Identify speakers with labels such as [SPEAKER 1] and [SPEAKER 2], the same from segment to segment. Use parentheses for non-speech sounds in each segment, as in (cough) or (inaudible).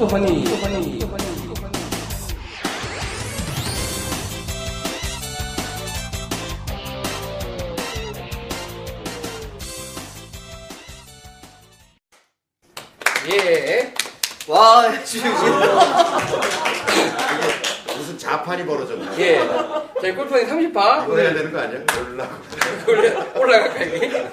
[SPEAKER 1] 허니
[SPEAKER 2] 예. 와, 지금
[SPEAKER 3] 무슨 자판이 벌어졌나?
[SPEAKER 2] 예. 저희 골프는 30파
[SPEAKER 3] 이거 해야 되는 거 아니야? 몰라.
[SPEAKER 2] (laughs) 올라- 올라갈까요?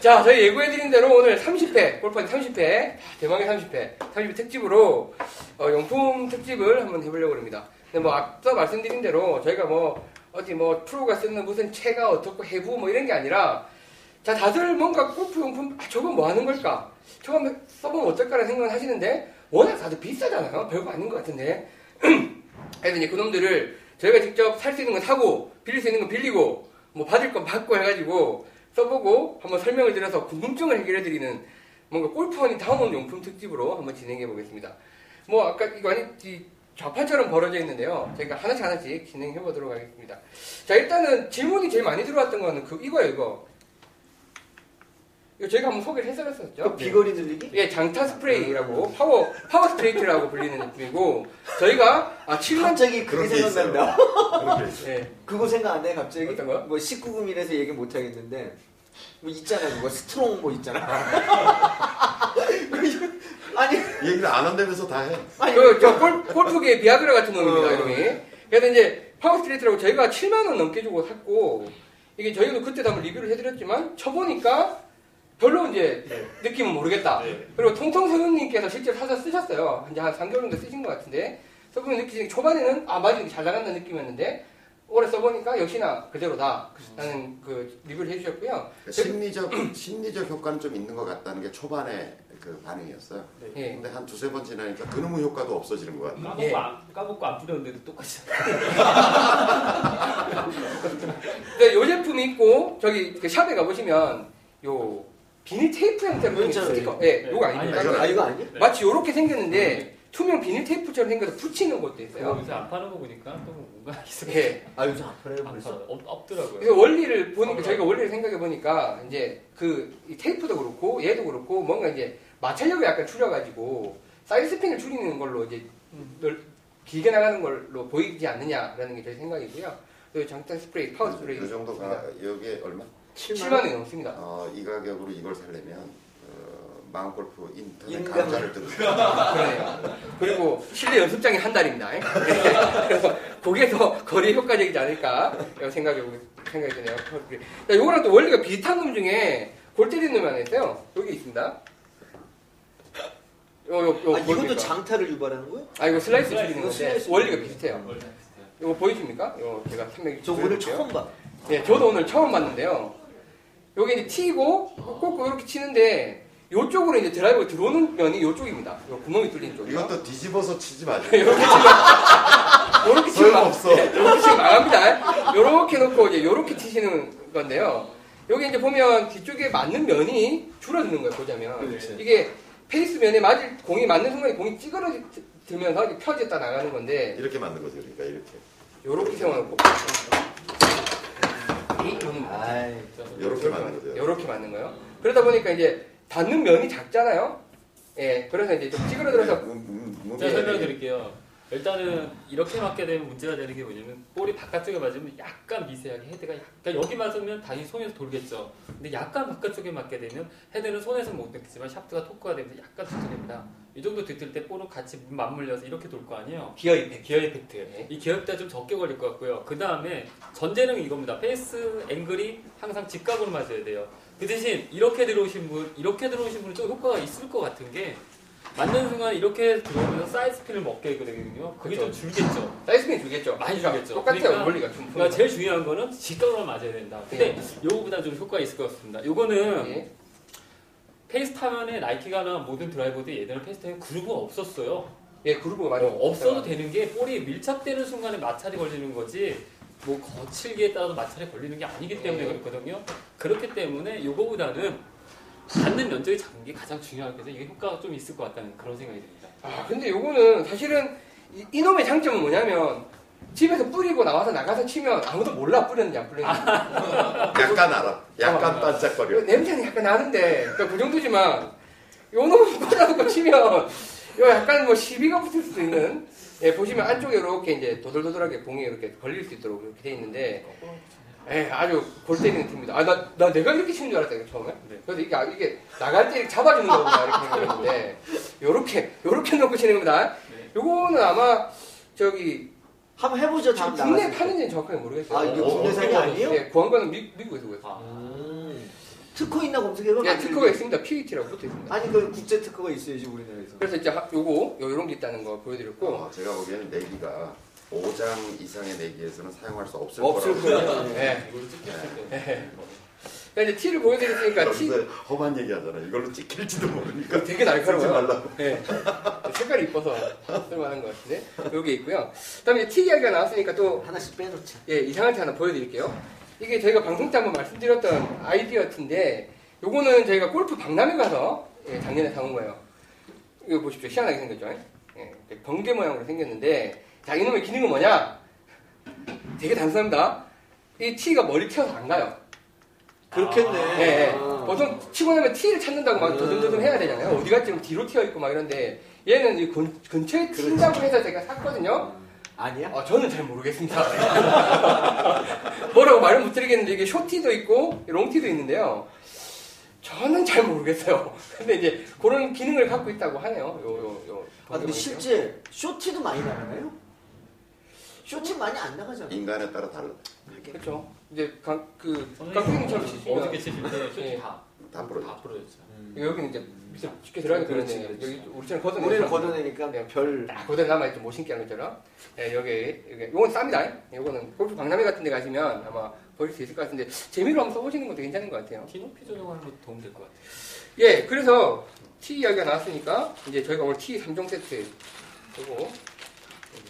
[SPEAKER 2] (laughs) 자, 저희 예고해드린 대로 오늘 30회, 골판 30회, 아, 대망의 30회, 30회 특집으로 어, 용품 특집을 한번 해보려고 합니다. 근데 뭐 앞서 말씀드린 대로 저희가 뭐 어디 뭐 프로가 쓰는 무슨 체가 어떻고 해부 뭐 이런 게 아니라 자, 다들 뭔가 골프 용품, 아, 저건 뭐 하는 걸까? 저거 한번 써보면 어떨까라는 생각을 하시는데 워낙 다들 비싸잖아요. 별거 아닌 것 같은데. (clears throat) 그래서 이제 그놈들을 저희가 직접 살 수 있는 건 사고, 빌릴 수 있는 건 빌리고, 뭐 받을 건 받고 해가지고 써보고 한번 설명을 드려서 궁금증을 해결해드리는 뭔가 골프원이 다운 용품 특집으로 한번 진행해 보겠습니다. 뭐 아까 이거 아니 이 좌판처럼 벌어져 있는데요. 저희가 하나씩 하나씩 진행해 보도록 하겠습니다. 자 일단은 질문이 제일 많이 들어왔던 거는 그 이거예요 이거. 이거 저희가 한번 소개를
[SPEAKER 1] 그
[SPEAKER 2] 했었었죠.
[SPEAKER 4] 그 비거리 들리기?
[SPEAKER 2] 예, 장타 스프레이라고 파워 파워 스트레이트라고 불리는 제품이고 저희가 아 7년
[SPEAKER 4] 갑자기 그게
[SPEAKER 3] 그런 게
[SPEAKER 4] 생각난다. (laughs)
[SPEAKER 3] 그렇게
[SPEAKER 2] (laughs)
[SPEAKER 3] 있어.
[SPEAKER 2] 예,
[SPEAKER 4] 그거 생각 안 나요, 갑자기?
[SPEAKER 2] 어떤 거요?
[SPEAKER 4] 뭐 19금이라서 얘기 못 하겠는데 뭐 있잖아, 그거 스트롱 뭐 있잖아. (laughs) 그리고- 아니
[SPEAKER 3] 얘기를 안 한다면서 다 해.
[SPEAKER 4] 아니
[SPEAKER 2] 그, 저 골, 골프계의 비아그라 같은 놈입니다,
[SPEAKER 4] 어.
[SPEAKER 2] 이놈이. 그래서 이제 파워스트리트라고 저희가 7만원 넘게 주고 샀고, 이게 저희도 그때도 한번 리뷰를 해드렸지만, 쳐보니까 별로 이제 느낌은 모르겠다.
[SPEAKER 3] 네.
[SPEAKER 2] 그리고 통통선생님께서 실제로 사서 쓰셨어요. 이제 한 3개월 정도 쓰신 것 같은데, 써보면 느끼지, 초반에는, 아, 맞아, 잘 나간다는 느낌이었는데, 오래 써보니까 역시나 그대로다.
[SPEAKER 4] 음.
[SPEAKER 2] 라는 그 리뷰를 해주셨고요.
[SPEAKER 3] 그러니까 심리적 심리적 효과는 좀 있는 것 같다는 게 초반에 그 반응이었어요.
[SPEAKER 4] 네.
[SPEAKER 2] 예.
[SPEAKER 3] 근데 한 두세 번 지나니까 그놈의 효과도 없어지는 것 같아.
[SPEAKER 2] 예.
[SPEAKER 5] 까먹고 안, 까먹고 안 뿌렸는데도 똑같이
[SPEAKER 2] 근데 그러니까 요 제품이 있고, 저기 그 샵에 가보시면, 요, 비닐 테이프 형태로 생긴
[SPEAKER 4] 그렇죠.
[SPEAKER 2] 스티커. 예,
[SPEAKER 5] 네.
[SPEAKER 2] 요거
[SPEAKER 5] 아니,
[SPEAKER 2] 아닙니다.
[SPEAKER 3] 아니,
[SPEAKER 4] 아 이거 아니야? 음.
[SPEAKER 5] 네.
[SPEAKER 2] 마치 요렇게 생겼는데 투명 비닐 테이프처럼 생겨서 붙이는 것도 있어요.
[SPEAKER 5] 요새 안 파는 거 보니까 또 뭔가 (laughs) 이상해
[SPEAKER 2] 예.
[SPEAKER 4] 아 요즘 아파요
[SPEAKER 5] 안
[SPEAKER 4] 벌써.
[SPEAKER 5] 파, 없, 없더라고요
[SPEAKER 2] 그래서 원리를 보니까 저희가 원리를 생각해 보니까 이제 그이 테이프도 그렇고 얘도 그렇고 뭔가 이제 마찰력을 약간 줄여가지고 사이드 스핀을 줄이는 걸로 이제 넓- 길게 나가는 걸로 보이지 않느냐라는 게 저희 생각이고요. 그리고 장탄 스프레이, 파워 스프레이
[SPEAKER 3] 이 네, 그 정도가 여기에 얼마?
[SPEAKER 2] 7만
[SPEAKER 4] 아,
[SPEAKER 2] 원이 넘습니다.
[SPEAKER 3] 어, 이 가격으로 이걸 살려면 어, 마음골프 인터넷
[SPEAKER 4] 인간.
[SPEAKER 3] 강좌를 들으세요.
[SPEAKER 2] 그러네요. 그러니까. 그리고 실내 연습장이 한 달입니다. 예? 그래서 거기에 더 거리 효과적이지 않을까 생각해 보겠, 생각이 드네요. 자, 요거랑 또 원리가 비슷한 놈 중에 골 때리는 놈이 하나 있어요. 여기 있습니다. 요, 요, 요
[SPEAKER 4] 아 이것도
[SPEAKER 2] 보입니까?
[SPEAKER 4] 장타를 유발하는 거야?
[SPEAKER 2] 아, 이거 슬라이스
[SPEAKER 5] 슬라이스,
[SPEAKER 2] 줄이는
[SPEAKER 4] 이거
[SPEAKER 2] 건데
[SPEAKER 4] 슬라이스
[SPEAKER 2] 원리가
[SPEAKER 4] 줄이는
[SPEAKER 2] 비슷해요.
[SPEAKER 5] 원래 비슷해요.
[SPEAKER 2] 이거 보이십니까? 요 제가 설명해
[SPEAKER 4] 저 오늘 처음 봐.
[SPEAKER 2] 예, 저도 오늘 처음 봤는데요. 요게 이제 튀고 꽂고 이렇게 치는데 요쪽으로 이제 드라이브 들어오는 면이 요쪽입니다. 요 구멍이 뚫린 쪽.
[SPEAKER 3] 이것도 뒤집어서 치지 마세요.
[SPEAKER 2] 이렇게 치면 이렇게 치면 막-
[SPEAKER 3] 소용없어.
[SPEAKER 2] 네, 이렇게 치면 망합니다. 이렇게 놓고 이제 이렇게 치시는 건데요. 여기 이제 보면 뒤쪽에 맞는 면이 줄어드는 거예요. 보자면
[SPEAKER 4] 그렇지.
[SPEAKER 2] 이게 페이스 면에 맞을 공이 맞는 순간에 공이 찌그러지면서 이렇게 펴졌다 나가는 건데
[SPEAKER 3] 이렇게 만든 거죠, 그러니까 이렇게
[SPEAKER 2] 이렇게 세워놓고 이 저는
[SPEAKER 4] 아이
[SPEAKER 3] 이렇게 만든 거죠.
[SPEAKER 2] 이렇게 맞는 거예요. 그러다 보니까 이제 닿는 면이 작잖아요. 예, 그래서 이제 좀 찌그러들어서
[SPEAKER 3] 음, 음, 음,
[SPEAKER 2] 예.
[SPEAKER 5] 제가
[SPEAKER 3] 음.
[SPEAKER 5] 설명드릴게요 일단은 이렇게 맞게 되면 문제가 되는 게 뭐냐면 볼이 바깥쪽에 맞으면 약간 미세하게 헤드가 약간 그러니까 여기 맞으면 당연히 손에서 돌겠죠 근데 약간 바깥쪽에 맞게 되면 헤드는 손에서 못 느끼지만 샤프트가 토크가 되면서 약간 뒤틀립니다 이 정도 뒤틀 때 볼은 같이 맞물려서 이렇게 돌 거 아니에요
[SPEAKER 2] 기어 입
[SPEAKER 5] 기어 이펙트.
[SPEAKER 2] 네.
[SPEAKER 5] 이 기어 이펙트가 좀 적게 걸릴 것 같고요. 그 다음에 전제는 이겁니다. 페이스 앵글이 항상 직각으로 맞아야 돼요. 그 대신 이렇게 들어오신 분, 이렇게 들어오신 분은 좀 효과가 있을 것 같은 게 맞는 순간 이렇게 들어오면서 사이드 스핀을 먹게 되거든요. 그게
[SPEAKER 2] 그렇죠.
[SPEAKER 5] 좀 줄겠죠.
[SPEAKER 2] 사이즈면 줄겠죠.
[SPEAKER 5] 많이 줄겠죠.
[SPEAKER 2] 똑같아요.
[SPEAKER 5] 그러니까-
[SPEAKER 2] 원리가 좀.
[SPEAKER 5] 그러니까 네. 제일 중요한 거는 직각으로 맞아야 된다. 근데 요거보다 좀 효과가 있을 것 같습니다. 요거는
[SPEAKER 2] 예.
[SPEAKER 5] 페이스 타면에 나이키가나 모든 드라이버들이 예전에 페이스 타면 그루브가 없었어요.
[SPEAKER 2] 예, 그룹으로 많이
[SPEAKER 5] 어, 없어도 되는 게 볼이 밀착되는 순간에 마찰이 걸리는 거지 뭐 거칠기에 따라서 마찰이 걸리는 게 아니기 때문에
[SPEAKER 2] 네.
[SPEAKER 5] 그렇거든요. 그렇기 때문에 이거보다는 받는 면적이 작은 게 가장 중요하게 돼서 이게 효과가 좀 있을 것 같다는 그런 생각이 듭니다.
[SPEAKER 2] 아, 근데 요거는 사실은 이, 이놈의 장점은 뭐냐면 집에서 뿌리고 나와서 나가서 치면 아무도 몰라 뿌렸는지 안 뿌렸는지.
[SPEAKER 3] 약간 알아. 약간
[SPEAKER 5] 어.
[SPEAKER 3] 반짝거려.
[SPEAKER 2] 그 냄새는 약간 나는데 그러니까 그 정도지만 요놈을 꽂아놓고 치면 이거 약간 뭐 시비가 붙을 수도 있는. 예, 보시면 안쪽에 이렇게 이제 도돌도돌하게 봉이 이렇게 걸릴 수 있도록 이렇게 돼 있는데, 예, 아주 골 때리는 팀입니다. 아, 나, 나 내가 이렇게 치는 줄 알았다, 이거 처음에.
[SPEAKER 5] 네.
[SPEAKER 2] 그래서 이게, 아, 이게 나갈 때 이렇게 잡아주는 거구나, 이렇게 생각했는데, 요렇게, 요렇게 놓고 치는 겁니다.
[SPEAKER 5] 네.
[SPEAKER 2] 요거는 아마, 저기,
[SPEAKER 1] 한번 해보죠.
[SPEAKER 2] 지금
[SPEAKER 1] 다음
[SPEAKER 2] 아, 국내
[SPEAKER 1] 나갔을 때.
[SPEAKER 2] 파는지는 정확하게 모르겠어요.
[SPEAKER 1] 아 이게
[SPEAKER 5] 어,
[SPEAKER 1] 국내산이
[SPEAKER 5] 어,
[SPEAKER 1] 아니에요? 아.
[SPEAKER 2] 예, 구한 거는 미, 미국에서 구했어요.
[SPEAKER 1] 특허 있나 검색해봐.
[SPEAKER 2] 예, 특허가 있습니다. PET라고 붙어 있습니다.
[SPEAKER 1] 아니
[SPEAKER 4] 그
[SPEAKER 1] 그
[SPEAKER 4] 국제 특허가 있어야지 우리나라에서.
[SPEAKER 2] 그래서 이제 하- 요거, 요, 요런 게 있다는 거 보여드렸고,
[SPEAKER 3] 어, 제가 보기에는 내기가 5장 이상의 내기에서는 사용할 수 없을,
[SPEAKER 4] 없을
[SPEAKER 3] 거라고.
[SPEAKER 4] 거예요.
[SPEAKER 2] (laughs) 예.
[SPEAKER 5] 이걸로 찍혔을 때.
[SPEAKER 2] 그러니까 이제 티를 보여드렸으니까 티
[SPEAKER 3] 그러면서 허만 얘기하잖아. 이걸로 찍힐지도 모르니까.
[SPEAKER 2] 되게
[SPEAKER 3] 쓰지
[SPEAKER 2] 날카로워요.
[SPEAKER 3] 말라고.
[SPEAKER 2] 예. 색깔이 이뻐서 쓸만한 것 같은데 요게 있고요. 그다음에 이제 티 이야기가 나왔으니까 또
[SPEAKER 1] 하나씩 빼놓자.
[SPEAKER 2] 예, 이상한 티 하나 보여드릴게요. 이게 저희가 방송 때 한번 말씀드렸던 아이디어 티인데 요거는 저희가 골프 박람회 가서 예, 작년에 사온 거예요. 이거 보십시오. 희한하게 생겼죠. 예, 이렇게 번개 모양으로 생겼는데 자 이놈의 기능은 뭐냐? 되게 단순합니다. 이 티가 머리 튀어서 안 가요.
[SPEAKER 1] 그렇겠네.
[SPEAKER 5] 아,
[SPEAKER 2] 예, 예.
[SPEAKER 1] 아.
[SPEAKER 2] 보통 치고 나면 티를 찾는다고 막 더듬더듬 해야 되잖아요. 어디 갔지? 막 뒤로 튀어 있고 막 이런데 얘는 이 근, 근처에 튄다고 해서 제가 샀거든요.
[SPEAKER 1] 아니야?
[SPEAKER 2] 어, 저는 잘 모르겠습니다. (laughs) 뭐라고 말은 못 드리겠는데 이게 쇼티도 있고 롱티도 있는데요. 저는 잘 모르겠어요. (laughs) 근데 이제 그런 기능을 갖고 있다고 하네요. 요, 요, 요.
[SPEAKER 1] 아 근데
[SPEAKER 2] 번개망이요.
[SPEAKER 1] 실제 쇼티도 많이 나가나요?
[SPEAKER 2] 음.
[SPEAKER 1] 쇼티 많이 안 나가잖아.
[SPEAKER 3] 인간에 따라 달라.
[SPEAKER 2] 그렇죠. 이제 강, 그
[SPEAKER 5] 선생님,
[SPEAKER 2] 강풍님처럼
[SPEAKER 5] 어저께
[SPEAKER 2] 치시면
[SPEAKER 5] 치실 때
[SPEAKER 2] 예.
[SPEAKER 5] 솔직히 다,
[SPEAKER 3] 다 부러져.
[SPEAKER 5] 다 부러졌죠.
[SPEAKER 1] 음.
[SPEAKER 2] 여기는 이제 밑에 쉽게 들어가게
[SPEAKER 4] 그렇지,
[SPEAKER 2] 되는데
[SPEAKER 4] 그렇지.
[SPEAKER 2] 여기 우리처럼 걷어내서
[SPEAKER 4] 우리를
[SPEAKER 2] 하는 거예요.
[SPEAKER 4] 걷어내니까
[SPEAKER 2] 네. (laughs)
[SPEAKER 4] 별
[SPEAKER 2] 딱 그대로 남아있죠. 못 신기 하는 것처럼. 예, 여기, 여기. 요건 쌉니다. 예, 요거는 골프 박람회 같은 데 가시면 아마 보실 수 있을 것 같은데, 재미로 한번 써보시는 것도 괜찮은 것 같아요.
[SPEAKER 5] 키높이 조정하는 것도 도움 될 것 같아요.
[SPEAKER 2] 예, 그래서 T 이야기가 나왔으니까, 이제 저희가 오늘 T 3종 세트, 요거.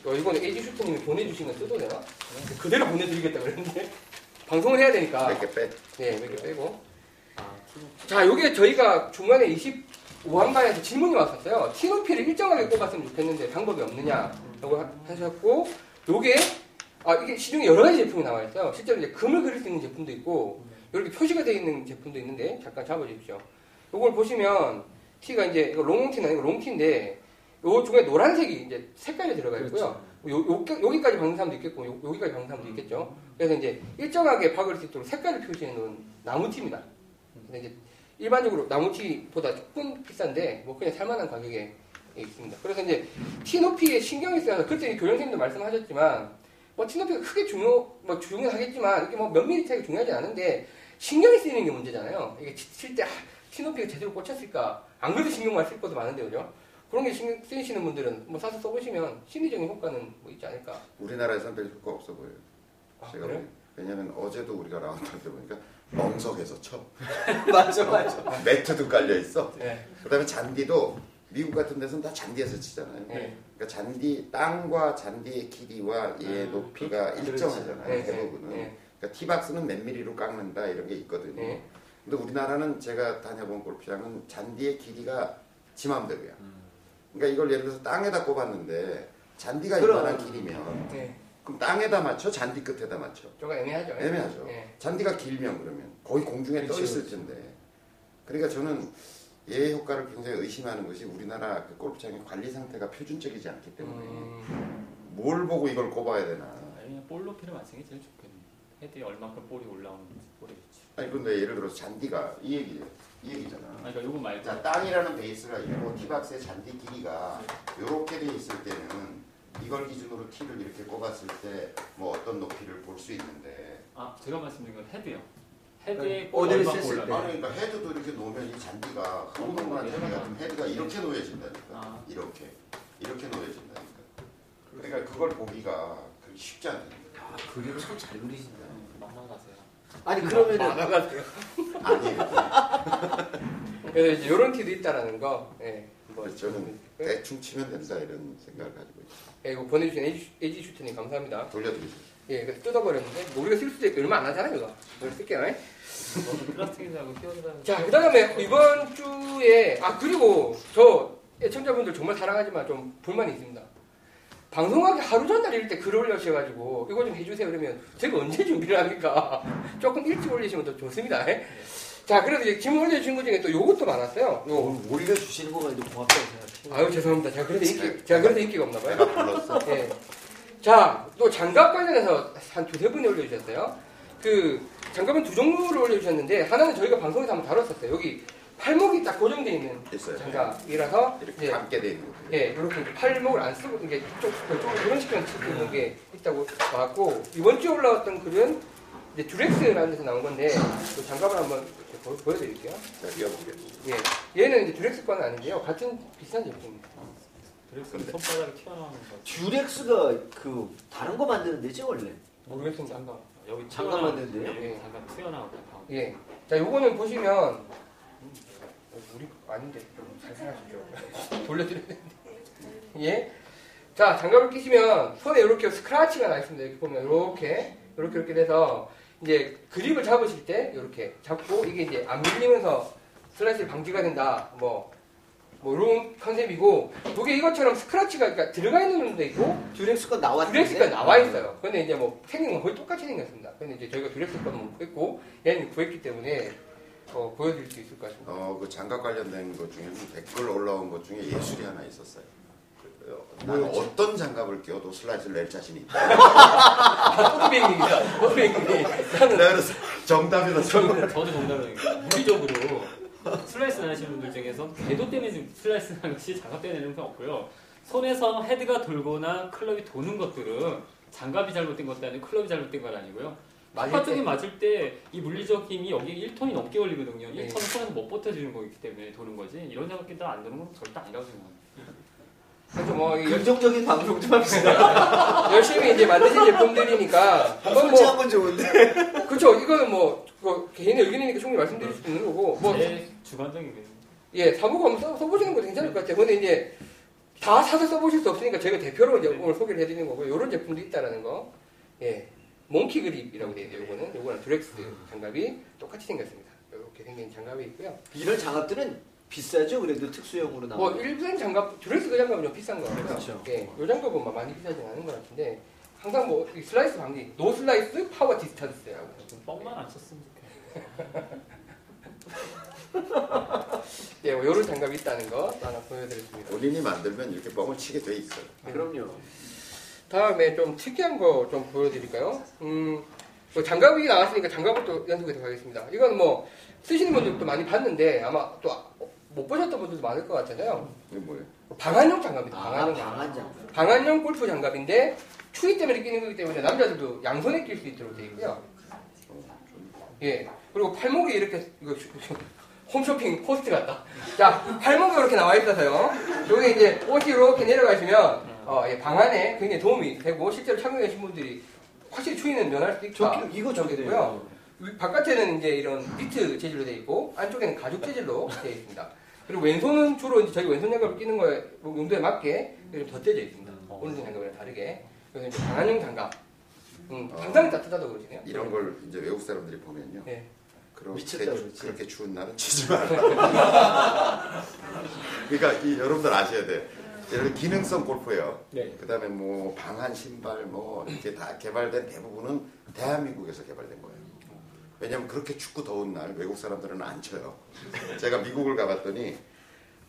[SPEAKER 2] 어, 이거는 에이지 슈트님이 보내주신 건 뜯어 내가? 그대로 보내드리겠다 그랬는데. (laughs) 방송을 해야 되니까.
[SPEAKER 3] 몇개 빼.
[SPEAKER 2] 네, 몇 개 빼고. 자, 요게 저희가 중간에 25한가에서 질문이 왔었어요. 티노피를 일정하게 꼽았으면 좋겠는데 방법이 없느냐? 라고 하- 하셨고, 요게, 아, 이게 시중에 여러 가지 제품이 나와 있어요. 실제로 이제 금을 그릴 수 있는 제품도 있고, 이렇게 표시가 되어 있는 제품도 있는데, 잠깐 잡아주십시오. 요걸 보시면, 티가 이제, 이거 롱티는 아니고 롱티인데, 요 중에 노란색이 이제 색깔이 들어가 있고요. 요, 요, 여기까지 박는 사람도 있겠고, 요, 여기까지 박는 사람도 있겠죠. 그래서 이제 일정하게 박을 수 있도록 색깔을 표시해 놓은 나무티입니다. 근데 이제 일반적으로 나무티보다 조금 비싼데 뭐 그냥 살만한 가격에 있습니다. 그래서 이제 티높이에 신경이 쓰여서 그때 교장선생님도 말씀하셨지만 뭐 티높이가 크게 중요 뭐 중요하겠지만 이렇게 뭐 몇 미리 차이가 중요하지 않은데 신경이 쓰이는 게 문제잖아요. 이게 치- 칠때 아, 티높이가 제대로 꽂혔을까 안 그래도 신경만 쓸 것도 많은데 그죠? 그런 게 신경 쓰이시는 분들은 뭐 사서 써보시면 심리적인 효과는 뭐 있지 않을까.
[SPEAKER 3] 우리나라에선 별 효과 없어 보여요.
[SPEAKER 2] 아,
[SPEAKER 3] 제가
[SPEAKER 2] 그래요?
[SPEAKER 3] 보기- 왜냐면 어제도 우리가 라운드 할때 보니까 멍석에서 쳐.
[SPEAKER 4] 맞아 맞아.
[SPEAKER 3] 매트도 깔려 있어.
[SPEAKER 2] 네.
[SPEAKER 3] 그다음에 잔디도 미국 같은 데서는 다 잔디에서 치잖아요.
[SPEAKER 2] 네.
[SPEAKER 3] 그러니까 잔디 땅과 잔디의 길이와 얘의 높이가 일정하잖아요.
[SPEAKER 2] 음. 네,
[SPEAKER 3] 대부분은.
[SPEAKER 2] 네.
[SPEAKER 3] 그러니까 티박스는 몇 미리로 깎는다 이런 게 있거든요.
[SPEAKER 2] 네.
[SPEAKER 3] 근데 우리나라는 제가 다녀본 골프장은 잔디의 길이가 지 맘대로야. 그러니까 이걸 예를 들어서 땅에다 꼽았는데 잔디가
[SPEAKER 1] 그럼.
[SPEAKER 3] 이만한 길이면
[SPEAKER 2] 네.
[SPEAKER 3] 그럼 땅에다 맞춰 잔디 끝에다 맞춰
[SPEAKER 2] 좀 애매하죠.
[SPEAKER 3] 애매하죠.
[SPEAKER 2] 네.
[SPEAKER 3] 잔디가 길면 그러면 거의 공중에 떠
[SPEAKER 4] 그치,
[SPEAKER 3] 있을 텐데. 그러니까 저는 얘 효과를 굉장히 의심하는 것이 우리나라 그 골프장의 관리 상태가 표준적이지 않기 때문에
[SPEAKER 2] 음,
[SPEAKER 3] 뭘 보고 이걸 꼽아야 되나.
[SPEAKER 5] 아니면 볼 높이를 맞추는 게 제일 좋겠네요. 헤드에 얼만큼 볼이 올라오는지, 볼이 위치.
[SPEAKER 3] 아니 근데 예를 들어서 잔디가 이 얘기예요. 이 얘기잖아.
[SPEAKER 5] 아니, 그러니까 요거 말고
[SPEAKER 3] 자, 땅이라는 베이스가 있고 티박스의 잔디 길이가 이렇게 돼 있을 때는 이걸 기준으로 티를 이렇게 꼽았을 때 뭐 어떤 높이를 볼 수 있는데
[SPEAKER 5] 아, 제가 말씀드린 건 헤드요. 헤드에
[SPEAKER 4] 그러니까 어디를
[SPEAKER 5] 볼이 얼만큼
[SPEAKER 4] 쓸 때.
[SPEAKER 2] 네.
[SPEAKER 5] 올라가.
[SPEAKER 3] 아니 그러니까 헤드도 이렇게 놓으면 이 잔디가
[SPEAKER 2] 음,
[SPEAKER 3] 흐물흐물한 헤드 같은 헤드가 이렇게 놓여진다니까
[SPEAKER 5] 아.
[SPEAKER 3] 이렇게 이렇게 놓여진다니까 그러니까 그걸 보기가 그렇게
[SPEAKER 2] (laughs)
[SPEAKER 3] 쉽지 않다니까
[SPEAKER 1] 아 그림 참 잘 그리신다.
[SPEAKER 5] 네. 만나가세요.
[SPEAKER 1] 아니 그러면은
[SPEAKER 2] 나가세요.
[SPEAKER 3] 아니에요
[SPEAKER 2] 그래서 이제 이런 티도 있다라는 거. 예. 한번
[SPEAKER 3] 그래서 저는 대충 치면 된다 이런 생각을 가지고 있어요
[SPEAKER 2] 예, 이거 보내주신 에이지- 에이지 슈트님 감사합니다.
[SPEAKER 3] 돌려드리세요
[SPEAKER 2] 예, 그래서 뜯어버렸는데 뭐 우리가 쓸 수도 있고 얼마 안 하잖아요, 이거. 이걸 쓸게요. 예.
[SPEAKER 5] 너무 플라스틱이라고 끼워들라는
[SPEAKER 2] 자, 그다음에 이번 주에 아 그리고 저 애청자분들 정말 사랑하지만 좀 불만이 있습니다. 방송하기 하루 전날 이럴 때글 올려주셔가지고 (laughs) 이거 좀 해주세요 그러면 제가 언제 준비를 합니까? 조금 일찍 올리시면 더 좋습니다. 예. 자, 그래도 이제 질문 올려주신 것 중에 또 요것도 많았어요. 요.
[SPEAKER 1] 오늘 올려주시는 거가 이제 고맙다고 생각해요.
[SPEAKER 2] 아유, 죄송합니다. 제가 그래도
[SPEAKER 3] 네.
[SPEAKER 2] 인기, 제가 그래도 인기가 없나봐요.
[SPEAKER 3] 내가 불렀어.
[SPEAKER 2] 예. 자, 또 장갑 관련해서 한 두세 분이 올려주셨어요. 그, 장갑은 두 종류를 올려주셨는데, 하나는 저희가 방송에서 한번 다뤘었어요. 여기 팔목이 딱 고정되어 있는
[SPEAKER 3] 있어요.
[SPEAKER 2] 장갑이라서,
[SPEAKER 3] 네. 이렇게
[SPEAKER 2] 예,
[SPEAKER 3] 감게 돼 있는 거.
[SPEAKER 2] 예, 이렇게 이제 팔목을 안 쓰고, 이게 쪽, 별쪽으로 이런 식으로 쓰고
[SPEAKER 3] 음.
[SPEAKER 2] 있는 게 있다고 나왔고, 이번 주에 올라왔던 글은 이제 듀렉스라는 데서 나온 건데, 그 장갑을 한번 이렇게 보- 보여드릴게요.
[SPEAKER 3] 자, 이어보겠습니다.
[SPEAKER 2] 예. 얘는 이제 듀렉스 거는 아닌데요. 같은 비슷한 제품입니다.
[SPEAKER 5] 그래서
[SPEAKER 3] 근데-
[SPEAKER 5] 손바닥이 튀어나오는 거.
[SPEAKER 1] 듀렉스가 그 다른 거 만드는 데지 원래.
[SPEAKER 2] 모르겠습니다.
[SPEAKER 5] 잠깐 여기
[SPEAKER 1] 잠깐
[SPEAKER 5] 튀어나오는-
[SPEAKER 1] 만든데요?
[SPEAKER 5] 여기
[SPEAKER 2] 예.
[SPEAKER 5] 네, 잠깐 튀어나오고 방금.
[SPEAKER 2] 예. 자, 요거는 보시면 어, 우리 아닌데 좀잘 생각하시죠. (laughs) 돌려드렸는데. 예. 자, 장갑을 끼시면 손에 이렇게 스크라치가 나 있습니다. 이렇게 보면 이렇게 이렇게 이렇게 돼서 이제 그립을 잡으실 때 이렇게 잡고 이게 이제 안 밀리면서 슬라이스 방지가 된다. 뭐. 뭐 이런 컨셉이고 이게 이것처럼 스크라치가 그러니까 들어가 있는 분도 있고
[SPEAKER 1] 듀렉스가 나왔는데.
[SPEAKER 2] 듀렉스가 나와 있어요. 근데 이제 뭐 생긴 건 거의 똑같이 생겼습니다. 근데 이제 저희가 듀렉스 건못 했고 얘는 구했기 때문에 어, 보여드릴 수 있을 것 같습니다.
[SPEAKER 3] 어, 그 장갑 관련된 것 중에 무슨 댓글 올라온 것 중에 예술이 하나 있었어요. 그, 어, 나는 어떤 장갑을 끼워도 슬라이스를 낼 자신이 있다.
[SPEAKER 2] 포비행님이다 포드비행님이
[SPEAKER 3] 내가 그래서 정답이다. 정답.
[SPEAKER 5] 저도 저도 정답을 얘기해요. 물리적으로 슬라이스 나시는 분들 중에서 궤도 때문에 지금 슬라이스 나는 것이 장갑 때문에 는 건 없고요. 손에서 헤드가 돌거나 클럽이 도는 것들은 장갑이 잘못된 것도 아니고 클럽이 잘못된 건 아니고요.
[SPEAKER 2] 맞을
[SPEAKER 5] 똑같은 게
[SPEAKER 2] 때.
[SPEAKER 5] 맞을 때 이 물리적 힘이 여기 1톤이 넘게 걸리거든요.
[SPEAKER 2] 네.
[SPEAKER 5] 1톤은 손에서 못 버텨주는 거기 때문에 도는 거지. 이런 장갑 끼다 안 도는 건 절대 아니라고 생각합니다.
[SPEAKER 2] 그래서 뭐 이-
[SPEAKER 1] 아, 긍정적인 방송 좀 합시다.
[SPEAKER 2] 열심히 이제 만드신 제품들이니까 이건
[SPEAKER 1] 아, 솔직히
[SPEAKER 2] 뭐
[SPEAKER 1] 한건 좋은데.
[SPEAKER 2] 그쵸 이거는 뭐 그거 개인의 의견이니까 충분히 말씀드릴 수 있는 거고 뭐
[SPEAKER 5] 제 주관적인 의견.
[SPEAKER 2] 예, 사보고 한번 써, 써보시는 것도 괜찮을 것 같아요. 근데 이제 다 사서 써보실 수 없으니까 저희가 대표로 이제
[SPEAKER 5] 네.
[SPEAKER 2] 오늘 소개를 해드리는 거고 이런 제품도 있다라는 거. 예, 몽키 그립이라고 되어 있네요. 요거는 요거는 드렉스 장갑이 똑같이 생겼습니다. 이렇게 생긴 장갑이 있고요.
[SPEAKER 1] 이런 장갑들은 비싸죠? 그래도 특수형으로 나온.
[SPEAKER 2] 뭐 일반 장갑, 드렉스 그 장갑은 좀 비싼 거 같고요.
[SPEAKER 1] 그렇죠.
[SPEAKER 2] 예, 요 장갑은 막 많이 비싸진 않은 것 같은데 항상 뭐이 슬라이스 방지, 노 슬라이스 파워 디스턴스라고.
[SPEAKER 5] 좀 뻥만 안 쳤으면 좋겠어요.
[SPEAKER 2] 예, 뭐 이런 장갑이 있다는 거 하나 보여드렸습니다.
[SPEAKER 3] 본인이 만들면 이렇게 뻥을 치게 돼 있어요.
[SPEAKER 1] 네, 그럼요.
[SPEAKER 2] 다음에 좀 특이한 거 좀 보여드릴까요? 음, 뭐 장갑이 나왔으니까 장갑을 또 연속해서 가겠습니다. 이건 뭐 쓰시는 분들도 많이 봤는데 아마 또 못 보셨던 분들도 많을 것 같잖아요.
[SPEAKER 3] 이게 뭐예요?
[SPEAKER 2] 방한용 장갑입니다.
[SPEAKER 1] 아,
[SPEAKER 2] 방한용
[SPEAKER 1] 방한 장갑.
[SPEAKER 2] 방한용 골프 장갑인데 추위 때문에 끼는 거기 때문에 남자들도 양손에 낄 수 있도록 되어 있고요. 예. 그리고 팔목이 이렇게 이거 슈- 슈- 홈쇼핑 포스트 같다. 자, 팔목이 이렇게 나와 있어서요. 여기 이제 옷이 이렇게 내려가시면 어, 예, 방안에 굉장히 도움이 되고 실제로 착용하신 분들이 확실히 추위는 면할 수 있다.
[SPEAKER 1] 저기 아, 이거 저기
[SPEAKER 2] 되고요.
[SPEAKER 1] 돼요.
[SPEAKER 2] 위- 바깥에는 이제 이런 비트 재질로 되어 있고 안쪽에는 가죽 재질로 되어 있습니다. 그리고 왼손은 주로 이제 저희 왼손 장갑을 끼는 거에 용도에 맞게 좀 덧대져 있습니다.
[SPEAKER 5] 어.
[SPEAKER 2] 오른손 장갑이랑 다르게. 그래서 이제 방한용 장갑. 음, 상당히 따뜻하다고 그러시네요.
[SPEAKER 3] 이런 걸 이제 외국 사람들이 보면요.
[SPEAKER 2] 네.
[SPEAKER 3] 그렇게,
[SPEAKER 1] 미쳤다 그러지.
[SPEAKER 3] 그렇게 추운 날은 치지 마라.
[SPEAKER 1] (laughs)
[SPEAKER 3] 그러니까 이 여러분들 아셔야 돼. 예를 들어 기능성 골프예요.
[SPEAKER 5] 네.
[SPEAKER 3] 그다음에 뭐 방한 신발 뭐 이렇게 다 개발된 대부분은 대한민국에서 개발된 거예요. 왜냐면 그렇게 춥고 더운 날 외국 사람들은 안 쳐요. 제가 미국을 가봤더니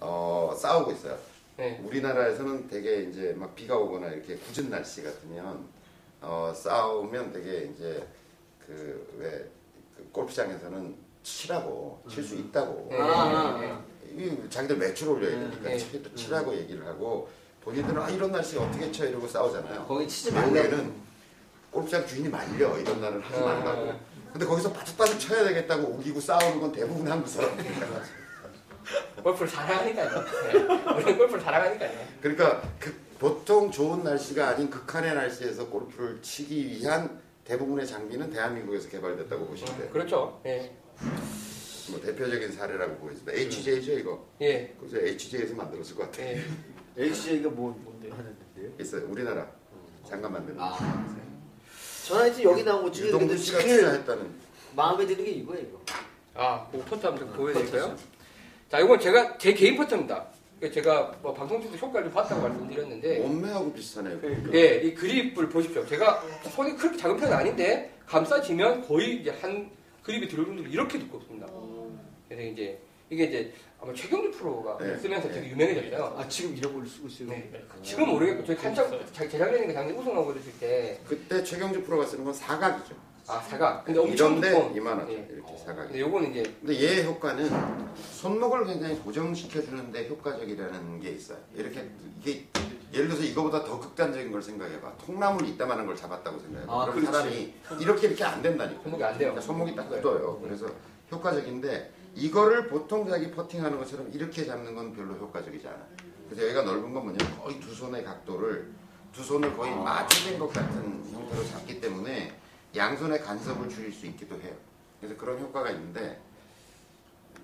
[SPEAKER 3] 어, 싸우고 있어요.
[SPEAKER 2] 네.
[SPEAKER 3] 우리나라에서는 되게 이제 막 비가 오거나 이렇게 굳은 날씨 같으면 어, 싸우면 되게 이제 그 왜그 골프장에서는 치라고 칠 수 있다고
[SPEAKER 2] 네.
[SPEAKER 1] 아,
[SPEAKER 2] 네.
[SPEAKER 3] 이 자기들 매출 올려야
[SPEAKER 1] 음,
[SPEAKER 3] 되니까
[SPEAKER 1] 예.
[SPEAKER 2] 네.
[SPEAKER 3] 치- 치라고 얘기를 하고 본인들은 아 이런 날씨 어떻게 쳐 이러고 싸우잖아요.
[SPEAKER 1] 거기 치지 말라고.
[SPEAKER 3] 외국에는 골프장 주인이 말려 이런 날은 하지
[SPEAKER 2] 아.
[SPEAKER 3] 말라고. 근데 거기서 바삭바삭 쳐야 되겠다고 우기고 싸우는 건 대부분 한국
[SPEAKER 1] 음.
[SPEAKER 3] 사람들이에요.
[SPEAKER 2] 골프를 사랑하니까요. 네. 우리는 골프를 사랑하니까요.
[SPEAKER 3] 그러니까 그- 보통 좋은 날씨가 아닌 극한의 날씨에서 골프를 치기 위한 대부분의 장비는 대한민국에서
[SPEAKER 1] 음.
[SPEAKER 3] 개발됐다고 보시면 돼요.
[SPEAKER 2] 그렇죠. 예.
[SPEAKER 3] 뭐 대표적인 사례라고 보겠습니다.
[SPEAKER 1] 그렇죠.
[SPEAKER 3] HJ죠 이거.
[SPEAKER 2] 예.
[SPEAKER 3] 그래서 HJ에서 만들었을 것 같아요.
[SPEAKER 2] 예.
[SPEAKER 1] HJ가 뭐 뭔데 하는데요?
[SPEAKER 3] 있어요. 우리나라
[SPEAKER 1] 음.
[SPEAKER 3] 잠깐 만드는.
[SPEAKER 1] 아. 저는 이제 여기 나온 것 중에
[SPEAKER 3] 유동규
[SPEAKER 1] 그래도
[SPEAKER 3] 씨가
[SPEAKER 1] 제일
[SPEAKER 3] 투자했다는.
[SPEAKER 1] 마음에 드는 게 이거예요. 이거.
[SPEAKER 2] 아, 뭐 포트 한번 좀
[SPEAKER 1] 어,
[SPEAKER 2] 보여드릴까요? 자, 이건 제가 제 개인 포트입니다. 이거 제가 뭐 방송 중에 효과를 좀 봤다고 말씀드렸는데
[SPEAKER 3] 몸매하고 비슷하네요. 그러니까.
[SPEAKER 2] 예, 이 그립을 보십시오. 제가 손이 그렇게 작은 편은 아닌데 감싸지면 거의 이제 한 그립이 들어오는 분들이 이렇게 두껍습니다. 그래서 이제 이게 이제 아마 최경주 프로가
[SPEAKER 3] 네.
[SPEAKER 2] 쓰면서
[SPEAKER 3] 네. 그렇죠.
[SPEAKER 2] 되게 유명해졌어요.
[SPEAKER 1] 아 지금 이런 걸 쓰고 있어요.
[SPEAKER 2] 네.
[SPEAKER 5] 네.
[SPEAKER 2] 지금 모르겠고 저희 한창
[SPEAKER 5] 재밌어요.
[SPEAKER 2] 자- 재작년인가 작년 우승하고 그랬을 때,
[SPEAKER 3] 그때 최경주 프로가 쓰는 건 사각이죠.
[SPEAKER 2] 아 사각. 근데 엄청
[SPEAKER 3] 이런데
[SPEAKER 2] 두꺼운.
[SPEAKER 3] 이만하죠.
[SPEAKER 2] 네.
[SPEAKER 3] 이렇게 사각이.
[SPEAKER 2] 근데 요거는 이제
[SPEAKER 3] 근데 얘 효과는 손목을 굉장히 고정시켜주는데 효과적이라는 게 있어요. 이렇게 이게 예를 들어서 이거보다 더 극단적인 걸 생각해봐. 통나무를 이따만한 걸 잡았다고 생각해봐.
[SPEAKER 4] 아,
[SPEAKER 3] 그럼
[SPEAKER 4] 그렇지.
[SPEAKER 3] 사람이 이렇게 이렇게 안 된다니까.
[SPEAKER 2] 손목이 안 돼요. 네.
[SPEAKER 3] 그러니까 손목이 딱 굳어요. 그래서 효과적인데 이거를 보통 자기 퍼팅하는 것처럼 이렇게 잡는 건 별로 효과적이지 않아. 그래서 여기가 넓은 건 뭐냐면 거의 두 손의 각도를 두 손을 거의 마주된 것 같은 형태로 잡기 때문에 양손의 간섭을 줄일 수 있기도 해요. 그래서 그런 효과가 있는데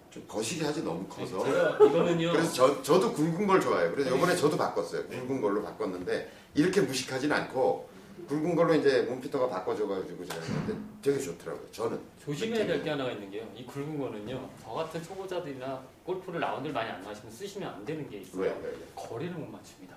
[SPEAKER 3] 좀 거시기 하지 너무 커서
[SPEAKER 5] 제가 이거는요.
[SPEAKER 3] 그래서 저, 저도 굵은 걸 좋아해요. 그래서 이번에 저도 바꿨어요. 굵은 걸로 바꿨는데 이렇게 무식하진 않고 굵은 걸로 이제 몸피터가 바꿔줘가지고 제가 했는데 되게 좋더라고요. 저는
[SPEAKER 5] 조심해야 될 게 하나가 있는 게요. 이 굵은 거는요. 저 같은 초보자들이나 골프를 라운드를 많이 안 마시면 쓰시면 안 되는 게 있어요.
[SPEAKER 3] 왜요? 왜요?
[SPEAKER 5] 거리를 못 맞춥니다.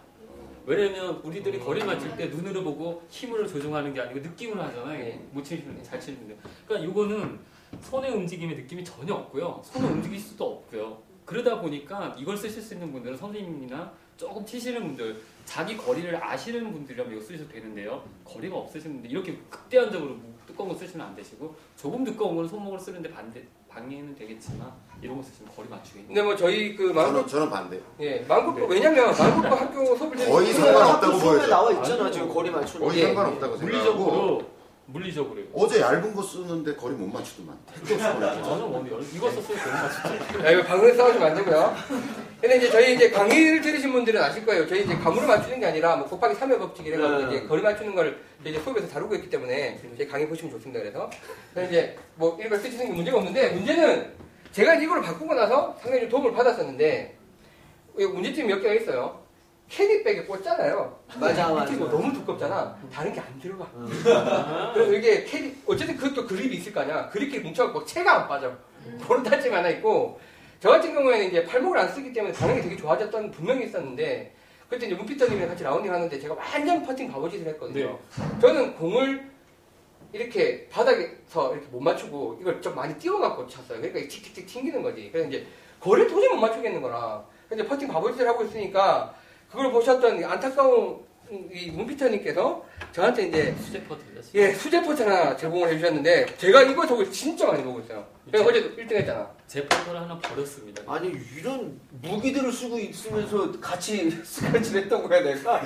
[SPEAKER 5] 왜냐면 우리들이 거리를 맞출 때 눈으로 보고 힘으로 조종하는 게 아니고 느낌으로 하잖아요.
[SPEAKER 2] 예.
[SPEAKER 5] 못 치시는데 잘 치는데. 그러니까 이거는 손의 움직임의 느낌이 전혀 없고요. 손을 움직일 수도 없고요. 그러다 보니까 이걸 쓰실 수 있는 분들은 선생님이나 조금 치시는 분들, 자기 거리를 아시는 분들이라면 이거 쓰셔도 되는데요. 거리가 없으신 분들 이렇게 극대한적으로 두꺼운 거 쓰시면 안 되시고 조금 두꺼운 건 손목을 쓰는데 반대 방해는 되겠지만 이런 거 쓰시면 거리 맞추기.
[SPEAKER 2] 근데 뭐 저희 그 망고
[SPEAKER 3] 저는, 저는 반대요.
[SPEAKER 2] 예 망고도 왜냐면 망고도 학교 수업을 때
[SPEAKER 3] 거의
[SPEAKER 1] 아, 그거
[SPEAKER 3] 상관없다고
[SPEAKER 1] 학교 수업에
[SPEAKER 3] 보여줘.
[SPEAKER 1] 나와 있잖아
[SPEAKER 5] 아니요.
[SPEAKER 1] 지금 거리 예. 맞추는
[SPEAKER 3] 거의
[SPEAKER 1] 게.
[SPEAKER 3] 상관없다고 생각하고
[SPEAKER 5] 물리적으로 물리적으로요.
[SPEAKER 3] 어제 얇은 거 쓰는데 거리 못 맞추더만.
[SPEAKER 5] 저는 오늘 이거 썼을 때 얼마 진짜
[SPEAKER 2] 야, 네, 이거 방송에 싸우시면 안 되고요. 근데 이제 저희 이제 강의를 들으신 분들은 아실 거예요. 저희 이제 감으로 맞추는 게 아니라 뭐 곱하기 3의 법칙이라 가지고
[SPEAKER 1] 네.
[SPEAKER 2] 이제 거리 맞추는 걸 저희 이제 수업에서 다루고 있기 때문에 저희 강의 보시면 좋습니다. 그래서 그래서 이제 뭐 이걸 쓰시는 게 문제가 없는데 문제는 제가 이걸 바꾸고 나서 상당히 좀 도움을 받았었는데 이거 문제점이 몇 개가 있어요. 캐리백에 꽂잖아요.
[SPEAKER 1] 맞아 맞아.
[SPEAKER 2] 이렇게 뭐 너무 두껍잖아. 다른 게 안 들어가.
[SPEAKER 5] 아,
[SPEAKER 2] 그래서 이게 캐리 어쨌든 그것도 그립이 있을 거 아니야. 그립끼리 뭉쳐갖고 채가 안 빠져. 그런 단점이 하나 있고 저 같은 경우에는 이제 팔목을 안 쓰기 때문에 반응이 되게 좋아졌던 분명히 있었는데 그때 이제 문피터님이랑 같이 라운딩 하는데 제가 완전 퍼팅 바보짓을 했거든요. 저는 공을 이렇게 바닥에서 이렇게 못 맞추고 이걸 좀 많이 띄워갖고 쳤어요. 그러니까 이게 틱틱틱 튕기는 거지. 그래서 이제 거리를 도저히 못 맞추겠는 거라. 근데 퍼팅 바보짓을 하고 있으니까 그걸 보셨던 이 안타까운 이 문피터님께서 저한테 이제
[SPEAKER 5] 수제 퍼트려.
[SPEAKER 2] 예, 수제 포트 하나 제공을 해주셨는데 제가 이거 저거 진짜 많이 보고 있어요. 내가 어제도 1등 했잖아.
[SPEAKER 5] 제 퍼트를 하나 버렸습니다.
[SPEAKER 1] 아니 이런 무기들을 쓰고 있으면서 같이 (laughs)
[SPEAKER 4] 스크래치를 했던 거야 내가.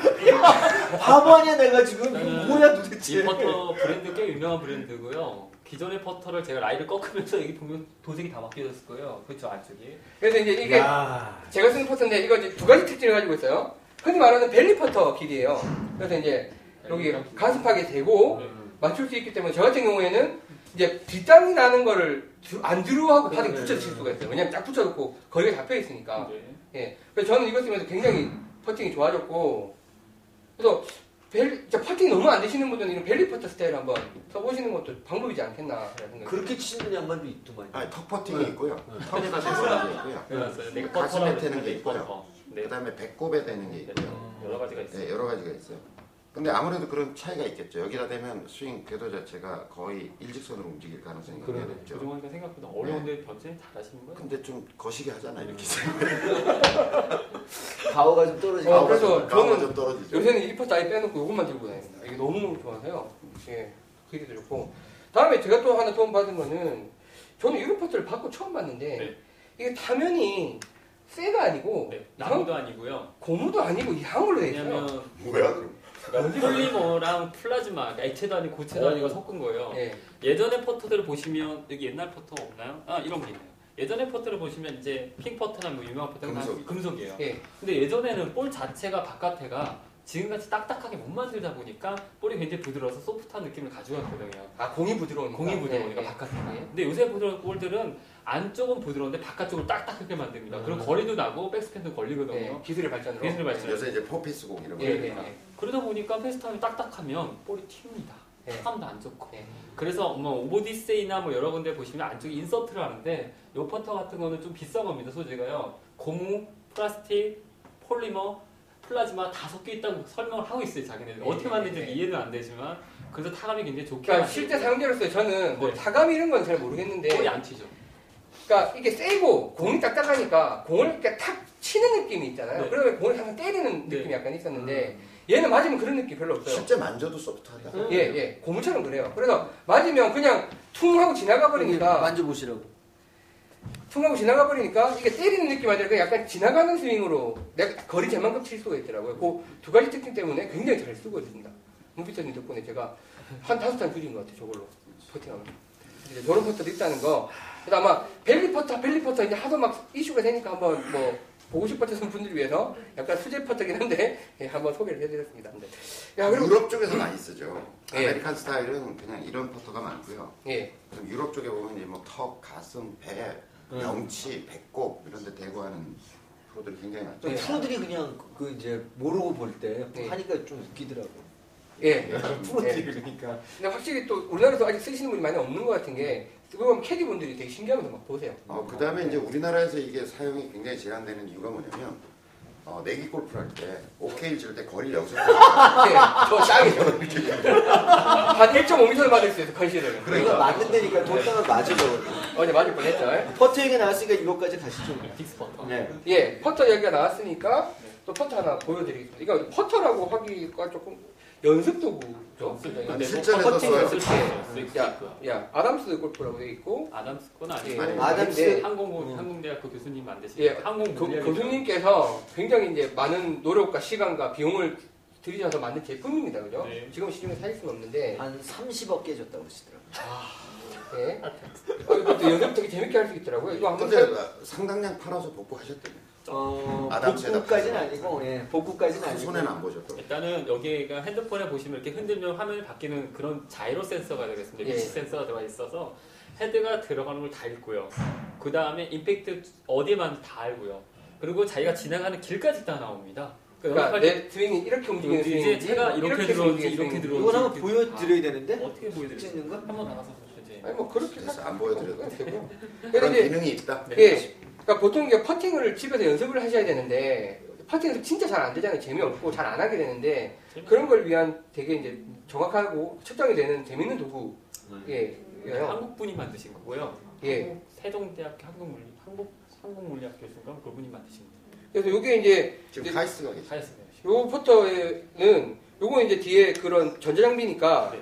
[SPEAKER 1] 바보 아니야 내가 지금 이거 뭐야
[SPEAKER 5] 이
[SPEAKER 1] 도대체.
[SPEAKER 5] 퍼터 브랜드 꽤 유명한 브랜드고요. 기존의 퍼터를 제가 라이를 꺾으면서 여기 보면 도색이 다 바뀌었을 거예요. 그렇죠 안쪽이.
[SPEAKER 2] 그래서 이제 이게
[SPEAKER 1] 아.
[SPEAKER 4] 야.
[SPEAKER 2] 제가 쓰는 포트인데 이거 이제 두 가지 특징을 가지고 있어요. 흔히 말하는 벨리 퍼터 길이에요. 그래서 이제 여기 가슴팍에 대고
[SPEAKER 5] 네.
[SPEAKER 2] 맞출 수 있기 때문에 저 같은 경우에는 이제 뒷땅이 나는 거를 두- 안 드루하고 바닥에 붙여칠 수가 있어요. 왜냐면 딱 붙여놓고 거리가 잡혀 있으니까.
[SPEAKER 5] 네.
[SPEAKER 2] 예. 그래서 저는 이것 때문에 굉장히 퍼팅이 좋아졌고, 그래서 벨, 진짜 퍼팅이 너무 안 되시는 분들은 이런 벨리 퍼터 스타일 한번 써보시는 것도 방법이지 않겠나. 생각이
[SPEAKER 1] 그렇게 치는 양반도 있더만.
[SPEAKER 3] 아니, 턱 퍼팅이
[SPEAKER 1] 네.
[SPEAKER 3] 있고요. 턱에다 대는 게 있고요.
[SPEAKER 5] 네, 맞아요. 네,
[SPEAKER 3] 음, 가슴에
[SPEAKER 5] 퍼터라고
[SPEAKER 3] 태는 게
[SPEAKER 5] 그러는데
[SPEAKER 3] 있고요.
[SPEAKER 5] 퍼터. 네.
[SPEAKER 3] 그 다음에 배꼽에 대는 게
[SPEAKER 5] 네,
[SPEAKER 3] 있고요.
[SPEAKER 5] 여러 가지가 있어요.
[SPEAKER 3] 네, 여러 가지가 있어요. 근데 아무래도 그런 차이가 있겠죠. 여기다 대면 스윙 궤도 자체가 거의 일직선으로 움직일 가능성이
[SPEAKER 2] 그렇죠.
[SPEAKER 4] 그러네.
[SPEAKER 3] 굉장히 높죠.
[SPEAKER 5] 조정하니까 생각보다 어려운데 변신이 잘하시는 거예요.
[SPEAKER 3] 근데 좀 거시기 하잖아 이렇게.
[SPEAKER 2] 음.
[SPEAKER 3] (laughs)
[SPEAKER 1] 파워가 좀 떨어지고.
[SPEAKER 2] 어, 그래서
[SPEAKER 3] 가오가
[SPEAKER 2] 저는
[SPEAKER 3] 좀 떨어지죠.
[SPEAKER 2] 요새는 1퍼터 아예 빼놓고 이것만 들고 다닙니다. 이게 너무너무 좋아서요. 예. 그게 좋고. 다음에 제가 또 하나 도움받은 거는, 저는 유로 퍼터를 받고 처음 봤는데,
[SPEAKER 5] 네.
[SPEAKER 2] 이게 타면이 쇠가 아니고,
[SPEAKER 5] 네,
[SPEAKER 2] 양,
[SPEAKER 5] 나무도 아니고요.
[SPEAKER 2] 고무도 아니고 양으로 돼 있어요.
[SPEAKER 5] 왜냐면
[SPEAKER 3] 뭐야 뭐 네, 그럼?
[SPEAKER 5] 폴리머랑 플라즈마, 그러니까 액체도 아니고
[SPEAKER 3] 어.
[SPEAKER 5] 고체도 아니고 섞은 거예요.
[SPEAKER 2] 예.
[SPEAKER 5] 예전의 퍼터들을 보시면 여기 옛날 퍼터 없나요? 아 이런 게 있네요. 예전의 퍼터를 보시면 이제 핑 퍼터나 뭐 유명한 퍼터는 다
[SPEAKER 3] 금속.
[SPEAKER 5] 금속이에요.
[SPEAKER 2] 예.
[SPEAKER 5] 근데 예전에는 볼 자체가 바깥에가 지금같이 딱딱하게 못 만들다 보니까 볼이 굉장히 부드러워서 소프트한 느낌을 가져갔거든요.
[SPEAKER 2] 아, 공이 부드러우니까.
[SPEAKER 5] 공이 부드러우니까
[SPEAKER 2] 예, 예.
[SPEAKER 5] 바깥에가. 근데 요새 보드러운 볼들은 안쪽은 부드러운데 바깥쪽으로 딱딱하게 만듭니다. 그럼
[SPEAKER 1] 음.
[SPEAKER 5] 거리도 나고 백스핀도 걸리거든요.
[SPEAKER 2] 예, 기술의 발전으로.
[SPEAKER 5] 기술의 발전.
[SPEAKER 3] 요새 이제 포피스 공
[SPEAKER 5] 네.
[SPEAKER 3] 이런 거.
[SPEAKER 2] 예, 예, 예.
[SPEAKER 5] 그러다 보니까 페스타임이 딱딱하면 볼이 튑니다.
[SPEAKER 2] 예.
[SPEAKER 5] 타감도 안 좋고.
[SPEAKER 2] 예.
[SPEAKER 5] 그래서 뭐 오보디세이나 뭐 여러 군데 보시면 안쪽에 인서트를 하는데 요 퍼터 같은 거는 좀 비싼 겁니다. 소재가요. 고무, 플라스틱, 폴리머, 플라즈마 다 섞여 있다고 설명을 하고 있어요. 자기네들.
[SPEAKER 2] 예,
[SPEAKER 5] 어떻게 만드는지
[SPEAKER 2] 예.
[SPEAKER 5] 이해는 안 되지만 그래서 타감이 굉장히 좋게
[SPEAKER 2] 그러니까
[SPEAKER 5] 만들고
[SPEAKER 2] 실제 사용자로서 저는 뭐
[SPEAKER 5] 네.
[SPEAKER 2] 사감 이런 건 잘
[SPEAKER 5] 볼이
[SPEAKER 2] 모르겠는데
[SPEAKER 5] 안 튀죠.
[SPEAKER 2] 그러니까 이게 세고 공이 딱딱하니까 공을 이렇게 탁 치는 느낌이 있잖아요.
[SPEAKER 5] 네.
[SPEAKER 2] 그러면 공을 항상 때리는
[SPEAKER 5] 네. 음.
[SPEAKER 2] 느낌이 약간 있었는데 얘는 맞으면 그런 느낌 별로 없어요.
[SPEAKER 3] 실제 만져도 소프트하다.
[SPEAKER 2] 예, 예. 고무처럼 그래요. 그래서 맞으면 그냥 퉁 하고 지나가 버리니까
[SPEAKER 1] 만져보시라고.
[SPEAKER 2] 퉁 하고 지나가 버리니까 이게 때리는 느낌 아니라 그냥 약간 지나가는 스윙으로 내가 거리 제만큼 칠 수가 있더라고요. 그 두 가지 특징 때문에 굉장히 잘 쓰고 있습니다. 무비터님 덕분에 제가 한 다섯 단 줄인 것 같아요. 저걸로 퍼팅하면. 이제 저런 퍼터도 있다는 거. 그래서 아마 벨리 퍼터, 벨리 퍼터 이제 하도 막 이슈가 되니까 한번 뭐 보고 싶었던 분들 을 위해서 약간 수제 퍼터긴 한데 예, 한번 소개를 해드렸습니다. 네. 야 그리고
[SPEAKER 3] 유럽 쪽에서 많이 쓰죠.
[SPEAKER 2] 예.
[SPEAKER 3] 아메리칸 스타일은 그냥 이런 포터가 많고요.
[SPEAKER 2] 예,
[SPEAKER 3] 그럼 유럽 쪽에 보면 이제 뭐 턱, 가슴, 배,
[SPEAKER 2] 음.
[SPEAKER 3] 명치, 배꼽 이런 데 대고 하는 프로들이 굉장히 많죠.
[SPEAKER 2] 예.
[SPEAKER 1] 프로들이 그냥 그- 그 이제 모르고 볼 때
[SPEAKER 2] 네.
[SPEAKER 1] 하니까 좀 웃기더라고. 네.
[SPEAKER 2] 예.
[SPEAKER 4] 프로들이 그러니까
[SPEAKER 2] 근데 확실히 또 우리나라에서 아직 쓰시는 분이 많이 없는 것 같은 게 그거 캐디 분들이 되게 신기하면서 막 보세요.
[SPEAKER 3] 어, 그 다음에 이제 우리나라에서 이게 사용이 굉장히 제한되는 이유가 뭐냐면 어, 내기 골프를 할 때, 오케이 줄 때
[SPEAKER 2] (laughs)
[SPEAKER 3] 거리 여기서
[SPEAKER 2] 예, 저 짱이죠. 한 1.5m를 맞을 수 있어요, 컨시더를.
[SPEAKER 1] 그러니까 네. 맞는 데니까 돈땅을 맞으려고.
[SPEAKER 2] 어제 맞을 뻔했죠.
[SPEAKER 1] 퍼트 얘기 나왔으니까 이것까지 가시죠.
[SPEAKER 5] 딕스퍼터.
[SPEAKER 1] 네.
[SPEAKER 2] 예, 퍼터 얘기가 나왔으니까 또 퍼터 하나 보여드리겠습니다. 이거 퍼터라고 하기가 조금 연습 도구죠.
[SPEAKER 5] 근데 뭐
[SPEAKER 3] 실전에서
[SPEAKER 5] 퍼팅
[SPEAKER 3] 써요.
[SPEAKER 5] 연습 실전에서 있을
[SPEAKER 2] 그렇죠. 네. 야,
[SPEAKER 5] 거야.
[SPEAKER 2] 야, 아담스 골프라고 돼 있고
[SPEAKER 5] 그 아담스 건
[SPEAKER 2] 예,
[SPEAKER 5] 아니고
[SPEAKER 3] 아니,
[SPEAKER 1] 아담스.
[SPEAKER 2] 예,
[SPEAKER 5] 항공
[SPEAKER 1] 음.
[SPEAKER 5] 항공대학교 교수님 만드신
[SPEAKER 2] 예,
[SPEAKER 5] 항공
[SPEAKER 2] 교,
[SPEAKER 5] 물리학이죠.
[SPEAKER 2] 교수님께서 굉장히 이제 많은 노력과 시간과 비용을 들이셔서 만든 제품입니다, 그죠?
[SPEAKER 5] 네.
[SPEAKER 2] 지금 시중에 살 수는 없는데
[SPEAKER 1] 네. 한 30억 깨졌다고 그러시더라고요.
[SPEAKER 2] 네. 어, 이것도 연습 되게 재밌게 할 수 있더라고요. 이거 한번
[SPEAKER 3] 근데 상당량 팔아서 복구하셨대요.
[SPEAKER 1] 어,
[SPEAKER 3] 아담스에다
[SPEAKER 1] 복구까지는
[SPEAKER 3] 붙여서.
[SPEAKER 1] 아니고, 예, 복구까지는 아니고.
[SPEAKER 3] 그 손에는 안 보셨더라고요.
[SPEAKER 5] 일단은 여기가 핸드폰에 보시면 이렇게 흔들면 화면이 바뀌는 그런 자이로 센서가 되겠습니다.
[SPEAKER 2] 예.
[SPEAKER 5] 위치 센서가 들어가 있어서 헤드가 들어가는 걸 다 읽고요. 그 다음에 임팩트 어디만 다 알고요. 그리고 자기가 지나가는 길까지 다 나옵니다. 그러니까
[SPEAKER 2] 그러니까
[SPEAKER 5] 연습할 때
[SPEAKER 2] 내 스윙이 이렇게 움직이는
[SPEAKER 5] 이제
[SPEAKER 2] 스윙인지
[SPEAKER 5] 제가 이렇게 들어오는지
[SPEAKER 2] 움직이는
[SPEAKER 5] 이렇게
[SPEAKER 2] 스윙인지.
[SPEAKER 5] 들어오는지.
[SPEAKER 1] 이건 한번 보여드려야 되는데.
[SPEAKER 5] 어떻게 보여드릴까요?
[SPEAKER 1] 찍는 거?
[SPEAKER 5] 한번 나가서 보시지.
[SPEAKER 2] 아니 뭐 그렇게
[SPEAKER 3] 그래서
[SPEAKER 2] 생각-
[SPEAKER 3] 안 보여드려도
[SPEAKER 2] 되고.
[SPEAKER 3] 그런
[SPEAKER 2] 네, 근데 이제
[SPEAKER 3] 기능이 있다.
[SPEAKER 5] 네,
[SPEAKER 2] 예. 그러니까 보통 이제 퍼팅을 집에서 연습을 하셔야 되는데 퍼팅에서 진짜 잘 안 되잖아요. 재미없고 잘 안 하게 되는데 그런 걸 위한 되게 이제 정확하고 측정이 되는 재밌는 도구.
[SPEAKER 1] 아, 네.
[SPEAKER 2] 예. 예요.
[SPEAKER 5] 한국 분이 만드신 거고요.
[SPEAKER 2] 예.
[SPEAKER 5] 세종대학교 항공물리 한국 항공물리학 교수인가 그분이 만드신 거예요.
[SPEAKER 2] 그래서 이게 이제
[SPEAKER 3] 지금
[SPEAKER 2] 네.
[SPEAKER 3] 카이스가 계시죠.
[SPEAKER 5] 하였습니다.
[SPEAKER 2] 요 포터는 요거 이제 뒤에 그런 전자장비니까
[SPEAKER 5] 네.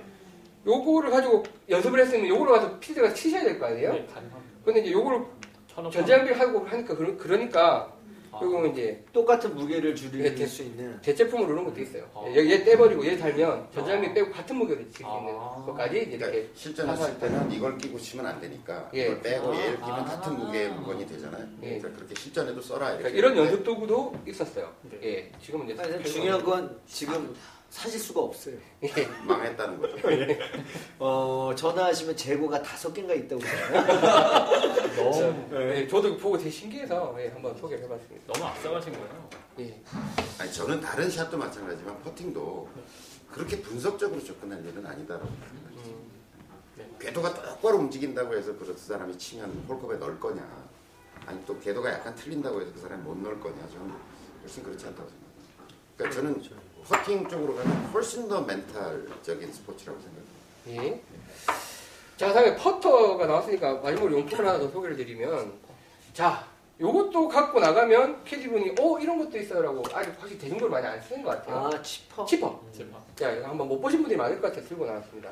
[SPEAKER 2] 요거를 가지고 연습을 했으면 요걸로 가서 필드가 치셔야 될 거 아니에요?
[SPEAKER 5] 네, 가능합니다.
[SPEAKER 2] 근데 이제 요걸
[SPEAKER 5] 천억
[SPEAKER 2] 전자장비 하고 하니까 그러, 그러니까
[SPEAKER 5] 아.
[SPEAKER 2] 요거 이제
[SPEAKER 1] 예, 똑같은
[SPEAKER 2] 네,
[SPEAKER 1] 무게를 줄일 수 있는.
[SPEAKER 2] 대체품으로 이런 것도 있어요.
[SPEAKER 5] 아.
[SPEAKER 2] 얘, 얘 떼버리고 얘 달면 전자장비
[SPEAKER 5] 아.
[SPEAKER 2] 빼고 같은 무게로 칠수 있는
[SPEAKER 5] 아.
[SPEAKER 2] 것까지 이제 이렇게
[SPEAKER 3] 그러니까 실전 하실 때는 이걸 끼고 치면 안 되니까
[SPEAKER 2] 예.
[SPEAKER 3] 이걸 빼고
[SPEAKER 5] 아.
[SPEAKER 3] 얘를 끼면
[SPEAKER 5] 아.
[SPEAKER 3] 같은 무게의 물건이 되잖아요.
[SPEAKER 2] 예.
[SPEAKER 3] 그러니까 그렇게 실전에도 써라 이렇게.
[SPEAKER 2] 그러니까 이런
[SPEAKER 3] 했는데
[SPEAKER 2] 연습 도구도 있었어요.
[SPEAKER 5] 네.
[SPEAKER 2] 예, 지금은 예. 이제
[SPEAKER 1] 아니, 근데 중요한 건 지금 사실 수가 없어요.
[SPEAKER 3] 망했다는 거죠.
[SPEAKER 1] 어, 전화하시면 재고가 다섯 개인가 있다고 그러요
[SPEAKER 5] 너무
[SPEAKER 1] 네.
[SPEAKER 2] 예, 저도 보고 되게 신기해서 예, 한번 소개를 해봤습니다.
[SPEAKER 5] 너무 앞서가신 거예요.
[SPEAKER 2] 예,
[SPEAKER 3] 아니 저는 다른 샷도 마찬가지지만 퍼팅도 그렇게 분석적으로 접근할 일은 아니다라고 생각해요.
[SPEAKER 2] 음,
[SPEAKER 3] 궤도가 똑바로 움직인다고 해서 그 사람이 치면 홀컵에 넣을 거냐 아니 또 궤도가 약간 틀린다고 해서 그 사람이 못 넣을 거냐 저는 훨씬 그렇지 않다고 생각해요. 그러니까 저는 퍼팅 쪽으로 가면 훨씬 더 멘탈적인 스포츠라고 생각해요.
[SPEAKER 2] 예. 자, 다음에 퍼터가 나왔으니까 마지막으로 용품을 하나 더 소개를 드리면 자, 요것도 갖고 나가면 캐디분이 어 이런 것도 있어요라고 아직 확실히 대중적으로 많이 안 쓰는 것 같아요.
[SPEAKER 1] 아, 치퍼.
[SPEAKER 2] 치퍼.
[SPEAKER 5] 제가
[SPEAKER 2] 자, 이거 한번 못 보신 분들이 많을 것 같아서 들고 나왔습니다.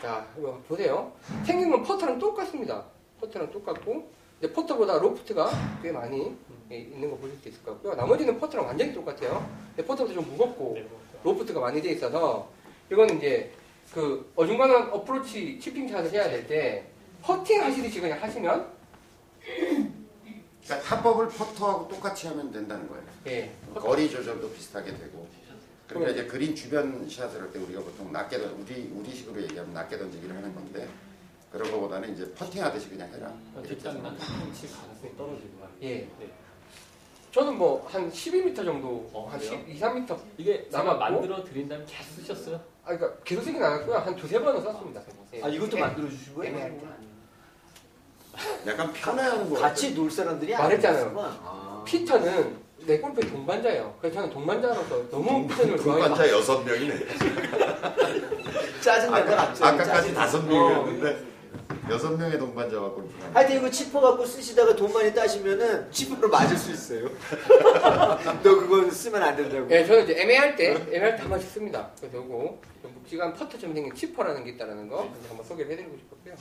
[SPEAKER 2] 자, 이거 보세요. 생긴 건 퍼터랑 똑같습니다. 퍼터랑 똑같고 근데 퍼터보다 로프트가 꽤 많이 예, 있는 거 보실 수 있을 것 같고요. 나머지는 퍼터랑 완전히 똑같아요. 근데 퍼터보다 좀 무겁고
[SPEAKER 5] 네.
[SPEAKER 2] 로프트가 많이 돼 있어서 이건 이제 그 어중간한 어프로치 치핑 샷을 해야 될 때 퍼팅 하시듯이 그냥 하시면
[SPEAKER 3] 그러니까 타법을 퍼터하고 똑같이 하면 된다는 거예요.
[SPEAKER 2] 예.
[SPEAKER 3] 거리 조절도 비슷하게 되고. 그러니까 이제 그린 주변 샷을 할 때 우리가 보통 낮게 던 우리 우리식으로 얘기하면 낮게 던지기를 하는 건데 그런 거보다는 이제 퍼팅 하듯이 그냥 해라. 이렇게 해서.
[SPEAKER 5] 뒷땅만 치 가능성이 떨어지고 말이에요.
[SPEAKER 2] 예.
[SPEAKER 5] 네.
[SPEAKER 2] 저는 뭐 한 12m 정도
[SPEAKER 5] 어,
[SPEAKER 2] 한
[SPEAKER 5] 그래요?
[SPEAKER 2] 12, 3m
[SPEAKER 5] 이게 제가
[SPEAKER 2] 남았고?
[SPEAKER 5] 만들어 드린 다음에 계속 쓰셨어요?
[SPEAKER 2] 아 그러니까 계속 쓰긴 않았고요. 한 두세 번은 썼습니다. 예.
[SPEAKER 1] 아, 이것도
[SPEAKER 2] 예.
[SPEAKER 1] 만들어 주신
[SPEAKER 2] 애매할 때
[SPEAKER 1] 거예요?
[SPEAKER 3] 약간 편해하는 거
[SPEAKER 1] 같이 놀 사람들이
[SPEAKER 2] 말했잖아요.
[SPEAKER 1] 아니었구만. 아.
[SPEAKER 2] 피터는 내 골프의 동반자예요. 그래서 저는 동반자로서 너무 피터를 좋아해요.
[SPEAKER 3] 동반자 여섯 명이네.
[SPEAKER 1] 짜증난다,
[SPEAKER 3] 아까,
[SPEAKER 1] 갑자기.
[SPEAKER 3] 아까까지
[SPEAKER 1] 짜증나. 어.
[SPEAKER 3] 다섯 명이었는데 여섯 명의 동반자와 골프를
[SPEAKER 1] 하여튼 이거 치퍼 갖고 쓰시다가 돈 많이 따시면은
[SPEAKER 4] 치부로 맞을 수
[SPEAKER 1] (laughs)
[SPEAKER 4] 있어요. 너 그건 쓰면 안 된다고.
[SPEAKER 2] 예, 저는 이제 애매할 때,
[SPEAKER 3] 네.
[SPEAKER 2] 애매할 때 한 번씩 씁니다. 그래서 요거, 요 묵직한 퍼터처럼 생긴 치퍼라는 게 있다는 거
[SPEAKER 3] 네.
[SPEAKER 2] 한번 소개를 해드리고 싶었고요.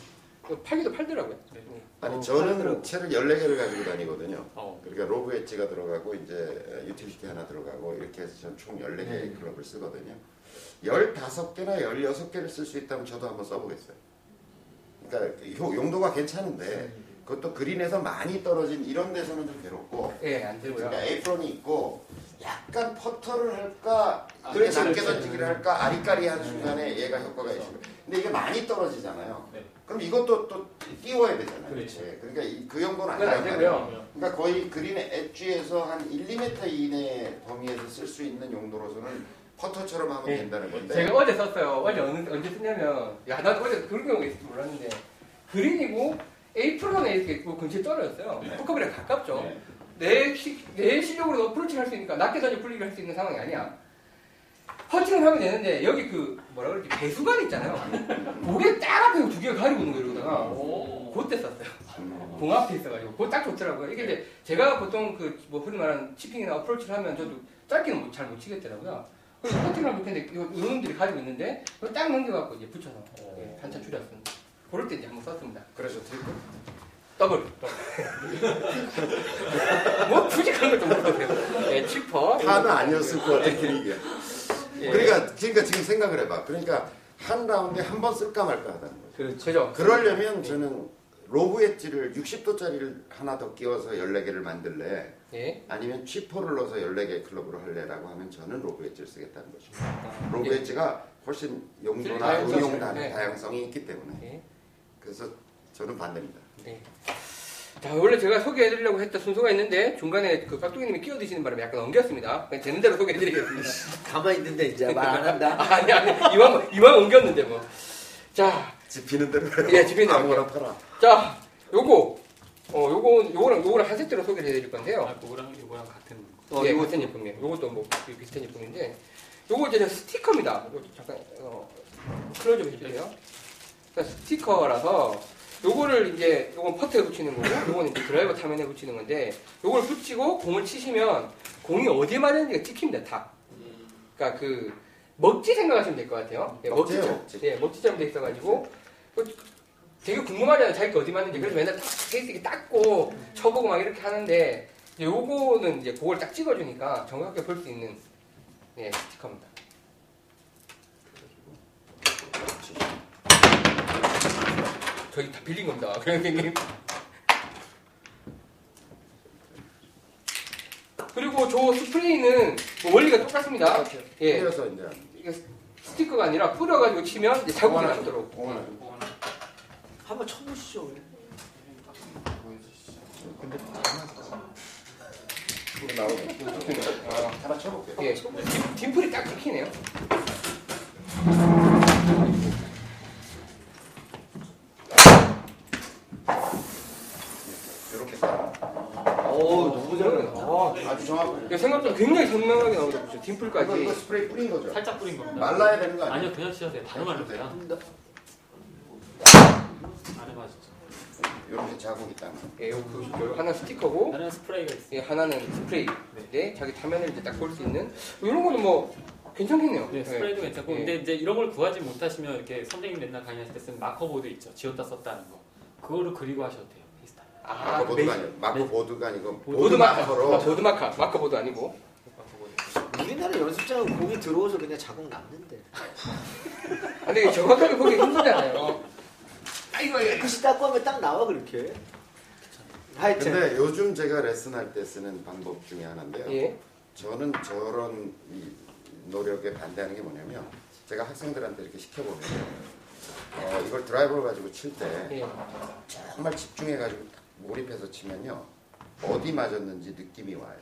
[SPEAKER 2] 이거 팔기도 팔더라고요.
[SPEAKER 5] 네.
[SPEAKER 2] 네.
[SPEAKER 3] 아니
[SPEAKER 2] 어,
[SPEAKER 3] 저는 채를 14개를 가지고 다니거든요.
[SPEAKER 5] 어.
[SPEAKER 3] 그러니까 로브 엣지가 들어가고 이제 유틸리티 하나 들어가고 이렇게 해서 저는 총 14개의 클럽을 쓰거든요. 15개나 16개를 쓸 수 있다면 저도 한번 써보겠어요. 그러니까 효- 용도가 괜찮은데 그것도 그린에서 많이 떨어진 이런 데서는 좀 괴롭고
[SPEAKER 2] 예, 안 들고요.
[SPEAKER 3] 그러니까 에이프론이 있고 약간 퍼터를 할까 이렇게
[SPEAKER 1] 그렇지,
[SPEAKER 3] 낮게
[SPEAKER 1] 그렇지.
[SPEAKER 3] 던지기를 할까 아리까리한 순간에 얘가 효과가 있습니다. 근데 이게 많이 떨어지잖아요.
[SPEAKER 5] 네.
[SPEAKER 3] 그럼 이것도 또 띄워야 되잖아요.
[SPEAKER 5] 그렇지.
[SPEAKER 3] 예, 그러니까 이- 그 정도는
[SPEAKER 2] 그건 안
[SPEAKER 3] 아니란 말이에요.
[SPEAKER 2] 되고요.
[SPEAKER 5] 그러면
[SPEAKER 3] 그러니까 거의 그린 엣지에서 한 1, 2m 이내 범위에서 쓸 수 있는 용도로서는 퍼터처럼 하면
[SPEAKER 2] 예.
[SPEAKER 3] 된다는 건데
[SPEAKER 2] 제가 어제 썼어요. 어제 어느, 언제 쓰냐면, 야, 난 어제 그런 경우가 있을 줄 몰랐는데, 그린이고, 에이프론 안에 이렇게 있고 그 근처에 떨어졌어요.
[SPEAKER 3] 네.
[SPEAKER 2] 푸컵이랑 가깝죠.
[SPEAKER 3] 예.
[SPEAKER 2] 내, 시, 내 실력으로도 어프로치를 할 수 있으니까 낮게 던지 풀리를 할 수 있는 상황이 아니야. 퍼팅을 하면 되는데, 여기 그, 뭐라 그러지, 배수관 있잖아요. 고개 딱 앞에 두 개를 가리고 있는 거 이러다가,
[SPEAKER 5] 오.
[SPEAKER 2] 그때 썼어요.
[SPEAKER 3] 음.
[SPEAKER 2] 공 앞에 있어가지고 그거 딱 좋더라고요. 이게 이제 제가 보통 그뭐 흔히 말하는 치핑이나 어프로치를 하면 저도 짧게는 잘 못 치겠더라고요. 그래서 커팅을 하면 근데 이거 요놈들이 가지고 있는데 그걸 딱 넘겨갖고 이제 붙여서 예, 한차 줄였습니다. 그럴 때 이제 한번 썼습니다.
[SPEAKER 3] 어. 그래서 들고
[SPEAKER 2] 더블. 뭐 굳이 그런 것도 모르겠어요. 예, 치퍼.
[SPEAKER 3] 파는 아니었을 것 같은 그림이야.
[SPEAKER 2] 예.
[SPEAKER 3] 그러니까 그러니까 지금 생각을 해봐. 그러니까 한 라운드에 한 번 쓸까 말까 하다는 거예요.
[SPEAKER 4] 그렇죠.
[SPEAKER 2] 그죠. 예.
[SPEAKER 3] 그러려면 저는 로브 엣지를 60도짜리를 하나 더 끼워서 14개를 만들래
[SPEAKER 2] 예.
[SPEAKER 3] 아니면 치포를 넣어서 14개 클럽으로 할래라고 하면 저는 로브 엣지를 쓰겠다는 거죠. 로브
[SPEAKER 2] 예.
[SPEAKER 3] 엣지가 훨씬 용도나
[SPEAKER 2] 다양성이,
[SPEAKER 3] 응용 다
[SPEAKER 2] 네.
[SPEAKER 3] 다양성이 있기 때문에
[SPEAKER 2] 예.
[SPEAKER 3] 그래서 저는 반대입니다.
[SPEAKER 2] 네. 자, 원래 제가 소개해드리려고 했던 순서가 있는데 중간에 그 깍두기님이 끼어드시는 바람에 약간 넘겼습니다. 그냥 되는 대로 소개해드리겠습니다.
[SPEAKER 1] 가만히 있는데 이제 말 안 한다.
[SPEAKER 2] (laughs) 아니 아니 이왕 이왕 옮겼는데 뭐. 자,
[SPEAKER 3] 집히는 대로
[SPEAKER 2] 예, 집히는 대로
[SPEAKER 3] 아무거나 팔아.
[SPEAKER 2] 자, 요거 어 요거 요거랑 요거랑 한 세트로 소개를 해드릴 건데요.
[SPEAKER 5] 아, 그거랑 이거랑 같은 거.
[SPEAKER 2] 어, 예, 같은 제품이에요. 요것도 뭐 비- 비슷한 제품인데, 요거 이제 스티커입니다. 요거 잠깐 어, 클로즈 해주세요. 그러니까 스티커라서 요거를 이제 요건 퍼트에 붙이는 거고, 요건 이제 드라이버 타면에 붙이는 건데, 요걸 붙이고 공을 치시면 공이 어디에 맞았는지가 찍힙니다. 다. 그러니까 그 먹지 생각하시면 될 것 같아요. 예,
[SPEAKER 3] 먹지요,
[SPEAKER 2] 먹지처럼,
[SPEAKER 3] 먹지.
[SPEAKER 2] 예, 먹지처럼 돼 있어가지고. 그 되게 궁금하잖아요. 자기 게 어디 맞는지. 그래서 맨날 딱 페이스에 닦고 쳐보고 막 이렇게 하는데 이제 요거는 이제 그걸 딱 찍어주니까 정확하게 볼 수 있는 예, 스티커입니다. 저희 다 빌린 겁니다. (laughs) 그런 생님 그리고 저 스프레이는 뭐 원리가 똑같습니다. 예,
[SPEAKER 3] 그래서 이제
[SPEAKER 2] 이게 스티커가 아니라 뿌려가지고 치면 이제 자국이 나도록.
[SPEAKER 3] 공을
[SPEAKER 1] 한번 쳐보시죠. 그래.
[SPEAKER 3] 나오게 하나 아, 쳐볼게요.
[SPEAKER 2] 예, 딤플이 딱 찍히네요.
[SPEAKER 3] 이렇게 써.
[SPEAKER 1] 어 너무 잘 나온다.
[SPEAKER 2] 아,
[SPEAKER 3] 아주 정확하게.
[SPEAKER 2] 이거 생각보다 굉장히 선명하게 나오죠.
[SPEAKER 3] 이거, 이거
[SPEAKER 2] 딤플까지.
[SPEAKER 3] 스프레이 뿌린 거죠?
[SPEAKER 5] 살짝 뿌린 겁니다.
[SPEAKER 3] 말라야 되는 거 아니에요?
[SPEAKER 5] 아니요, 그냥 치셔도 돼요. 바로 말로 돼요. 안 해봐주죠.
[SPEAKER 3] 이렇게 자국이 있다면.
[SPEAKER 2] 예, 요, 그, 요 하나 스티커고,
[SPEAKER 5] 나는 스프레이가 있어요.
[SPEAKER 2] 예, 하나는 스프레이인데 자기 타면을 이제 딱 볼 수 있는. 이런 거는 뭐 괜찮겠네요.
[SPEAKER 5] 네, 스프레이도 괜찮고
[SPEAKER 2] 예.
[SPEAKER 5] 근데 이제 이런 걸 구하지 못하시면 이렇게 선생님 맨날 강의하실 때 쓰는 마커보드 있죠 지웠다 썼다는 거 그거를 그리고 하셔도 돼요 비슷한
[SPEAKER 2] 아, 그
[SPEAKER 3] 마크
[SPEAKER 2] 메이-
[SPEAKER 3] 보드가 아니고 마크
[SPEAKER 5] 네.
[SPEAKER 3] 보드가 아니고 보드
[SPEAKER 2] 보드마카.
[SPEAKER 3] 마커로
[SPEAKER 2] 아, 보드마카. 마커보드 아니고.
[SPEAKER 1] 우리나라 연습장은 공이 들어오서 그냥 자국 남는데.
[SPEAKER 2] 아, 근데 이거 정확하게 보기 힘들잖아요.
[SPEAKER 1] 아이고 깨끗이 닦고 하면 딱 나와 그렇게. 하여튼
[SPEAKER 3] 근데 요즘 제가 레슨할 때 쓰는 방법 중에 하나인데요.
[SPEAKER 2] 예.
[SPEAKER 3] 저는 저런 이 노력에 반대하는 게 뭐냐면 제가 학생들한테 이렇게 시켜보면 어, 이걸 드라이버를 가지고 칠 때
[SPEAKER 2] 예.
[SPEAKER 3] 정말 집중해가지고 딱 몰입해서 치면요 어디 맞았는지 느낌이 와요.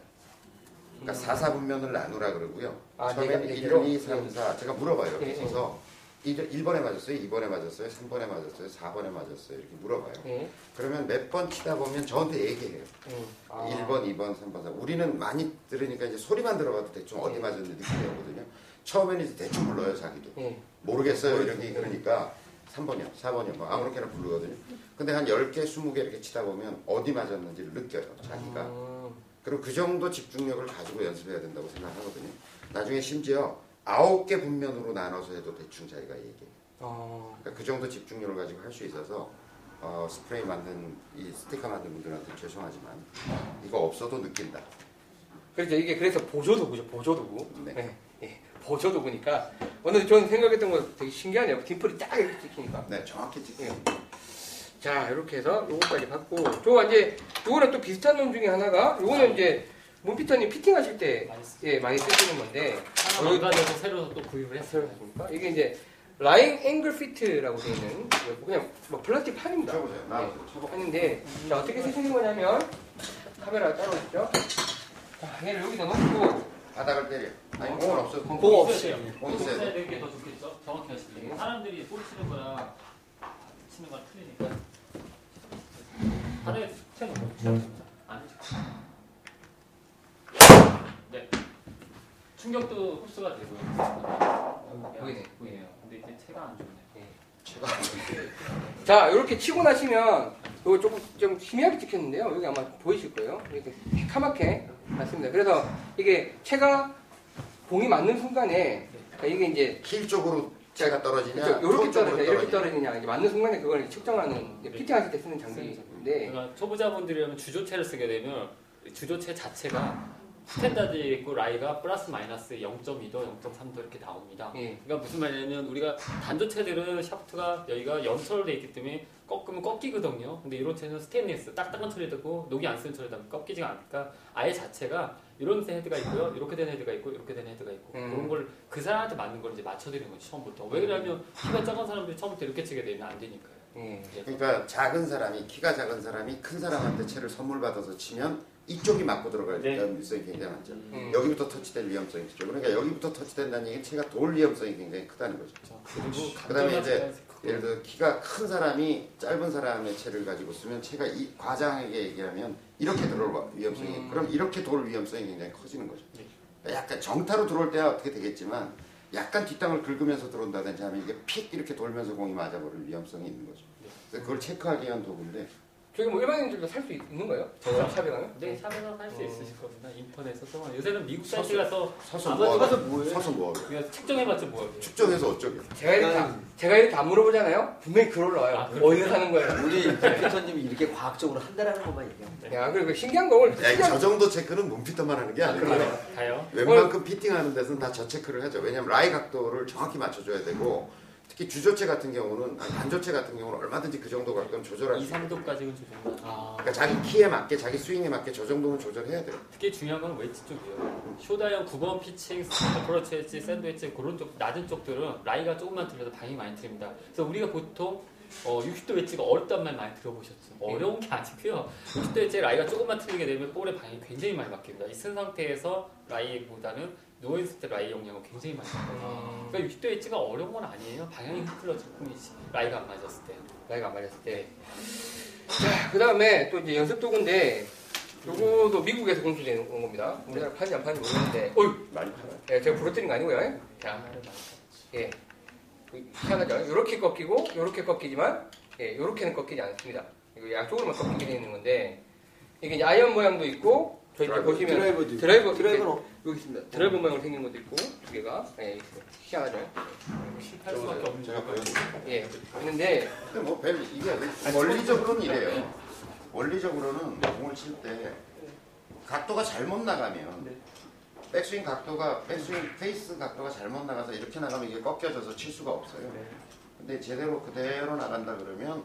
[SPEAKER 3] 그러니까 사사분면을 나누라 그러고요.
[SPEAKER 2] 음. 아,
[SPEAKER 3] 처음에는
[SPEAKER 2] 내가
[SPEAKER 3] 1,
[SPEAKER 2] 얘기로? 네.
[SPEAKER 3] 2, 3, 4 제가 물어봐요.
[SPEAKER 2] 예, 예.
[SPEAKER 3] 그래서 1번에 맞았어요, 2번에 맞았어요, 3번에 맞았어요, 4번에 맞았어요 이렇게 물어봐요.
[SPEAKER 2] 예.
[SPEAKER 3] 그러면 몇 번 치다 보면 저한테 얘기해요.
[SPEAKER 2] 음. 아.
[SPEAKER 3] 1번, 2번, 3번, 4번. 우리는 많이 들으니까 이제 소리만 들어봐도 대충 어디
[SPEAKER 2] 예.
[SPEAKER 3] 맞았는지 느낌이 오거든요. 처음에는 이제 대충 불러요, 자기도.
[SPEAKER 2] 예.
[SPEAKER 3] 모르겠어요, 이렇게 그러니까 3번이요, 4번이요, 뭐 아무렇게나 부르거든요. 근데 한 10개, 20개 이렇게 치다 보면 어디 맞았는지를 느껴요, 자기가.
[SPEAKER 2] 아,
[SPEAKER 3] 그리고 그 정도 집중력을 가지고 연습해야 된다고 생각하거든요. 나중에 심지어 아홉 개 분면으로 나눠서 해도 대충 자기가 얘기해요.
[SPEAKER 2] 아,
[SPEAKER 3] 그러니까 그 정도 집중력을 가지고 할 수 있어서 어, 스프레이 만든 이 스티커 만든 분들한테 죄송하지만 이거 없어도 느낀다.
[SPEAKER 2] 그렇죠. 이게 그래서 보조도구죠. 보조도구.
[SPEAKER 3] 네.
[SPEAKER 2] 예, 보조도구니까 오늘 저는 생각했던 거 되게 신기하네요. 딤플이 딱 이렇게 찍히니까.
[SPEAKER 3] 네, 정확히 찍혀요.
[SPEAKER 2] 예. 자 이렇게 해서 요거까지 받고 저 이제 요거랑 또 비슷한 놈 중에 하나가 요거는 이제 문피터님 피팅하실 때
[SPEAKER 5] 많이 쓰-
[SPEAKER 2] 예, 많이 쓰시는 건데
[SPEAKER 5] 하나 망가져서 새로 또 구입을 했어요.
[SPEAKER 2] 해설하십니까? 이게 이제 라인 앵글 피트라고 되어 있는 이거 그냥 뭐 플라스틱 판입니다.
[SPEAKER 3] 쳐보세요. 나
[SPEAKER 2] 예.
[SPEAKER 3] 쳐봐.
[SPEAKER 2] 판인데 자 어떻게 쓰시는 거냐면 카메라 따로 있죠? 자 얘를 여기다 놓고
[SPEAKER 3] 바닥을 때려. 아니 공은 없어. 공,
[SPEAKER 2] 공
[SPEAKER 5] 없이
[SPEAKER 3] 공 있어야 돼.
[SPEAKER 5] 되는 네, 게더 좋겠죠? 정확히 하시면 사람들이 볼 치는 거랑 치는 거랑 틀리니까 하나의 숙제는 뭐죠? 안 해줘. 네. 충격도 흡수가 되고요.
[SPEAKER 2] 보이네.
[SPEAKER 5] 보이네요. 근데 이제 체가 안 좋네.
[SPEAKER 2] 자 이렇게 치고 나시면 요거 조금 좀 희미하게 찍혔는데요. 여기 아마 보이실 거예요. 이렇게 카맣게 맞습니다. 그래서 이게 채가 공이 맞는 순간에 그러니까 이게 이제
[SPEAKER 3] 힐 쪽으로 제가 떨어지냐?
[SPEAKER 2] 이렇게
[SPEAKER 3] 톱 쪽으로
[SPEAKER 2] 떨어지냐, 이렇게 떨어지냐, 이게 맞는 순간에 그걸 측정하는 이제 피팅하실 때 쓰는 장비인데,
[SPEAKER 5] 그러니까 초보자분들이라면 주조체를 쓰게 되면 그 주조체 자체가 스탠다드 있고 라이가 플러스 마이너스 0.2도, 0.3도 이렇게 나옵니다.
[SPEAKER 2] 예,
[SPEAKER 5] 그러니까 무슨 말이냐면 우리가 단조체들은 샤프트가 여기가 염소로 돼 있기 때문에 꺾으면 꺾이거든요. 근데 이런 채는 스테인리스 딱딱한 처리되고 녹이 안 쓰는 처리다 보면 꺾이지가 않으니까 아예 자체가 이런 된 헤드가 있고요, 이렇게 된 헤드가 있고 이렇게 된 헤드가 있고
[SPEAKER 2] 음.
[SPEAKER 5] 그런 걸 그 사람한테 맞는 걸 이제 맞춰드리는 거죠 처음부터. 왜 그러냐면 키가 작은 사람들이 처음부터 이렇게 치게 되면 안 되니까요.
[SPEAKER 2] 예.
[SPEAKER 5] 예.
[SPEAKER 3] 그러니까 작은 사람이 키가 작은 사람이 큰 사람한테 채를 선물 받아서 치면 이쪽이 맞고 들어갈
[SPEAKER 5] 네.
[SPEAKER 3] 위험성이 굉장히 많죠.
[SPEAKER 2] 음.
[SPEAKER 3] 여기부터 터치될 위험성이 있죠. 그러니까 여기부터 터치된다는 얘기는 채가 돌 위험성이 굉장히 크다는 거죠.
[SPEAKER 5] 자, 그렇죠. 그리고
[SPEAKER 3] 그다음에 이제
[SPEAKER 5] 감정하지 않아서
[SPEAKER 3] 예를 들어 키가 큰 사람이 짧은 사람의 채를 가지고 쓰면 채가 이 과장하게 얘기하면 이렇게 들어올 위험성이
[SPEAKER 2] 음.
[SPEAKER 3] 그럼 이렇게 돌 위험성이 굉장히 커지는 거죠.
[SPEAKER 5] 네.
[SPEAKER 3] 그러니까 약간 정타로 들어올 때야 어떻게 되겠지만 약간 뒷땅을 긁으면서 들어온다든지 하면 이게 픽 이렇게 돌면서 공이 맞아버릴 위험성이 있는 거죠.
[SPEAKER 5] 네.
[SPEAKER 3] 그래서 그걸 체크하기 위한 도구인데
[SPEAKER 2] 저기 뭐 일반인들도 살 수 있는 거예요? 저거 샵에 가면?
[SPEAKER 5] 네, 샵에서 할 수
[SPEAKER 2] 음.
[SPEAKER 5] 있으실 겁니다. 인터넷에서 요새는 미국 사이트 가서
[SPEAKER 3] 서서
[SPEAKER 5] 아마
[SPEAKER 3] 모아
[SPEAKER 5] 들어가서
[SPEAKER 4] 뭐해?
[SPEAKER 3] 서서 모아
[SPEAKER 5] 그냥 측정해봤자 뭐예요?
[SPEAKER 3] 축정해서 어쩌게
[SPEAKER 2] 제가 이렇게, 다, 제가 이렇게 다 물어보잖아요? 분명히 그걸 나와요.
[SPEAKER 5] 아, 그래요?
[SPEAKER 2] 어디서 사는 거예요?
[SPEAKER 4] 우리 피터님이 이렇게 과학적으로 한다라는 것만 얘기하면
[SPEAKER 5] 네.
[SPEAKER 2] 야, 그리고 신기한 걸,
[SPEAKER 3] 야,
[SPEAKER 2] 신기한
[SPEAKER 3] 저 정도 체크는 문피터만 하는 게 아니라
[SPEAKER 5] 가요. 가요.
[SPEAKER 3] 웬만큼 피팅하는 데서는 다 저체크를 하죠. 왜냐하면 라이 각도를 정확히 맞춰줘야 되고 특히 주조체 같은 경우는 아니, 반조체 같은 경우는 얼마든지 그 정도 각도는 조절할
[SPEAKER 5] 2,
[SPEAKER 3] 수 있어요.
[SPEAKER 5] 3도까지는 조정이 아.
[SPEAKER 3] 그러니까 자기 키에 맞게 자기 스윙에 맞게 저 정도는 조절해야 돼요.
[SPEAKER 5] 특히 중요한 건 웨이트 쪽이에요. 쇼다형 9번 피칭, 어프로치 엣지, 샌드 엣지 그런 쪽 낮은 쪽들은 라이가 조금만 틀려도 방이 많이 틀립니다. 그래서 우리가 보통 어, 60도 웨지가 어렵단 말 많이 들어보셨죠. 어려운 게 아니고요. 60도 웨지 라이가 조금만 틀리게 되면 볼의 방이 굉장히 많이 바뀝니다. 이 쓴 상태에서 라이보다는 누워있을 때 라이 영향은 굉장히 많이 바뀌어요.
[SPEAKER 2] 음.
[SPEAKER 5] 그러니까 60도 웨지가 어려운 건 아니에요. 방향이 틀려질 뿐이지. 라이가 안 맞았을 때.
[SPEAKER 2] 나이가 안 맞았을 때. 자, 그 다음에 또 이제 연습 도구인데, 요거도 미국에서 공수된 겁니다. 우리나라 파는지 안 파는지 모르겠는데, 어휴!
[SPEAKER 3] 네. 많이 팔아요.
[SPEAKER 2] 예, 제가 부러뜨린 거 아니고요. 예. 자, 예. 희한하죠? 이렇게 꺾이고, 이렇게 꺾이지만, 예, 이렇게는 꺾이지 않습니다. 이거 양쪽으로만 꺾이게 되는 건데, 이게 이제 아이언 모양도 있고, 저희 이제
[SPEAKER 3] 드라이버,
[SPEAKER 2] 보시면
[SPEAKER 4] 드라이버도 있고.
[SPEAKER 2] 드라이버,
[SPEAKER 4] 드라이버는 없-
[SPEAKER 2] 여기 있습니다. 드라이버 모양으로 생긴 것도 있고, 두 개가, 예, 있어요. 희한하죠?
[SPEAKER 5] 음, 실패할 수밖에 없는
[SPEAKER 3] 제가
[SPEAKER 5] 거예요.
[SPEAKER 3] 보여드릴게요.
[SPEAKER 2] 예, 있는데,
[SPEAKER 3] 근데 뭐별 이게 원리적으로는
[SPEAKER 2] 네.
[SPEAKER 3] 이래요. 원리적으로는 공을 칠 때 각도가 잘못
[SPEAKER 2] 네.
[SPEAKER 3] 나가면 백스윙 각도가 백스윙 페이스 각도가 잘못 나가서 이렇게 나가면 이게 꺾여져서 칠 수가 없어요.
[SPEAKER 2] 네.
[SPEAKER 3] 근데 제대로 그대로 나간다 그러면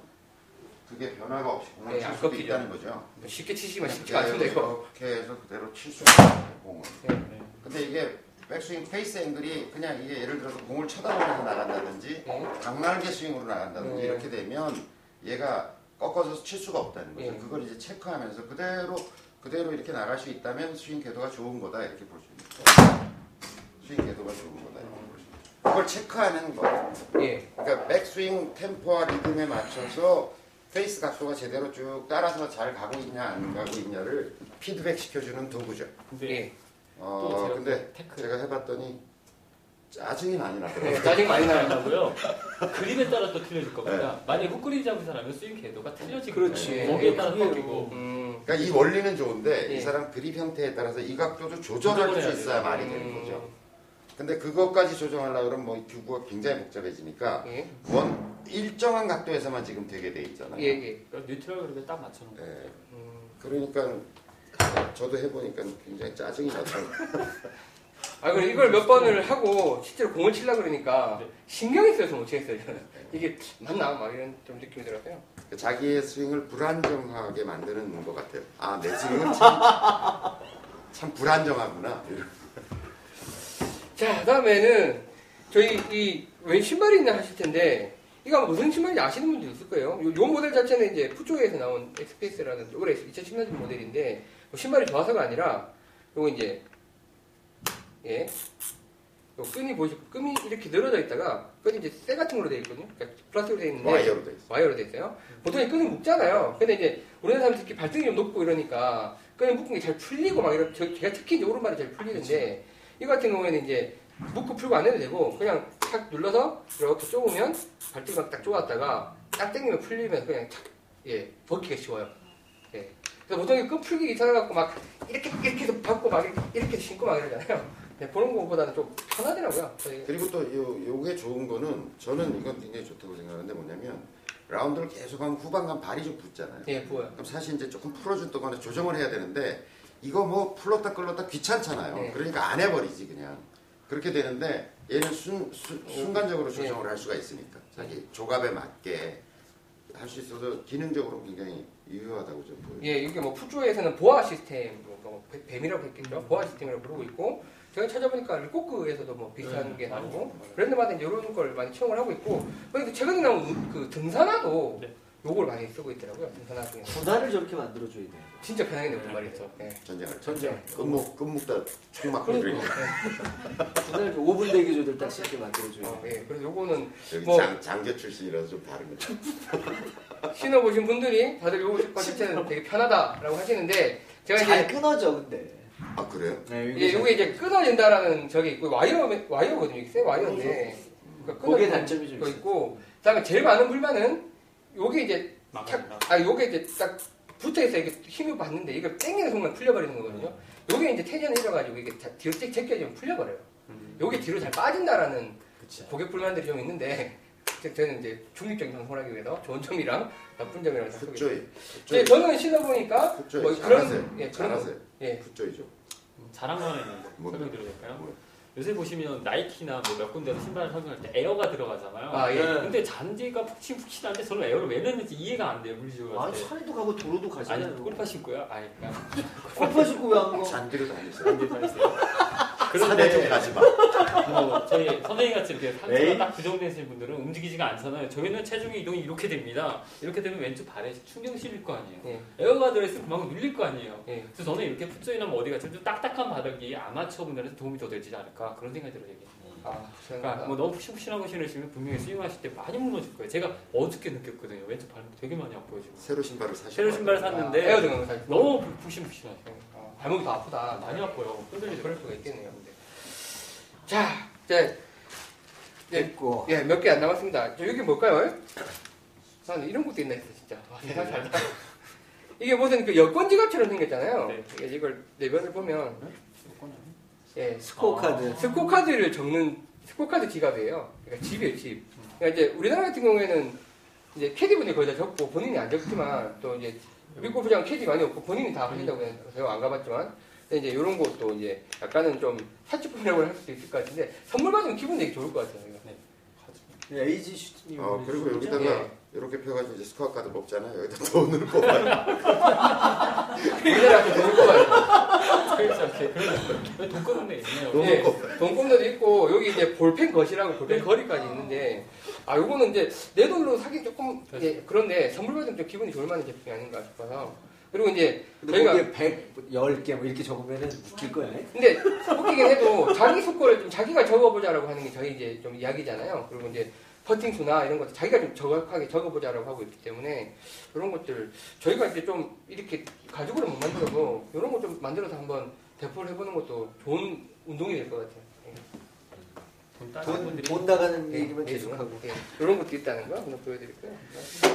[SPEAKER 3] 그게 변화가 없이 공을
[SPEAKER 2] 네,
[SPEAKER 3] 칠
[SPEAKER 2] 안
[SPEAKER 3] 수도
[SPEAKER 2] 꺾이죠.
[SPEAKER 3] 있다는 거죠.
[SPEAKER 2] 쉽게 치시면 쉽지가 않습니다, 이거.
[SPEAKER 3] 이렇게 해서 그대로 칠 수가 있어요, 공을.
[SPEAKER 5] 네.
[SPEAKER 3] 근데 이게 백스윙 페이스 앵글이 그냥 이게 예를 들어서 공을 쳐다보면서 나간다든지
[SPEAKER 2] 예.
[SPEAKER 3] 강날개 스윙으로 나간다든지
[SPEAKER 2] 네.
[SPEAKER 3] 이렇게 되면 얘가 꺾어서 칠 수가 없다는 거죠.
[SPEAKER 2] 네.
[SPEAKER 3] 그걸 이제 체크하면서 그대로 그대로 이렇게 나갈 수 있다면 스윙 궤도가 좋은 거다 이렇게 볼 수 있는 거예요. 스윙 궤도가 좋은 거다 이렇게 볼 수 있는 거예요. 그걸 체크하는 거예요.
[SPEAKER 2] 예.
[SPEAKER 3] 그러니까 백스윙 템포와 리듬에 맞춰서 페이스 각도가 제대로 쭉 따라서 잘 가고 있냐 안 가고 있냐를 피드백 시켜주는 도구죠.
[SPEAKER 5] 근데
[SPEAKER 2] 예.
[SPEAKER 3] 어
[SPEAKER 5] 제가
[SPEAKER 3] 근데
[SPEAKER 5] 테크.
[SPEAKER 3] 제가 해봤더니 짜증이 많이
[SPEAKER 2] 네,
[SPEAKER 3] 나더라고요.
[SPEAKER 2] 짜증 많이 나요.
[SPEAKER 5] 나고요. 그림에 따라 또 틀려질 겁니다. 만약에 후크림 잡은 사람은 스윙 궤도가 틀려지고
[SPEAKER 2] 그렇지.
[SPEAKER 5] 거기에 따라
[SPEAKER 4] 그게요.
[SPEAKER 5] 꺾이고
[SPEAKER 2] 음.
[SPEAKER 3] 그러니까 이 원리는 좋은데
[SPEAKER 2] 예.
[SPEAKER 3] 이 사람 그립 형태에 따라서 이 각도도 조절할 수
[SPEAKER 5] 네. 조절해야
[SPEAKER 3] 있어야
[SPEAKER 5] 돼요. 음.
[SPEAKER 3] 말이 되는 거죠.
[SPEAKER 2] 음.
[SPEAKER 3] 근데 그것까지 조정하려고 그러면 뭐 규구가 굉장히 복잡해지니까
[SPEAKER 2] 예,
[SPEAKER 3] 원 일정한 각도에서만 지금 되게 돼 있잖아요.
[SPEAKER 2] 예, 예.
[SPEAKER 5] 그러니까 뉴트럴 그립에 딱 맞춰놓은 거예요.
[SPEAKER 3] 예.
[SPEAKER 2] 음.
[SPEAKER 3] 그러니까 저도 해보니까 굉장히 짜증이 나더라고요.
[SPEAKER 2] 아, 그리고 이걸 몇 번을 하고 실제로 공을 치려고 그러니까
[SPEAKER 5] 네.
[SPEAKER 2] 신경이 쓰여서 못 치겠어요, 저는. 이게 맞나? 막 이런 좀 느낌이 들었어요.
[SPEAKER 3] 그러니까 자기의 스윙을 불안정하게 만드는 것 같아요. 아, 내 스윙은 참, 참 불안정하구나. 이런.
[SPEAKER 2] 자, 다음에는 저희 이 웬 신발이 있나 하실 텐데 이거 아마 무슨 신발인지 아시는 분도 있을 거예요. 요, 요 모델 자체는 이제 푸조에서 나온 엑스페이스라는 올해 2010년 모델인데 뭐 신발이 좋아서가 아니라 요거 이제 예. 요 끈이 보시 끈이 이렇게 늘어져 있다가 끈이 이제 쇠 같은 걸로 되어 있거든요. 그러니까 플라스틱으로 되어
[SPEAKER 5] 네.
[SPEAKER 2] 있는데
[SPEAKER 3] 와이어로 돼 있어요.
[SPEAKER 2] 와이어로 되어 있어요. 보통 이 끈은 묶잖아요. 근데 이제 우리나라 사람 특히 발등이 좀 높고 이러니까 끈을 묶은 게 잘 풀리고 막 이런 저- 제가 특히 이제 오른발이 잘 풀리는데 이거 같은 경우에는 이제 묶고 풀고 안 해도 되고 그냥 탁 눌러서 이렇게 쪼으면 발등이 막 딱 쪼았다가 딱 당기면 풀리면 그냥 탁, 예, 벗기가 쉬워요. 예. 그래서 보통 이끈 풀기 귀찮아갖고 막 이렇게 이렇게 해서 받고 막 이렇게, 이렇게 신고 막 이러잖아요. 네, 그런 것보다는 좀 편하더라고요. 저희-
[SPEAKER 3] 그리고 또 요, 요게 좋은 거는 저는 이건 굉장히 좋다고 생각하는데 뭐냐면 라운드를 계속 하면 후반간 발이 좀 붙잖아요.
[SPEAKER 2] 예, 부어요.
[SPEAKER 3] 그럼 사실 이제 조금 풀어준 동안에 조정을 해야 되는데 이거 뭐 풀었다 끌었다 귀찮잖아요.
[SPEAKER 2] 네.
[SPEAKER 3] 그러니까 안 해버리지 그냥. 그렇게 되는데 얘는 순, 순, 순간적으로
[SPEAKER 2] 네.
[SPEAKER 3] 조정을 할 수가 있으니까 자기 조갑에 맞게 할 수 있어서 기능적으로 굉장히 유효하다고 좀 보여요.
[SPEAKER 2] 예, 이게 뭐 푸주에서는 보아 시스템, 뭐, 뭐 뱀- 뱀이라고 했겠죠.
[SPEAKER 5] 음.
[SPEAKER 2] 보아 시스템이라고 부르고 있고, 제가 찾아보니까 리코크에서도 뭐 비슷한
[SPEAKER 5] 네,
[SPEAKER 2] 게
[SPEAKER 5] 많이
[SPEAKER 2] 나오고, 브랜드마다 이제 이런 걸 많이 채용을 하고 있고, 그리고 최근에 나온 우- 그 등산화도
[SPEAKER 5] 네.
[SPEAKER 2] 요걸 많이 쓰고 있더라고요. 등산화 중에
[SPEAKER 1] 구단을 저렇게 만들어줘야 돼.
[SPEAKER 2] 진짜 편하게 내단
[SPEAKER 5] 네,
[SPEAKER 2] 말이죠. 예.
[SPEAKER 3] 전쟁을
[SPEAKER 5] 전쟁.
[SPEAKER 3] 끝목 끝목다 총 맞고
[SPEAKER 2] 그리고
[SPEAKER 3] 그러니까
[SPEAKER 1] 구단을 5분 대기조들 딱 쉽게
[SPEAKER 5] 네.
[SPEAKER 1] 만들어줘야 돼.
[SPEAKER 2] 어, 예, 그래서 요거는
[SPEAKER 3] 여기
[SPEAKER 2] 뭐-
[SPEAKER 3] 장, 장교 출신이라서 좀 다른 거죠.
[SPEAKER 2] 신어보신 분들이 다들 요거 신고 자체는 되게 편하다라고 하시는데, 제가
[SPEAKER 1] 잘
[SPEAKER 2] 이제
[SPEAKER 1] 끊어져 근데.
[SPEAKER 3] 아 그래요?
[SPEAKER 4] 네,
[SPEAKER 2] 예, 요게 이제 끊어진다라는 저게 있고, 와이어, 와이어거든요. 이게 새 와이어인데. 그러니까
[SPEAKER 1] 그게
[SPEAKER 2] 끊어지는
[SPEAKER 1] 단점이 좀
[SPEAKER 2] 거
[SPEAKER 1] 있어.
[SPEAKER 2] 있고, 그다음에 제일 많은 불만은 요게 이제
[SPEAKER 5] 막아낸다.
[SPEAKER 2] 착, 아, 요게 이제 딱 붙어있어. 이게 힘을 받는데, 이걸 땡기는 순간 풀려버리는 거거든요. 요게 이제 퇴전을 잃어가지고, 이게 자- 뒤로 쫙 제껴지면 풀려버려요.
[SPEAKER 5] 음.
[SPEAKER 2] 요게 뒤로 잘 빠진다라는
[SPEAKER 4] 그치.
[SPEAKER 2] 고객 불만들이 좀 있는데, (laughs) 저는 이제 중립적인 방송을 하기 위해서 좋은 점이랑 나쁜 점이랑 다 소개.
[SPEAKER 3] 굿조이.
[SPEAKER 2] 예, 저는 신어보니까,
[SPEAKER 3] 굿조이.
[SPEAKER 2] 뭐
[SPEAKER 3] 잘하세요.
[SPEAKER 2] 예, 그런,
[SPEAKER 3] 잘하세요.
[SPEAKER 2] 예,
[SPEAKER 3] 굿조이죠.
[SPEAKER 5] 음, 자랑만 하나 있는 거
[SPEAKER 3] 뭐?
[SPEAKER 5] 설명드려도 될까요?
[SPEAKER 3] 뭐요?
[SPEAKER 5] 요새 보시면 나이키나 뭐 몇 군데서 신발을 착용할 때 에어가 들어가잖아요.
[SPEAKER 2] 아, 예.
[SPEAKER 5] 근데 잔디가 푹신푹신한데 저는 에어를 왜 넣는지 이해가 안 돼요
[SPEAKER 2] 뭐
[SPEAKER 5] 물리적으로.
[SPEAKER 1] 아니
[SPEAKER 5] 봤을 때.
[SPEAKER 1] 산에도 가고 도로도
[SPEAKER 5] 아니
[SPEAKER 1] 가잖아요.
[SPEAKER 5] 골파 신고요? 아니 그러니까
[SPEAKER 1] 골파 신고 왜안
[SPEAKER 2] 어.
[SPEAKER 1] 가?
[SPEAKER 3] 잔디로 다니세요.
[SPEAKER 5] 잔디 다니세요.
[SPEAKER 2] 아,
[SPEAKER 3] 산에 좀 가지 마.
[SPEAKER 5] 뭐 저희 선생님 같이 이렇게
[SPEAKER 4] 에이.
[SPEAKER 5] 상체가 딱 고정되신 분들은 움직이지가 않잖아요. 저희는 체중의 이동이 이렇게 됩니다. 이렇게 되면 왼쪽 발에 충격 실릴 거 아니에요.
[SPEAKER 2] 예,
[SPEAKER 5] 에어가 들어있으면 그만큼 눌릴 거 아니에요.
[SPEAKER 2] 예.
[SPEAKER 5] 그래서 저는 이렇게 풋조이나 뭐 어디 같은 좀 딱딱한 바닥이 아마추어 분들한테 도움이 더 되지 않을까 그런 생각이 들어요. 이게.
[SPEAKER 2] 아,
[SPEAKER 5] 그러니까
[SPEAKER 2] 죄송합니다.
[SPEAKER 5] 뭐 너무 푹신푹신한 거 신으시면 분명히 스윙하실 때 많이 무너질 거예요. 제가 어저께 느꼈거든요. 왼쪽 발목 되게 많이 아파지고
[SPEAKER 3] 새로 신발을 사실.
[SPEAKER 5] 새로 신발을
[SPEAKER 2] 아, 에어
[SPEAKER 5] 샀는데
[SPEAKER 2] 등은 잘.
[SPEAKER 5] 너무 푹신푹신하죠.
[SPEAKER 2] 아, 발목이 더 아프다.
[SPEAKER 5] 많이 아파요. 흔들리죠.
[SPEAKER 2] 그럴 수가 있겠네요. 근데. 자, 이제
[SPEAKER 4] 네. 됐고.
[SPEAKER 2] 예, 몇 개 안 남았습니다. 저 여기 뭘까요? 예? 난 이런 것도 있나 했어, 진짜. 아, 와, 세상 살다. 이게 무슨 그 여권 지갑처럼 생겼잖아요.
[SPEAKER 5] 네.
[SPEAKER 2] 이게 이걸 내면을 보면 예,
[SPEAKER 4] 스코어 카드.
[SPEAKER 2] 스코 카드를 적는 스코 카드 지갑이에요. 그러니까 집이에요, 집. 그러니까 이제 우리나라 같은 경우에는 이제 캐디분이 거의 다 적고 본인이 안 적지만 또 이제 미국 부장 캐디 많이 없고 본인이 다 하신다고 해요. 제가 안 가봤지만. 근데 이제 이런 것도 이제 약간은 좀 사치품이라고 할 수도 있을 것 같은데 선물 받으면 기분 되게 좋을 것 같아요. 이거.
[SPEAKER 4] 네, AG 슈트님.
[SPEAKER 3] 어 그리고 여기다가
[SPEAKER 2] 예.
[SPEAKER 3] 이렇게 펴가지고 이제 스코어 카드 뽑잖아요. 여기다 돈을
[SPEAKER 2] (laughs)
[SPEAKER 3] 뽑아요.
[SPEAKER 2] 우리나라 좀 좋을 것 같아요.
[SPEAKER 5] 그래서 이렇게 그런 돈꺼는데 있네요.
[SPEAKER 2] 예, 돈꼽내도 있고 여기 이제 볼펜 것이라고 볼펜 거리까지 있는데 아 요거는 이제 내 돈으로 사기 조금 예, 그런데 선물 받으면 좀 기분이 좋을 만한 제품이 아닌가 싶어서 그리고 이제
[SPEAKER 4] 근데
[SPEAKER 2] 저희가-
[SPEAKER 4] 거기에 100, 10개 뭐 이렇게 적으면은 웃길 거야.
[SPEAKER 2] 근데 웃기긴 해도 자기 속거를 좀 자기가 적어보자라고 하는 게 저희 이제 좀 이야기잖아요 그리고 이제 퍼팅 수나 이런 것도 자기가 좀 정확하게 적어보자라고 하고 있기 때문에 이런 것들 저희가 이제 좀 이렇게 가죽으로 못 만들어도 이런 거 좀 만들어서 한번 대포를 해보는 것도 좋은 운동이 될 것 같아요. 예.
[SPEAKER 5] 돈 따는
[SPEAKER 1] 돈,
[SPEAKER 5] 분들이
[SPEAKER 1] 돈 나가는 얘기만
[SPEAKER 2] 예,
[SPEAKER 1] 계속하고.
[SPEAKER 2] 이런 것도 있다는 거 한번 보여드릴까요?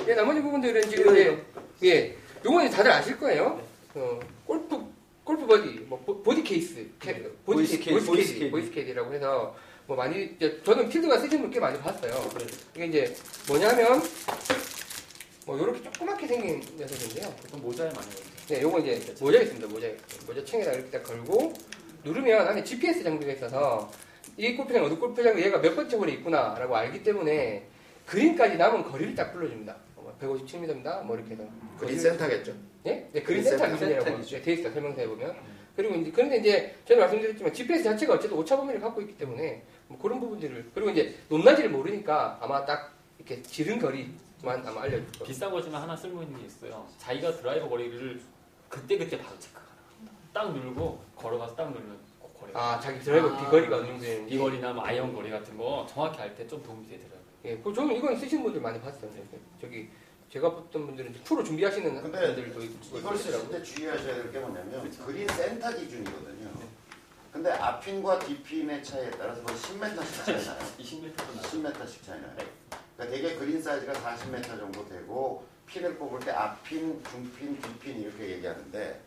[SPEAKER 2] 예, 나머지 부분들은 지금 이제 예, 요건 이제 다들 아실 거예요. 어, 골프 골프 버디, 뭐 보- 보디 케이스, 캐-
[SPEAKER 5] 네.
[SPEAKER 2] 보디
[SPEAKER 4] 보이스
[SPEAKER 2] 케이스,
[SPEAKER 4] 케이스,
[SPEAKER 2] 보이스 케이스, 보이스 케이스라고 해서 뭐 많이 이제 저는 필드가 쓰신 분꽤 많이 봤어요.
[SPEAKER 5] 네.
[SPEAKER 2] 이게 이제 뭐냐면 뭐 이렇게 조그맣게 생긴 녀석인데요.
[SPEAKER 5] 보통 모자에 많이 걸려.
[SPEAKER 2] 네, 요거 이제 모자 있습니다. 모자 모자 챙에다 이렇게 딱 걸고 누르면 안에 GPS 장비가 있어서 이 골프장 어느 골프장 얘가 몇 번째 홀에 있구나라고 알기 때문에 그린까지 남은 거리를 딱 불러줍니다. 157m입니다. 뭐 이렇게 해서
[SPEAKER 3] 그린 센터겠죠.
[SPEAKER 2] 예? 네, 그린
[SPEAKER 3] 그린
[SPEAKER 2] 센터
[SPEAKER 3] 센터.
[SPEAKER 2] 기준이라고
[SPEAKER 4] 센터이죠.
[SPEAKER 2] 돼 있어 설명서에 보면. 그리고 이제 그런데 이제 전에 말씀드렸지만 GPS 자체가 어쨌든 오차 범위를 갖고 있기 때문에 뭐 그런 부분들을 그리고 이제 높낮이를 모르니까 아마 딱 이렇게 지른 거리만 아마 알려줄 거예요.
[SPEAKER 5] 비싼 거지만 하나 쓸모 있는 게 있어요. 자기가 드라이버 거리를 그때 그때 바로 체크하라. 딱 누르고 걸어가서 딱 누르면 그 거리. 가
[SPEAKER 2] 아 자기 드라이버
[SPEAKER 5] 아.
[SPEAKER 2] 비거리가 어느 정도 되는지.
[SPEAKER 5] 비거리나 뭐 아이언 거리 같은 거 정확히 알 때 좀 도움이 되더라고요.
[SPEAKER 2] 예, 그 저는 이건 쓰신 분들 많이 봤어요. 네, 저기 제가 봤던 분들은 이제 프로 준비하시는
[SPEAKER 3] 근데
[SPEAKER 2] 분들도 있-
[SPEAKER 3] 이걸 쓰실
[SPEAKER 2] 있더라고요. 예,
[SPEAKER 3] 때 주의하셔야 될 게 뭐냐면 그린 센터 기준이거든요. 근데 앞핀과 뒤핀의 차이에 따라서 거의 10m씩 차이 나요.
[SPEAKER 5] 20m도
[SPEAKER 3] 10m씩 차이 나요. 그러니까 대개 그린 사이즈가 40m 정도 되고 핀을 뽑을 때 앞핀, 중핀, 뒤핀 이렇게 얘기하는데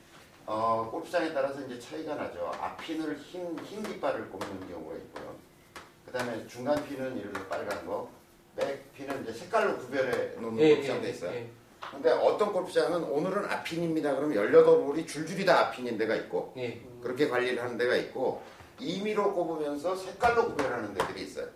[SPEAKER 3] 어, 골프장에 따라서 이제 차이가 나죠. 앞핀을 흰, 흰 깃발을 꼽는 경우가 있고요. 그 다음에 중간 핀은 예를 들어 빨간 거, 백 핀은 이제 색깔로 구별해 놓는 골프장도 있어요.
[SPEAKER 2] 예.
[SPEAKER 3] 근데 어떤 골프장은 오늘은 아핀입니다. 그럼 18홀이 줄줄이 다 아핀인 데가 있고
[SPEAKER 2] 예.
[SPEAKER 3] 그렇게 관리를 하는 데가 있고 임의로 꼽으면서 색깔로 구별하는 데들이 있어요.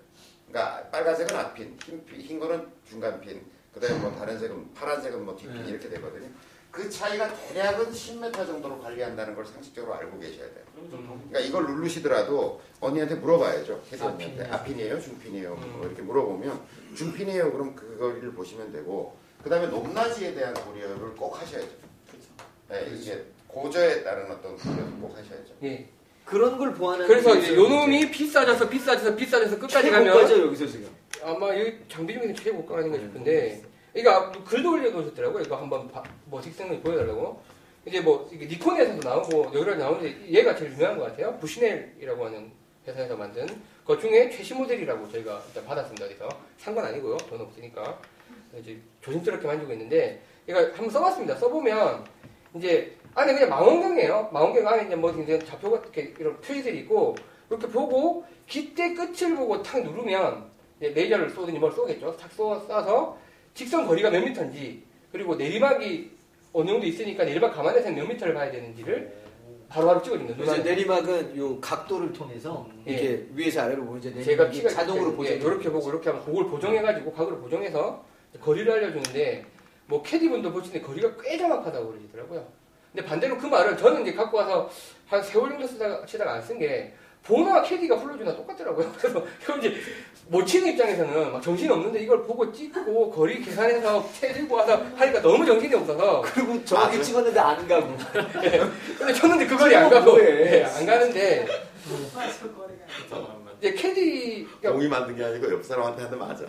[SPEAKER 3] 그러니까 빨간색은 앞핀, 흰, 핀, 흰 거는 중간핀, 그다음에 뭐 다른 색은 파란색은 뭐 뒷핀
[SPEAKER 5] 네.
[SPEAKER 3] 이렇게 되거든요. 그 차이가 대략은 10m 정도로 관리한다는 걸 상식적으로 알고 계셔야 돼요.
[SPEAKER 5] 그럼 좀 도움이
[SPEAKER 3] 그러니까 이걸 누르시더라도 언니한테 물어봐야죠. 계속
[SPEAKER 5] 아,
[SPEAKER 3] 언니한테
[SPEAKER 5] 핀이요? 음.
[SPEAKER 3] 앞핀이에요, 중핀이에요. 뭐 이렇게 물어보면 중핀이에요. 그럼 그거를 보시면 되고 그다음에 높낮이에 대한 고려를 꼭 하셔야죠.
[SPEAKER 5] 그렇죠.
[SPEAKER 3] 네, 이게 고저에 따른 어떤 고려를 꼭 하셔야죠.
[SPEAKER 2] 예.
[SPEAKER 1] 그런 걸 보완하는.
[SPEAKER 2] 그래서
[SPEAKER 1] 게
[SPEAKER 2] 이제
[SPEAKER 1] 있어요,
[SPEAKER 2] 요 놈이 비싸져서 비싸져서 비싸져서 끝까지 가면
[SPEAKER 4] 최고까지 여기서 지금.
[SPEAKER 2] 아마 이 장비 중에서 최고가가 아닌가
[SPEAKER 3] 네,
[SPEAKER 2] 싶은데 그러니까 글도 올려놓으셨더라고요. 이거 한번 봐- 뭐 직생을 보여달라고. 이제 뭐 이게 니콘에서도 나오고 여기로 나오는데 얘가 제일 유명한 것 같아요. 부시넬이라고 하는 회사에서 만든 그 중에 최신 모델이라고 저희가 일단 받았습니다. 어디서 산 건 아니고요. 돈 없으니까 이제 조심스럽게 만지고 있는데 얘가 한번 써봤습니다. 써보면 이제 안에 그냥 망원경이에요. 망원경 안에 이제 뭐 이제 좌표가 이렇게 이런 표시들이 있고 이렇게 보고 깃대 끝을 보고 탁 누르면 이제 레이저를 쏘든지 뭘 쏘겠죠. 탁 쏘- 쏴서 직선 거리가 몇 미터인지 그리고 내리막이 어느 정도 있으니까 내리막 감안해서 몇 미터를 봐야 되는지를 바로바로 찍어줍니다.
[SPEAKER 4] 이제
[SPEAKER 2] 눈안에.
[SPEAKER 4] 내리막은 요 각도를 통해서
[SPEAKER 2] 네, 예.
[SPEAKER 4] 이렇게 위에서 아래로 보면 이제
[SPEAKER 2] 제가
[SPEAKER 4] 네, 내리막이
[SPEAKER 2] 키가
[SPEAKER 4] 자동으로 보죠.
[SPEAKER 2] 이렇게 보고 이렇게 하면 그걸 보정해가지고 각을 보정해서 거리를 알려주는데 뭐 캐디분도 보시는데 거리가 꽤 정확하다고 그러시더라고요. 근데 반대로 그 말을 저는 이제 갖고 와서 한 세월 정도 쓰다가 치다가 안 쓴 게 보나 캐디가 풀러주나 똑같더라고요. (laughs) 그래서 그럼 이제 못 치는 입장에서는 막 정신 없는데 이걸 보고 찍고 거리 계산해서 채들고 하다 하니까 너무 정신이 없어서
[SPEAKER 4] 그리고 정확히
[SPEAKER 3] 아,
[SPEAKER 4] 찍었는데 안 가고.
[SPEAKER 2] 근데 쳤는데 그 거리 안 가고
[SPEAKER 4] 뭐해.
[SPEAKER 2] 예, 안 가는데
[SPEAKER 5] 있잖아요.
[SPEAKER 2] 이제 캐디 가
[SPEAKER 3] 그러니까 공이 만든 게 아니고 옆 사람한테 하는 맞아.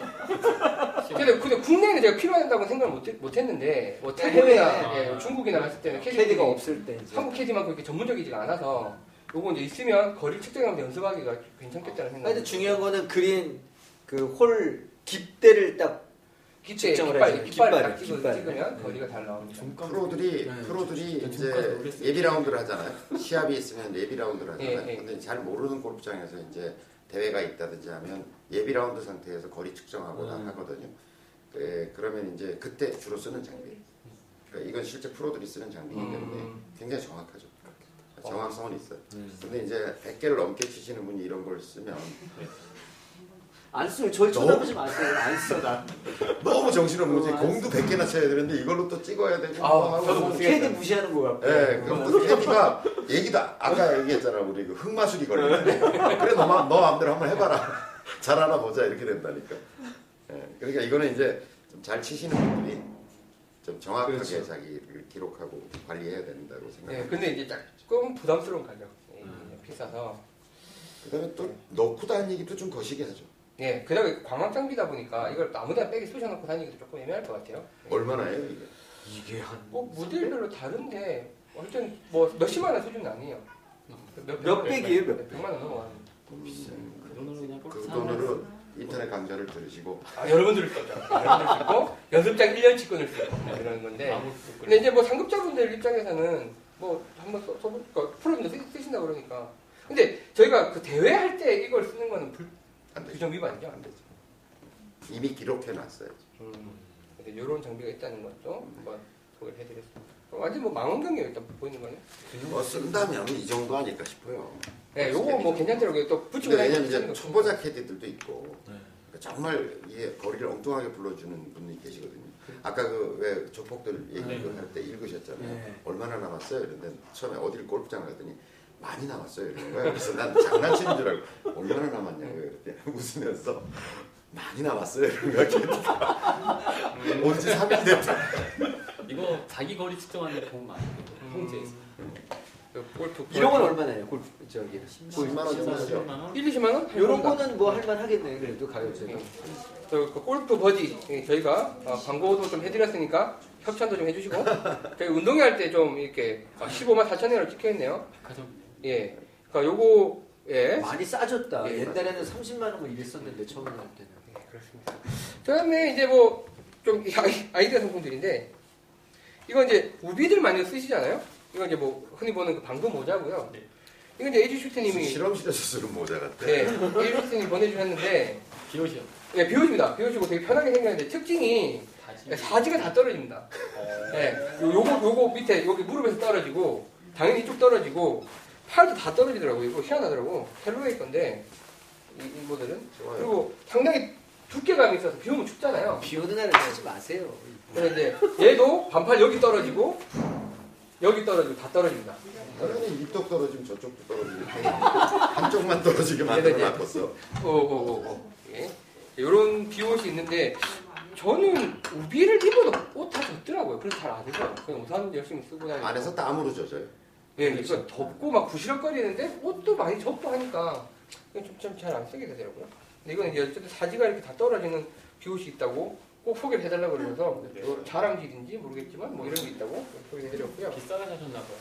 [SPEAKER 2] 근데, 근데 국내에는 제가 필요하다고 생각을 못, 했- 못 했는데 뭐 태국이나
[SPEAKER 4] 해외에.
[SPEAKER 2] 예, 중국이나 갔을 때는 캐디,
[SPEAKER 4] 네, 아, 캐디가 없을 때 이제.
[SPEAKER 2] 한국 캐디만큼 이렇게 전문적이지가 않아서 요거 이제 있으면 거리를 측정하면서 연습하기가 괜찮겠다는
[SPEAKER 1] 아,
[SPEAKER 2] 생각.
[SPEAKER 4] 하여튼 아, 중요한 거는 그린 그 홀 깃대를 딱
[SPEAKER 2] 기체
[SPEAKER 4] 측정을
[SPEAKER 2] 깃발
[SPEAKER 4] 해야죠.
[SPEAKER 2] 깃발
[SPEAKER 4] 깃발을,
[SPEAKER 2] 딱 찍어,
[SPEAKER 4] 깃발.
[SPEAKER 2] 찍으면
[SPEAKER 4] 네.
[SPEAKER 2] 거리가 잘 나옵니다.
[SPEAKER 5] 중간
[SPEAKER 3] 프로들이
[SPEAKER 4] 네.
[SPEAKER 3] 프로들이
[SPEAKER 5] 네, 지금까지
[SPEAKER 3] 이제
[SPEAKER 5] 모르겠어요.
[SPEAKER 3] 예비 라운드를 하잖아요. 시합이 있으면 예비 라운드를 하잖아요.
[SPEAKER 2] 예, 예.
[SPEAKER 3] 근데 잘 모르는 골프장에서 이제 대회가 있다든지 하면 예비 라운드 상태에서 거리 측정하거나 하거든요. 예, 그러면 이제 그때 주로 쓰는 장비. 그러니까 이건 실제 프로들이 쓰는 장비이기 때문에
[SPEAKER 2] 음.
[SPEAKER 3] 굉장히 정확하죠. 정확성은 있어요. 근데 이제 100개를 넘게 치시는 분이 이런 걸 쓰면
[SPEAKER 1] 안 써요. 절 쳐다보지 마세요. 안 써, 나.
[SPEAKER 3] 너무 정신없는 거지.
[SPEAKER 1] 어,
[SPEAKER 3] 공도 100개나 쳐야 되는데 이걸로 또 찍어야 되고
[SPEAKER 2] 아,
[SPEAKER 3] 뭐 하고
[SPEAKER 2] 저도 못 쓰겠어요.
[SPEAKER 1] 캐디 무시하는 네, 거 같고.
[SPEAKER 3] 예, 그럼 캐디가 얘기도 아까 얘기했잖아 우리 그 흑마술이 걸리는데 그래 너, 마, 너 마음대로 한번 해봐라 잘 알아보자 이렇게 된다니까 예, 그러니까 이거는 이제 좀 잘 치시는 분들이 좀 정확하게
[SPEAKER 4] 그렇죠.
[SPEAKER 3] 자기를 기록하고 관리해야 된다고
[SPEAKER 2] 네,
[SPEAKER 3] 생각합니다
[SPEAKER 2] 근데 이제 조금 부담스러운 가격 예,
[SPEAKER 4] 음.
[SPEAKER 2] 비싸서.
[SPEAKER 3] 그다음에 또 넣고 다니기도 좀 거시기 하죠
[SPEAKER 2] 예, 그다음에 관광 장비다 보니까 이걸 아무데나 빼기 쑤셔놓고 다니기도 조금 애매할 것 같아요. 예.
[SPEAKER 3] 얼마나예요 이게
[SPEAKER 4] 이게 한
[SPEAKER 2] 뭐 모델별로 다른데 어쨌든 뭐 몇십만 원 수준은 아니에요.
[SPEAKER 4] 몇 백이에요, 몇
[SPEAKER 2] 백만 원 넘어가는.
[SPEAKER 3] 음,
[SPEAKER 5] 돈으로 그냥 골프
[SPEAKER 3] 그
[SPEAKER 5] 사면
[SPEAKER 3] 돈으로 인터넷 강좌를 들으시고
[SPEAKER 2] 아, 여러 번 들을 겁니다. 여러 번 듣고 연습장 1년 치권을 쓰고 뭐 이런 건데.
[SPEAKER 5] 아무
[SPEAKER 2] 근데 이제 뭐 상급자분들 입장에서는 뭐 한번 써, 써보니까 프로님도 쓰, 쓰신다 그러니까. 근데 저희가 그 대회 할 때 이걸 쓰는 거는 불,
[SPEAKER 3] 안 되죠.
[SPEAKER 2] 규정 위반이죠.
[SPEAKER 3] 안 되죠. 이미 기록해 놨어요.
[SPEAKER 2] 음. 근데 이런 장비가 있다는 것도 한번 소개를 해드렸습니다. 완전 뭐 망원경이에요 일단 보이는 거는.
[SPEAKER 3] 뭐 쓴다면 이 정도 아닐까 싶어요.
[SPEAKER 2] 네, 요거 뭐 괜찮더라고요. 또 붙이고
[SPEAKER 3] 근데 왜냐면
[SPEAKER 2] 쓰는
[SPEAKER 3] 네, 이제
[SPEAKER 2] 거.
[SPEAKER 3] 초보자 캐디들도 있고 그러니까 정말 이게 거리를 엉뚱하게 불러주는 분이 계시거든요. 아까 그 왜 조폭들 얘기
[SPEAKER 5] 네.
[SPEAKER 3] 할 때 읽으셨잖아요.
[SPEAKER 4] 네.
[SPEAKER 3] 얼마나 남았어요? 이런데 처음에 어딜 골프장 갔더니 많이 남았어요. 이러는 거예요. 그래서 난 장난치는 줄 알고 얼마나 남았냐고 이렇게 (laughs) 웃으면서 많이 남았어요. 이러는 거야. 캐디가. 온지 3일 됐다.
[SPEAKER 5] 이거 자기 거리 측정하는 데 도움 많이
[SPEAKER 2] 음.
[SPEAKER 5] 돼요. 통제에서.
[SPEAKER 3] 음.
[SPEAKER 2] 그 골프
[SPEAKER 1] 이런 건 얼마나요? 골프 저기
[SPEAKER 3] 10만 원 정도 하죠.
[SPEAKER 5] 10만 원?
[SPEAKER 2] 1, 20만 원?
[SPEAKER 1] 이런 거는 뭐 할만하겠네 그래도 가격대가.
[SPEAKER 2] 저, 그 골프 버디 예, 저희가 어, 광고도 좀 해드렸으니까 협찬도 좀
[SPEAKER 3] (laughs)
[SPEAKER 2] 해주시고 저희 운동회 할 때 좀 이렇게 아, 15만 4천 원으로 찍혀있네요.
[SPEAKER 5] 백화점
[SPEAKER 2] 예, 그러니까 요거 예.
[SPEAKER 1] 많이 싸졌다.
[SPEAKER 2] 예.
[SPEAKER 1] 옛날에는 30만 원 뭐 이랬었는데 처음에 할 때는.
[SPEAKER 2] 예, 그렇습니다. 그다음에 이제 뭐 좀 아이디어 상품들인데 이건 이제 우비들 많이 쓰시잖아요. 이건 이제 뭐 흔히 보는 그 방금 모자고요.
[SPEAKER 5] 네.
[SPEAKER 2] 이건 이제 에이지 슈트님이
[SPEAKER 3] 실험실에서 쓰는 모자 같아.
[SPEAKER 2] 네, 일주일님 보내주셨는데
[SPEAKER 5] 비오시요
[SPEAKER 2] 네, 비워집니다. 비워지고 되게 편하게 생겼는데 특징이
[SPEAKER 5] 그 다시
[SPEAKER 2] 사지가 다 떨어집니다. 네, 요, 요거 요거 밑에 여기 무릎에서 떨어지고 당연히 쭉 떨어지고 팔도 다 떨어지더라고요. 이거 희한하더라고. 헬로웨이 건데 이, 이 모델은
[SPEAKER 3] 좋아요.
[SPEAKER 2] 그리고 상당히 두께감이 있어서 비우면 춥잖아요.
[SPEAKER 1] 비 오는 날은 쓰지 마세요.
[SPEAKER 2] 그래서 이제 얘도 반팔 여기 떨어지고 여기 떨어지고 다 떨어집니다.
[SPEAKER 3] 당연히 이쪽 떨어지면 저쪽도 떨어지고 네. 한쪽만 떨어지게
[SPEAKER 2] 네,
[SPEAKER 3] 만들어 놨었어.
[SPEAKER 2] 오오오오. 예. 이런 비옷이 있는데 저는 우비를 입어도 옷 다 젖더라고요. 그래서 잘 안 입어요. 그냥 옷 하는데 열심히 쓰고 다니고.
[SPEAKER 3] 안에서 땀으로 젖어요.
[SPEAKER 2] 예, 그러니까 덥고 막 부시럭거리는데 옷도 많이 젖고 하니까 좀잘 안 쓰게 되더라고요. 근데 이건 이제 어쨌든 사지가 이렇게 다 떨어지는 비옷이 있다고 꼭 소개를 해달라 고 그러면서
[SPEAKER 5] 네.
[SPEAKER 2] 이거 자랑질인지 모르겠지만 뭐 이런 게 있다고 소개해드렸고요.
[SPEAKER 3] 네.
[SPEAKER 5] 비싸게 사셨나 봐요.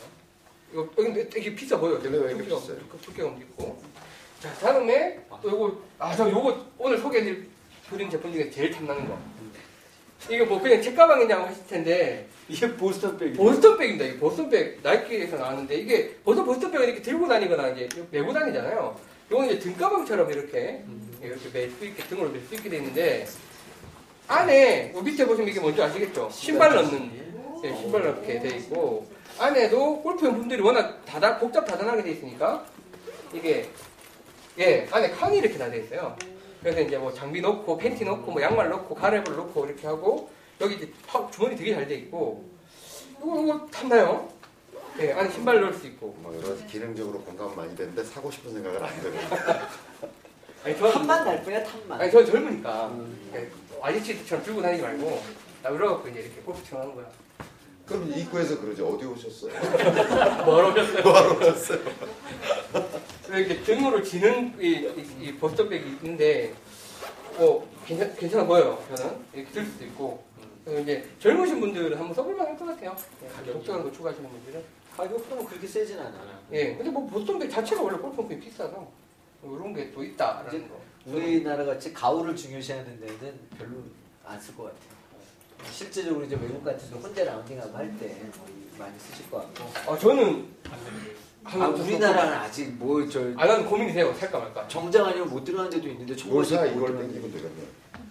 [SPEAKER 2] 이거 어, 근데 되게 비싸 보여.
[SPEAKER 3] 근데 왜 이렇게
[SPEAKER 2] 두께가-
[SPEAKER 3] 네, 비싸요? 아.
[SPEAKER 2] 두- 두께가 있고. 자 다음에 또 요거 아저 요거 오늘 소개해드릴 그린 제품 중에 제일 탐나는 거.
[SPEAKER 3] 음.
[SPEAKER 2] 이거 뭐 그냥 책 가방이냐고 하실 텐데
[SPEAKER 1] 이게 보스턴백이.
[SPEAKER 2] 보스턴백입니다. 이 보스턴백 나이키에서 나왔는데 이게 보통 보스턴백은 이렇게 들고 다니거나 이제 메고 다니잖아요. 요거는 이제 등가방처럼 이렇게 이렇게 멜 수 있게 등으로 멜 수 있게 돼 있는데 안에 요 밑에 보시면 이게 뭔지 아시겠죠? 신발 넣는 네, 신발 이렇게 돼 있고 안에도 골프용 분들이 워낙 다다 복잡 다단하게 돼 있으니까 이게 예 안에 칸이 이렇게 다 돼 있어요. 그래서 이제 뭐 장비 넣고 팬티 넣고 뭐 양말 넣고 가래볼 넣고 이렇게 하고 여기 이제 파- 주머니 되게 잘 돼 있고 이거 이거 탐나요? 예 안에 신발 넣을 수 있고
[SPEAKER 3] 뭐 여러 가지 기능적으로 공감 많이 되는데 사고 싶은 생각을 안 들어요.
[SPEAKER 2] 아니 저
[SPEAKER 1] 탐만 날 거야 탐만.
[SPEAKER 2] 아니 저 젊으니까 예, 아저씨처럼 들고 다니지 말고 나 이러고 이제 이렇게 골프 치러 하는 거야.
[SPEAKER 3] (laughs) 그럼 입구에서 그러죠. 어디 오셨어요?
[SPEAKER 5] 뭐하러 오셨어요?
[SPEAKER 2] 그래서 이렇게 등으로 지는 이, 이, 이 버스터백이 있는데, 뭐, 괜찮, 괜찮아 보여요, 저는. 이렇게 들 수도 있고. 그래서 이제 젊으신 분들은 한번 써볼만 할 것 같아요. 예,
[SPEAKER 5] 가격이.
[SPEAKER 2] 독특한 거 추가하시는 분들은.
[SPEAKER 1] 가격도 뭐 그렇게 세진 않아.
[SPEAKER 2] 예, 근데 뭐 버스터백 자체가 원래 골프백이 비싸서, 뭐 이런 게 또 있다라는
[SPEAKER 1] 이제
[SPEAKER 2] 거.
[SPEAKER 1] 우리나라 같이 가오를 중요시하는 데는 별로 안 쓸 것 같아요. 실제적으로 이제 외국 같은 데 혼자 라운딩하고 할 때 많이 쓰실 것 같고.
[SPEAKER 2] 아, 저는.
[SPEAKER 1] 아, 우리나라는 아직 뭐저
[SPEAKER 2] 아, 난 고민이 돼요. 살까 말까.
[SPEAKER 1] 정장 아니면 못 들어가는 데도 있는데
[SPEAKER 3] 뭘
[SPEAKER 1] 정보사
[SPEAKER 3] 사 이걸
[SPEAKER 1] 이걸
[SPEAKER 3] 땡기면 되겠네.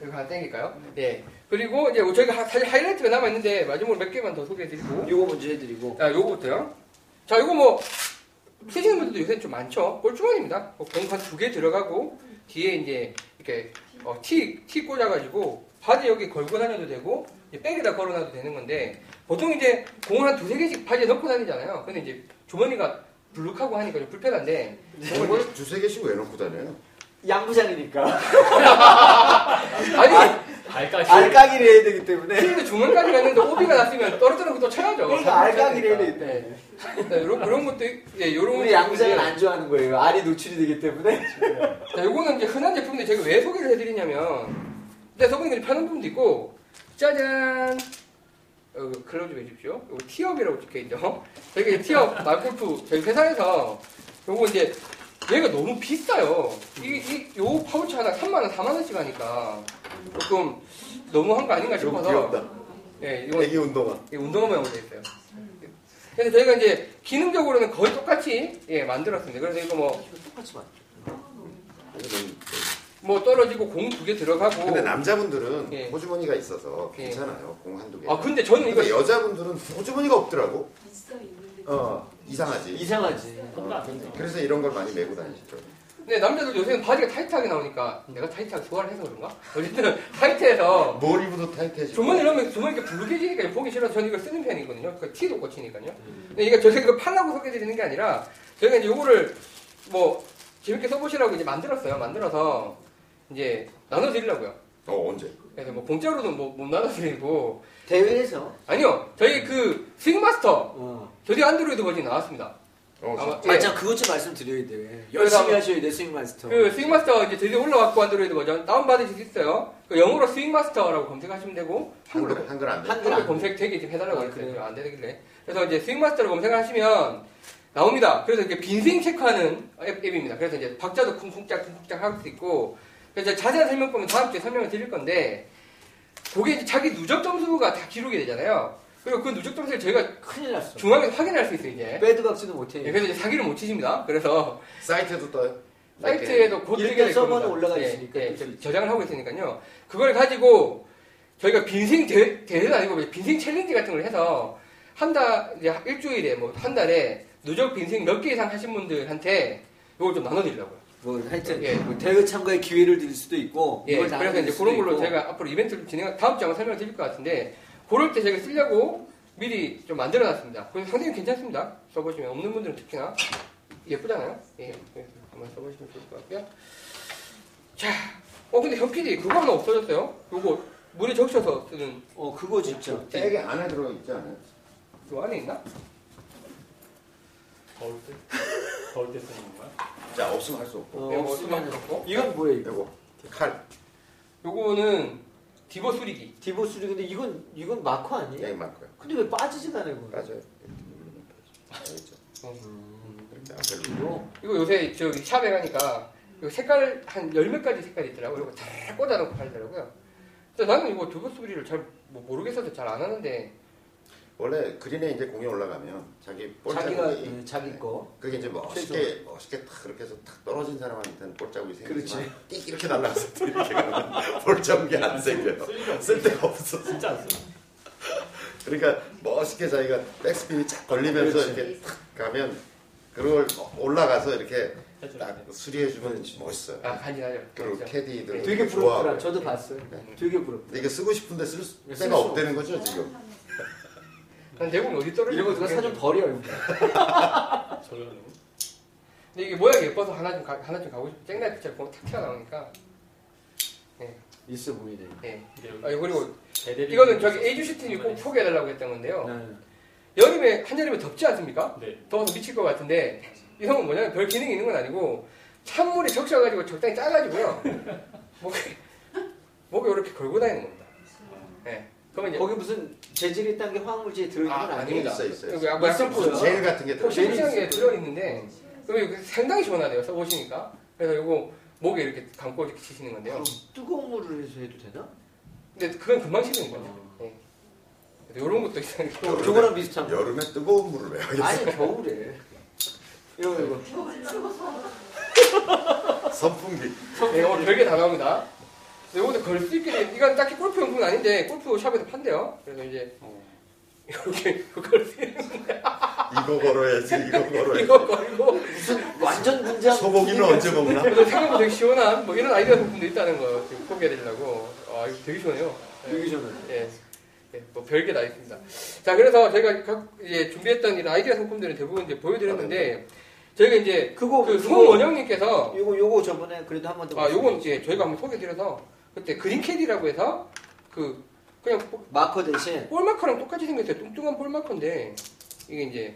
[SPEAKER 2] 이거 하나 땡길까요?
[SPEAKER 1] 네.
[SPEAKER 2] 예. 그리고 이제 저희가 하- 사실 하이라이트가 남아있는데, 마지막으로 몇 개만 더 소개해드리고.
[SPEAKER 1] 요거 먼저 해드리고
[SPEAKER 2] 자, 요거부터요. 자, 요거 뭐, 쓰시는 분들도 요새 좀 많죠? 꼴주머니입니다. 뭐 공판 두 개 들어가고, 뒤에 이제, 이렇게, 어, 티, 티 꽂아가지고, 바지 여기 걸고 다녀도 되고, 이제 백에다 걸어놔도 되는 건데, 보통 이제 공을 한 두세 개씩 바지에 넣고 다니잖아요. 근데 이제 주머니가 불룩하고 하니까 좀 불편한데,
[SPEAKER 3] 이걸 두세 개씩 왜 놓고 다녀요?
[SPEAKER 1] 양부장이니까
[SPEAKER 2] 아니,
[SPEAKER 1] (laughs)
[SPEAKER 5] 알까시.
[SPEAKER 1] 알까기를 해야 되기 때문에
[SPEAKER 2] 실내 중간까지 갔는데 오비가 났으면 떨어뜨는 것도 쳐야죠.
[SPEAKER 1] 네. 그러니까 알까기를 해야 되기 때문에
[SPEAKER 2] 네. 이런, 그런 것도, 있- 예, 요런.
[SPEAKER 1] 우리 양부장은 안 좋아하는 거예요 알이 노출이 되기 때문에 (laughs)
[SPEAKER 2] 자, 요거는 이제 흔한 제품인데 제가 왜 소개를 해드리냐면, 근데 써보니까 이제 파는 분도 있고, 짜잔! 어, 클로즈 좀 해주십시오. 요거 티업이라고 적혀있죠. 저희가 이 티업, 마골프, 저희 회사에서 요거 이제 얘가 너무 비싸요. 이, 이, 요 파우치 하나 3만원, 4만원씩 하니까 조금 너무한 거 아닌가
[SPEAKER 3] 이거
[SPEAKER 2] 싶어서.
[SPEAKER 3] 귀엽다.
[SPEAKER 2] 예, 이거
[SPEAKER 3] 애기 운동화.
[SPEAKER 2] 예, 운동화 모양으로 돼 있어요. 근데 저희가 이제 기능적으로는 거의 똑같이 예, 만들었습니다. 그래서 이거 뭐,
[SPEAKER 1] 똑같이 맞.
[SPEAKER 3] 이거 너무-
[SPEAKER 2] 뭐 떨어지고 공 두 개 들어가고.
[SPEAKER 3] 근데 남자분들은
[SPEAKER 2] 예.
[SPEAKER 3] 호주머니가 있어서
[SPEAKER 2] 예.
[SPEAKER 3] 괜찮아요. 공 한두 개.
[SPEAKER 2] 아, 근데 저는 이거
[SPEAKER 3] 근데 여자분들은 호주머니가 없더라고.
[SPEAKER 6] 있어 있는데
[SPEAKER 3] 어, 이상하지.
[SPEAKER 1] 이상하지.
[SPEAKER 5] 그건 안 되죠.
[SPEAKER 3] 그래서 이런 걸 많이 메고 다니시죠.
[SPEAKER 2] 근데 남자들 요새는 바지가 타이트하게 나오니까 내가 타이트하게 소화를 해서 그런가? 어쨌든 (laughs) 타이트해서
[SPEAKER 3] 뭘 입어도 타이트해지고.
[SPEAKER 2] 주머니 넣으면 주머니 이렇게 불룩해지니까 보기 싫어서 저는 이걸 쓰는 편이거든요. 그러니까 티도 꽂히니까요. 근데 이게 저희가 이거 팔라고 소개드리는 게 아니라 저희가 이제 요거를 뭐 재밌게 써보시라고 이제 만들었어요. 만들어서 이제 나눠드리려고요.
[SPEAKER 3] 어, 언제?
[SPEAKER 2] 그래서 뭐 공짜로는 뭐 못 나눠드리고
[SPEAKER 1] 대회에서.
[SPEAKER 2] 아니요 저희 그 스윙마스터
[SPEAKER 1] 어.
[SPEAKER 2] 드디어 안드로이드 버전이 나왔습니다.
[SPEAKER 3] 어,
[SPEAKER 2] 아마-
[SPEAKER 1] 아,
[SPEAKER 2] 예.
[SPEAKER 1] 참 그것 좀 말씀드려야 돼.
[SPEAKER 2] 그래서
[SPEAKER 1] 열심히
[SPEAKER 2] 아마-
[SPEAKER 1] 하셔야 돼, 스윙마스터.
[SPEAKER 2] 그 스윙마스터 이제 드디어 올라왔고 안드로이드 버전 다운받으실 수 있어요. 그 영어로 스윙마스터라고 검색하시면 되고 한글로
[SPEAKER 3] 한글, 한글 안 돼.
[SPEAKER 1] 한글
[SPEAKER 2] 한글
[SPEAKER 1] 안
[SPEAKER 2] 검색 되게 지금 해달라고
[SPEAKER 1] 아,
[SPEAKER 2] 그랬어요.
[SPEAKER 1] 그래요?
[SPEAKER 2] 안 되길래. 그래서 이제 스윙마스터로 검색을 하시면 나옵니다. 그래서 이렇게 빈스윙 체크하는 앱, 앱입니다. 그래서 이제 박자도 쿵쿵짝 쿵쿵짝 할 수 있고 그래서 이제 자세한 설명 보면 다음 주에 설명을 드릴 건데 그게 이제 자기 누적 점수가 다 기록이 되잖아요. 그리고 그 누적 점수를 저희가
[SPEAKER 1] 큰일 났어.
[SPEAKER 2] 중앙에서 확인할 수 있어요 이제.
[SPEAKER 1] 빼도 박지도 못해.
[SPEAKER 2] 예, 그래서 이제 사기를 못 치십니다. 그래서
[SPEAKER 3] 사이트에도 떠요.
[SPEAKER 2] 사이트에도 곧
[SPEAKER 1] 일단
[SPEAKER 2] 뜨게 될
[SPEAKER 1] 서버는
[SPEAKER 2] 겁니다.
[SPEAKER 1] 올라가
[SPEAKER 2] 예,
[SPEAKER 1] 있으니까
[SPEAKER 2] 예,
[SPEAKER 1] 뜰수
[SPEAKER 2] 저-
[SPEAKER 1] 있죠.
[SPEAKER 2] 저장을 하고 있으니까요. 그걸 가지고 저희가 빈생 대, 대회는 아니고 이제 빈생 챌린지 같은 걸 해서 한 달 이제 일주일에 뭐 한 달에 누적 빈생 몇 개 이상 하신 분들한테 이걸 좀 나눠드리려고요.
[SPEAKER 1] 뭐 하여튼
[SPEAKER 2] 예.
[SPEAKER 1] 뭐 대회 참가의 기회를 드릴 수도 있고
[SPEAKER 2] 예,
[SPEAKER 1] 이걸 다
[SPEAKER 2] 그래서
[SPEAKER 1] 드릴
[SPEAKER 2] 이제
[SPEAKER 1] 수도
[SPEAKER 2] 그런 걸로
[SPEAKER 1] 있고.
[SPEAKER 2] 제가 앞으로 이벤트를 진행 다음 주에 아마 설명을 드릴 것 같은데 그럴 때 제가 쓰려고 미리 좀 만들어놨습니다. 그래서 상당히 괜찮습니다. 써보시면 없는 분들은 특히나 예쁘잖아요. 예, 그래서 한번 써보시면 좋을 것 같고요. 자, 어 근데 현 PD 그거 하나 없어졌어요. 요거 물에 적셔서 쓰는
[SPEAKER 1] 어 그거 진짜
[SPEAKER 2] 예,
[SPEAKER 3] 백에 안에 들어있지 않아요?
[SPEAKER 2] 요 안에 있나?
[SPEAKER 5] 더울 때? 더울 때 쓰는 거야?
[SPEAKER 3] 자, 없으면 할 수 없고.
[SPEAKER 1] 어,
[SPEAKER 2] 예, 뭐
[SPEAKER 1] 없으면
[SPEAKER 2] 없고.
[SPEAKER 1] 이건 뭐야 이거
[SPEAKER 3] 이거 칼.
[SPEAKER 2] 요거는 디버 수리기.
[SPEAKER 1] 디보 수리 근데 이건 이건 마커 아니에요?
[SPEAKER 2] 예.
[SPEAKER 3] 여기 많고요.
[SPEAKER 1] 근데 왜 빠지지가 않아요 그거?
[SPEAKER 3] 맞아요. 음. 알겠죠? 이렇게 앞에
[SPEAKER 1] 이거
[SPEAKER 2] 이거 요새 저 샵에 가니까 이거 색깔 한 열 몇 가지 색깔이 있더라고요. 이거 잘 꽂아놓고 팔더라고요. 근데 나는 이거 두부 수리를 잘뭐 모르겠어서 잘 안 하는데
[SPEAKER 3] 원래 그린에 이제 공이 올라가면 음. 자기
[SPEAKER 1] 자기가
[SPEAKER 3] 볼자국이
[SPEAKER 1] 네,
[SPEAKER 2] 예.
[SPEAKER 1] 자기 거
[SPEAKER 3] 그게 이제 뭐 멋있게 멋있게 탁 그렇게 해서 탁 떨어진 사람한테는 볼자국이 생기지만 띡 이렇게 날라갔을 때 이렇게 가면 볼자국이 안 생겨요.
[SPEAKER 5] 쓸 일이 없어.
[SPEAKER 3] 쓸데가 없어.
[SPEAKER 5] 진짜 안 써.
[SPEAKER 3] 그러니까 멋있게 자기가 백스핀이 쫙 걸리면서 이렇게 탁 가면 그걸 올라가서 이렇게
[SPEAKER 5] 해줘야
[SPEAKER 3] 딱
[SPEAKER 5] 돼.
[SPEAKER 3] 수리해주면 멋있어요.
[SPEAKER 2] 아 간지나죠.
[SPEAKER 3] 그리고
[SPEAKER 2] 예.
[SPEAKER 3] 캐디들
[SPEAKER 1] 되게 부럽더라
[SPEAKER 3] 좋아하고.
[SPEAKER 1] 저도 봤어요
[SPEAKER 2] 음.
[SPEAKER 1] 되게 부럽다
[SPEAKER 3] 근데 이게 쓰고 싶은데 쓸 수-
[SPEAKER 2] 네,
[SPEAKER 1] 쓸
[SPEAKER 3] 데가
[SPEAKER 1] 수
[SPEAKER 3] 없다는 거죠 지금.
[SPEAKER 2] 난 대부분 어디 떨어지?
[SPEAKER 1] 이런 거 누가 사좀 버려 이거
[SPEAKER 5] 저렴해.
[SPEAKER 2] 근데 이게 모양 이 예뻐서 하나 좀 가, 하나 좀 가고 싶어. 쨍날 빛을 보면 탁 튀어나오니까.
[SPEAKER 1] 있어 보이네
[SPEAKER 2] 예.
[SPEAKER 5] 이게
[SPEAKER 2] 아 그리고
[SPEAKER 5] 대대비
[SPEAKER 2] 이거는 저기 에이주시티님 꼭 소개해달라고 했던 건데요.
[SPEAKER 1] 네.
[SPEAKER 2] 여름에 한여름에 덥지 않습니까?
[SPEAKER 5] 네.
[SPEAKER 2] 더워서 미칠 것 같은데 이 형은 뭐냐면 별 기능이 있는 건 아니고 찬물에 적셔가지고 적당히 짜가지고요 목에 목에 이렇게 걸고 다니는 겁니다. 예. 그러면 이제
[SPEAKER 1] 네. 거기 무슨 재질이 있다는 게 화학물질이 들어있는 건
[SPEAKER 2] 아,
[SPEAKER 1] 아니에요
[SPEAKER 2] 아닙니다.
[SPEAKER 3] 있어 있어요.
[SPEAKER 2] 여기 약간 예,
[SPEAKER 1] 있어 보여요.
[SPEAKER 3] 젤 같은 게 들어있어요.
[SPEAKER 2] 포시한 게 들어 있는데 그럼 이거 상당히 시원하대요 써보시니까 그래서 이거 목에 이렇게 감고 이렇게 치시는 건데요.
[SPEAKER 1] 그럼 뜨거운 물을 해서 해도 되나?
[SPEAKER 2] 근데 그건 금방 식는 거죠. 예. 이런 것도 있어요.
[SPEAKER 1] 어, 저거랑 비슷한 거
[SPEAKER 3] 여름에 뜨거운 물을 왜요? (laughs)
[SPEAKER 1] 아니
[SPEAKER 2] 예.
[SPEAKER 1] 겨울에 이거 이거
[SPEAKER 3] 선풍기.
[SPEAKER 2] 네, 오늘 별게 다 나옵니다. 근데 이것도 걸 수 있게 돼. 이건 딱히 골프 용품은 아닌데 골프 샵에서 판대요. 그래서 이제
[SPEAKER 5] 어,
[SPEAKER 2] 이렇게 (laughs) 걸수 있는
[SPEAKER 3] 이거 걸어야지 이거 걸어야지.
[SPEAKER 2] 거 걸고
[SPEAKER 1] 완전 분장
[SPEAKER 3] 소고기는 언제 먹나?
[SPEAKER 2] 그래서 생각보다 되게 시원한 뭐 이런 아이디어 부품도 있다는 거 지금 소개해드리려고. 아 이거 되게 시원해요. 예.
[SPEAKER 1] 되기 전에
[SPEAKER 2] 예. 예, 뭐 별게 다 있습니다. 자, 그래서 저희가 각, 예, 준비했던 이런 아이디어 상품들은 대부분 이제
[SPEAKER 3] 아,
[SPEAKER 2] 보여드렸는데 저희가 이제
[SPEAKER 1] 그거
[SPEAKER 2] 그
[SPEAKER 1] 그거-
[SPEAKER 2] 송원영님께서
[SPEAKER 1] 요거 요거 저번에 그래도 한 번 더.
[SPEAKER 2] 아, 요건 이제 저희가 한번 소개드려서 그때 그린캐디라고 해서 그 그냥
[SPEAKER 1] 마커 대신
[SPEAKER 2] 볼마커랑 똑같이 생겼어요. 뚱뚱한 볼마커인데 이게 이제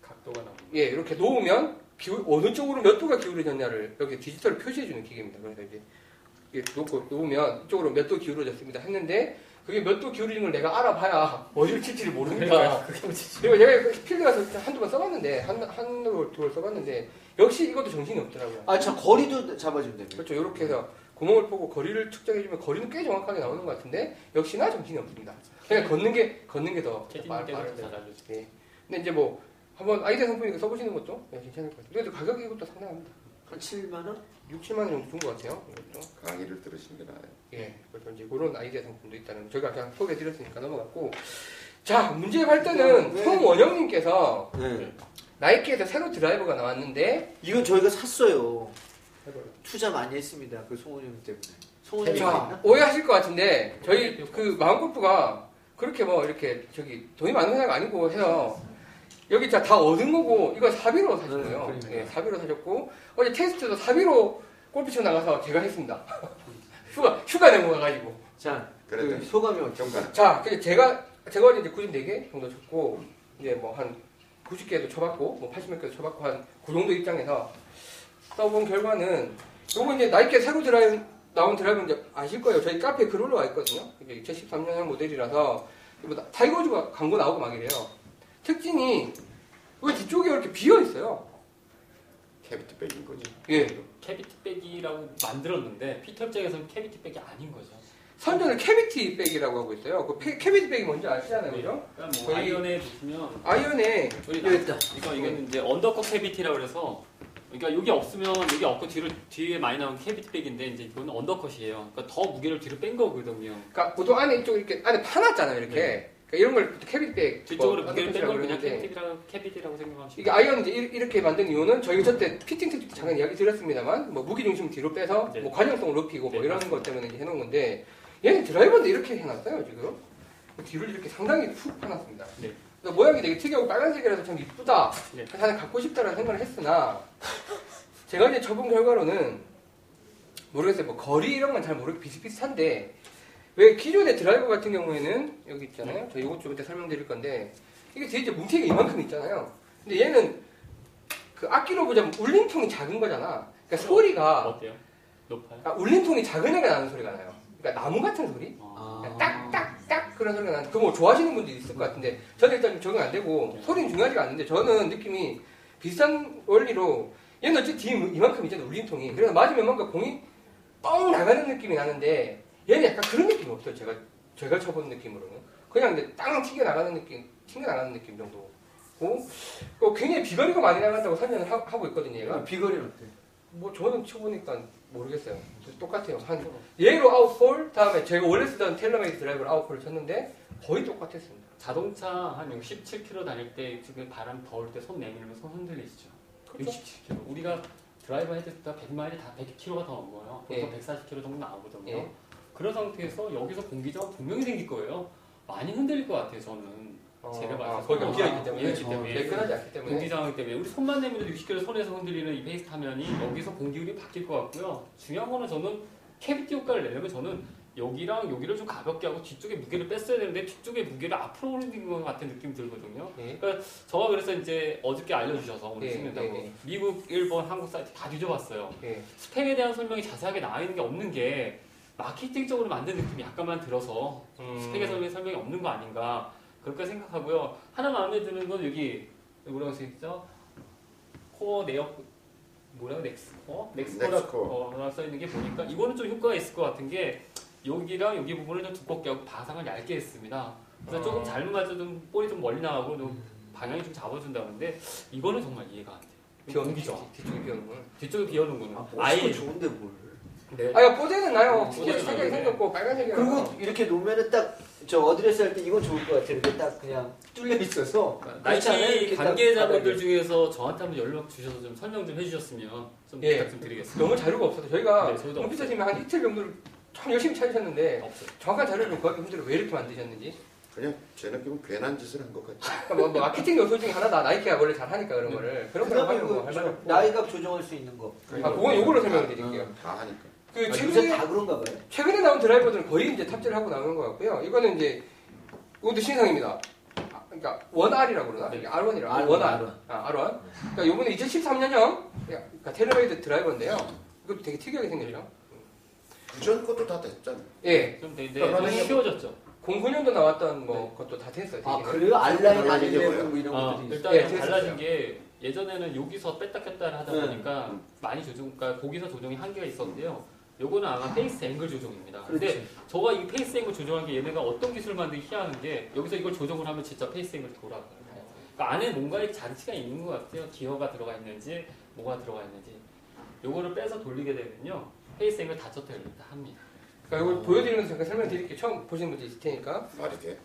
[SPEAKER 5] 각도가 나오고.
[SPEAKER 2] 예 이렇게 놓으면 기울- 어느 쪽으로 몇 도가 기울어졌냐를 이렇게 디지털로 표시해주는 기계입니다. 그래서 이제 이렇게 놓고 놓으면 이쪽으로 몇 도 기울어졌습니다 했는데 그게 몇 도 기울이는 걸 내가 알아봐야 어디를 칠지를 모르니까.
[SPEAKER 5] 그러니까 그게 문제죠.
[SPEAKER 2] 그리고 내가 필드 가서 한두 번 써봤는데, 한, 한두 번 써봤는데, 역시 이것도 정신이 없더라고요.
[SPEAKER 1] 아, 저 거리도 잡아주면 됩니다.
[SPEAKER 2] 그렇죠. 이렇게 해서 구멍을 보고 거리를 측정해주면 거리는 꽤 정확하게 나오는 것 같은데, 역시나 정신이 없습니다. 그냥 걷는 게, 걷는 게더
[SPEAKER 5] 캐디님께서 잘 알려주세요.
[SPEAKER 2] 네. 근데 이제 뭐, 한번 아이디어 상품이니까 써보시는 것도 네, 괜찮을 것 같아요. 근데 가격이 이것도 상당합니다.
[SPEAKER 1] 한 7만 원?
[SPEAKER 2] 6, 7만 원 정도 준 것 같아요. 이것도.
[SPEAKER 3] 강의를 들으시는 게 나아요.
[SPEAKER 2] 예, 그래서 이제 그런 아이디어 상품도 있다는 거 저희가 그냥 소개해드렸으니까 넘어갔고 자 문제 발전은
[SPEAKER 1] 네.
[SPEAKER 2] 송원영님께서
[SPEAKER 1] 네.
[SPEAKER 2] 나이키에서 새로 드라이버가 나왔는데
[SPEAKER 1] 이건 저희가 샀어요. 투자 많이 했습니다. 그 송은이 형 때문에. 송은이 형이
[SPEAKER 2] 자
[SPEAKER 1] 있나?
[SPEAKER 2] 오해하실 것 같은데 저희 그 마음골프가 그렇게 뭐 이렇게 저기 돈이 많은 회사가 아니고 해서 여기 자 다 얻은 거고 이거 사비로 사신
[SPEAKER 1] 네,
[SPEAKER 2] 거예요.
[SPEAKER 1] 그러니까요.
[SPEAKER 2] 예, 사비로 사셨고 어제 테스트도 사비로 골프치고 나가서 제가 했습니다. (laughs) 휴가 휴가 내고 가가지고.
[SPEAKER 1] 자,
[SPEAKER 3] 그래도
[SPEAKER 2] 네.
[SPEAKER 1] 그 소감이 어때요?
[SPEAKER 3] 정말
[SPEAKER 2] 자, 그래서 제가 제가 어제 이제 94개 정도 쳤고 이제 뭐 한 90개도 쳐봤고 뭐 80몇 개도 쳐봤고 한 그 정도 입장에서 써본 결과는 요거 이제 나이키 새로 드라이 나온 드라이브 이제 아실 거예요. 저희 카페에 글 올라와 있거든요. 이게 2013년형 모델이라서 뭐 나- 타이거즈가 광고 나오고 막 이래요. 특징이 왜 뒤쪽에 이렇게 비어 있어요?
[SPEAKER 3] 캐비티 백인 거죠.
[SPEAKER 2] 예.
[SPEAKER 5] 캐비티백이라고 만들었는데 피터 입장에서는 캐비티백이 아닌 거죠.
[SPEAKER 2] 선전을 캐비티 백이라고 하고 있어요. 그 페- 캐비티 백이 뭔지 아시잖아요, 그죠?
[SPEAKER 5] 그러니까 뭐
[SPEAKER 2] 저희-
[SPEAKER 5] 아이언에 보시면
[SPEAKER 2] 아이언에
[SPEAKER 5] 우리
[SPEAKER 1] 여기 있다.
[SPEAKER 5] 이거 이거는 이제 언더커 캐비티라고 그래서 그러니까 여기 없으면 여기 없고 뒤로 뒤에 많이 나온 캐비티백인데 이제 이건 언더컷이에요. 그러니까 더 무게를 뒤로 뺀 거거든요.
[SPEAKER 2] 그러니까 보통 안에 이쪽 이렇게 안에 파놨잖아요 이렇게 그러니까 이런 걸 캐비백
[SPEAKER 5] 네. 뒤쪽으로
[SPEAKER 2] 뭐
[SPEAKER 5] 무게를 뺀
[SPEAKER 2] 핸드폰이라고
[SPEAKER 5] 걸 그냥
[SPEAKER 2] 그러는데
[SPEAKER 5] 캐비티라고 캐비티라고
[SPEAKER 2] 이게
[SPEAKER 5] 생각하시면
[SPEAKER 2] 아이언 이제 이- 이렇게 만든 이유는 저희가 저때 피팅 때 잠깐 이야기 드렸습니다만 뭐 무기 중심 뒤로 빼서
[SPEAKER 5] 네.
[SPEAKER 2] 뭐 관용성을 높이고 뭐
[SPEAKER 5] 네,
[SPEAKER 2] 이런
[SPEAKER 5] 맞습니다.
[SPEAKER 2] 것 때문에 이제 해놓은 건데 얘는 드라이버인데 이렇게 해놨어요 지금 그 뒤를 이렇게 상당히 푹 파놨습니다
[SPEAKER 5] 네.
[SPEAKER 2] 그래서 모양이 되게 특이하고 빨간색이라서 참 이쁘다
[SPEAKER 5] 네.
[SPEAKER 2] 사실 갖고 싶다라는 생각을 했으나 제가 이제 접은 결과로는 모르겠어요 뭐 거리 이런 건 잘 모르고 비슷비슷한데 왜 기존의 드라이버 같은 경우에는 여기 있잖아요. 저 이것 좀 이따 설명드릴 건데 이게 뒤에 이제 뭉태기가 이만큼 있잖아요. 근데 얘는 그 악기로 보자면 울림통이 작은 거잖아. 그러니까 소리가
[SPEAKER 5] 어때요? 높아요?
[SPEAKER 2] 그러니까 울림통이 작은 애가 나는 소리가 나요. 그러니까 나무 같은 소리?
[SPEAKER 5] 어.
[SPEAKER 1] 아.
[SPEAKER 2] 딱딱딱 그런 소리가 나는 그거 뭐 좋아하시는 분도 있을 것 같은데 저는 일단 적응 안 되고 소리는 중요하지가 않는데 저는 느낌이 비슷한 원리로 얘는 어쨌든 뒤에 이만큼 있잖아 울림통이 그래서 맞으면 뭔가 공이 뻥 나가는 느낌이 나는데 얘는 약간 그런 느낌이 없어요 제가 제가 쳐본 느낌으로는 그냥 근데 땅 튕겨 나가는 느낌 튕겨 나가는 느낌 정도고 어, 굉장히 비거리가 많이 나간다고 설명을 하, 하고 있거든요 얘가
[SPEAKER 1] 아, 비거리는 어때?
[SPEAKER 2] 뭐 저는 쳐보니까 모르겠어요. 똑같아요. 한 얘로 아웃폴 다음에 제가 원래 쓰던 텔러메이드 드라이브로 아웃폴 쳤는데 거의 똑같았습니다.
[SPEAKER 5] 자동차 한 67km 다닐 때 지금 바람 더울 때 손 내밀면 손 흔들리시죠?
[SPEAKER 2] 그렇죠.
[SPEAKER 5] 67km. 우리가 드라이버 해도 다 100마일이 다 100km가 더 넘어요. 보통
[SPEAKER 2] 예.
[SPEAKER 5] 140km 정도 나오거든요.
[SPEAKER 2] 예.
[SPEAKER 5] 그런 상태에서 여기서 공기저항 분명히 생길 거예요. 많이 흔들릴 것 같아요, 저는.
[SPEAKER 2] 어,
[SPEAKER 5] 제가 봤을 때
[SPEAKER 2] 아, 거기가 비어 있기 때문에
[SPEAKER 5] 비어있기 때문에.
[SPEAKER 2] 매끈하지 않기 때문에
[SPEAKER 5] 공기저항 때문에 우리 손만 내밀어도 60km 손에서 흔들리는 이 페이스 타면이 여기서 공기율이 바뀔 것 같고요. 중요한 거는 저는 캐비티 효과를 내려면 저는 여기랑 여기를 좀 가볍게 하고 뒤쪽에 무게를 뺐어야 되는데 뒤쪽에 무게를 앞으로 올리는 것 같은 느낌이 들거든요.
[SPEAKER 2] 예.
[SPEAKER 5] 저가 그래서 이제 어저께 알려주셔서 오늘
[SPEAKER 2] 예,
[SPEAKER 5] 쓰는다고
[SPEAKER 2] 예, 예.
[SPEAKER 5] 미국, 일본, 한국 사이트 다 뒤져봤어요.
[SPEAKER 2] 예.
[SPEAKER 5] 스펙에 대한 설명이 자세하게 나와 있는 게 없는 게 마케팅적으로 만든 느낌이 약간만 들어서 스펙에
[SPEAKER 2] 음,
[SPEAKER 5] 설명 설명이 없는 거 아닌가 그렇게 생각하고요. 하나 마음에 드는 건 여기 뭐라고 써있죠? 코어 내역 뭐라고 넥스코어?
[SPEAKER 3] 넥스코어.
[SPEAKER 5] 넥스코라고 써 있는 게 보니까 이거는 좀 효과가 있을 것 같은 게 여기랑 여기 부분을 좀 두껍게 하고 바상을 얇게 했습니다. 그래서
[SPEAKER 2] 어.
[SPEAKER 5] 조금 잘못 맞춰 좀 볼이 좀 멀리 나가고 좀 방향이 좀 잡아준다는데 이거는 정말 이해가 안 돼요.
[SPEAKER 2] 비어는
[SPEAKER 5] 공기죠.
[SPEAKER 2] 뒤- 뒤쪽에 비어는 건.
[SPEAKER 5] 뒤쪽에 비어놓은 거는
[SPEAKER 1] 아,
[SPEAKER 5] 아예
[SPEAKER 1] 아이 좋은데 뭘.
[SPEAKER 5] 네.
[SPEAKER 2] 아, 이거 뽀대는 나요.
[SPEAKER 5] 음,
[SPEAKER 2] 특히
[SPEAKER 5] 뽀대는
[SPEAKER 2] 색이
[SPEAKER 5] 나는데.
[SPEAKER 2] 생겼고 빨간색이라.
[SPEAKER 1] 그리고 이렇게 놓으면은 딱 저 어드레스 할 때 이건 좋을 것 같아. 이렇게 딱 그냥 뚫려 있어서. 그렇지 않아요?
[SPEAKER 5] 나이키
[SPEAKER 1] 이렇게 딱
[SPEAKER 5] 관계자분들
[SPEAKER 1] 바닥에.
[SPEAKER 5] 중에서 저한테 한번 연락 주셔서 좀 설명 좀 해주셨으면 좀
[SPEAKER 2] 예.
[SPEAKER 5] 부탁 좀 드리겠습니다.
[SPEAKER 2] 너무 자료가 없어서 저희가
[SPEAKER 5] 네, 저희도
[SPEAKER 2] 컴퓨터팀에 한 이틀 정도를 참 열심히
[SPEAKER 1] 예,
[SPEAKER 2] 찾으셨는데
[SPEAKER 5] 없어요.
[SPEAKER 2] 정확한 자료를 구하기 힘들어 왜 이렇게 만드셨는지
[SPEAKER 3] 그냥 제 느낌은 괜한 짓을 한 것 같아요.
[SPEAKER 2] 그러니까 뭐, 뭐 마케팅 요소 중에 하나다 나이키가 원래 잘하니까 그런 거를 그런 거
[SPEAKER 1] 그다음에
[SPEAKER 2] 하면
[SPEAKER 1] 그
[SPEAKER 2] 뭐할 말없고
[SPEAKER 1] 나이값 조정할 수 있는 거.
[SPEAKER 2] 아, 그건 요걸로 설명을 드릴게요.
[SPEAKER 3] 다 하니까.
[SPEAKER 2] 그
[SPEAKER 1] 아, 요새
[SPEAKER 2] 최근에,
[SPEAKER 1] 다 그런가 봐요.
[SPEAKER 2] 최근에 나온 드라이버들은 거의 이제 탑재를 하고 나오는 것 같고요. 이거는 이제, 이것도 신상입니다. 아, 그러니까, 원R이라고 그러나? 그러니까
[SPEAKER 5] 네.
[SPEAKER 2] R1이라고.
[SPEAKER 1] R1,
[SPEAKER 2] 원R.
[SPEAKER 1] R1.
[SPEAKER 2] 아, R1. 그러니까 요번에 2013년형, 그러니까 테레메이드 드라이버인데요. 이것도 되게 특이하게 생겼죠.
[SPEAKER 3] 그전 것도 다 됐잖아요.
[SPEAKER 2] 예.
[SPEAKER 5] 좀 되는데
[SPEAKER 3] 그러니까
[SPEAKER 5] 좀
[SPEAKER 3] 나는-
[SPEAKER 5] 쉬워졌죠.
[SPEAKER 2] 09년도 나왔던 뭐 것도 다 됐어요.
[SPEAKER 1] 아
[SPEAKER 2] 되기는.
[SPEAKER 1] 그래요? 알라인
[SPEAKER 3] 달라진 게
[SPEAKER 1] 아니면 뭐 이런
[SPEAKER 5] 아,
[SPEAKER 3] 네,
[SPEAKER 1] 것들이 있어요.
[SPEAKER 5] 일단
[SPEAKER 2] 예,
[SPEAKER 5] 은
[SPEAKER 2] 재밌었어요.
[SPEAKER 5] 달라진 게 예전에는 여기서 뺐다 꼈다 하다
[SPEAKER 1] 네.
[SPEAKER 5] 보니까
[SPEAKER 3] 음.
[SPEAKER 5] 많이 조정, 그러니까 거기서 조정이 한계가 있었는데요. 요거는 아마 페이스 앵글 조정입니다. 근데
[SPEAKER 1] 그렇지.
[SPEAKER 5] 저가 이 페이스 앵글 조정한 게 얘네가 어떤 기술을 만들기 희한한 게 여기서 이걸 조정을 하면 진짜 페이스 앵글 돌아가요.
[SPEAKER 1] 네.
[SPEAKER 5] 그러니까 안에 뭔가의 장치가 있는 것 같아요. 기어가 들어가 있는지 뭐가 들어가 있는지 요거를 빼서 돌리게 되면요. 페이스 앵글 다쳤다 이렇게 합니다.
[SPEAKER 2] 그러니까 이걸 보여드리면서 잠깐 설명드릴게요. 처음 보시는 분들 있을 테니까.
[SPEAKER 3] 말이 돼?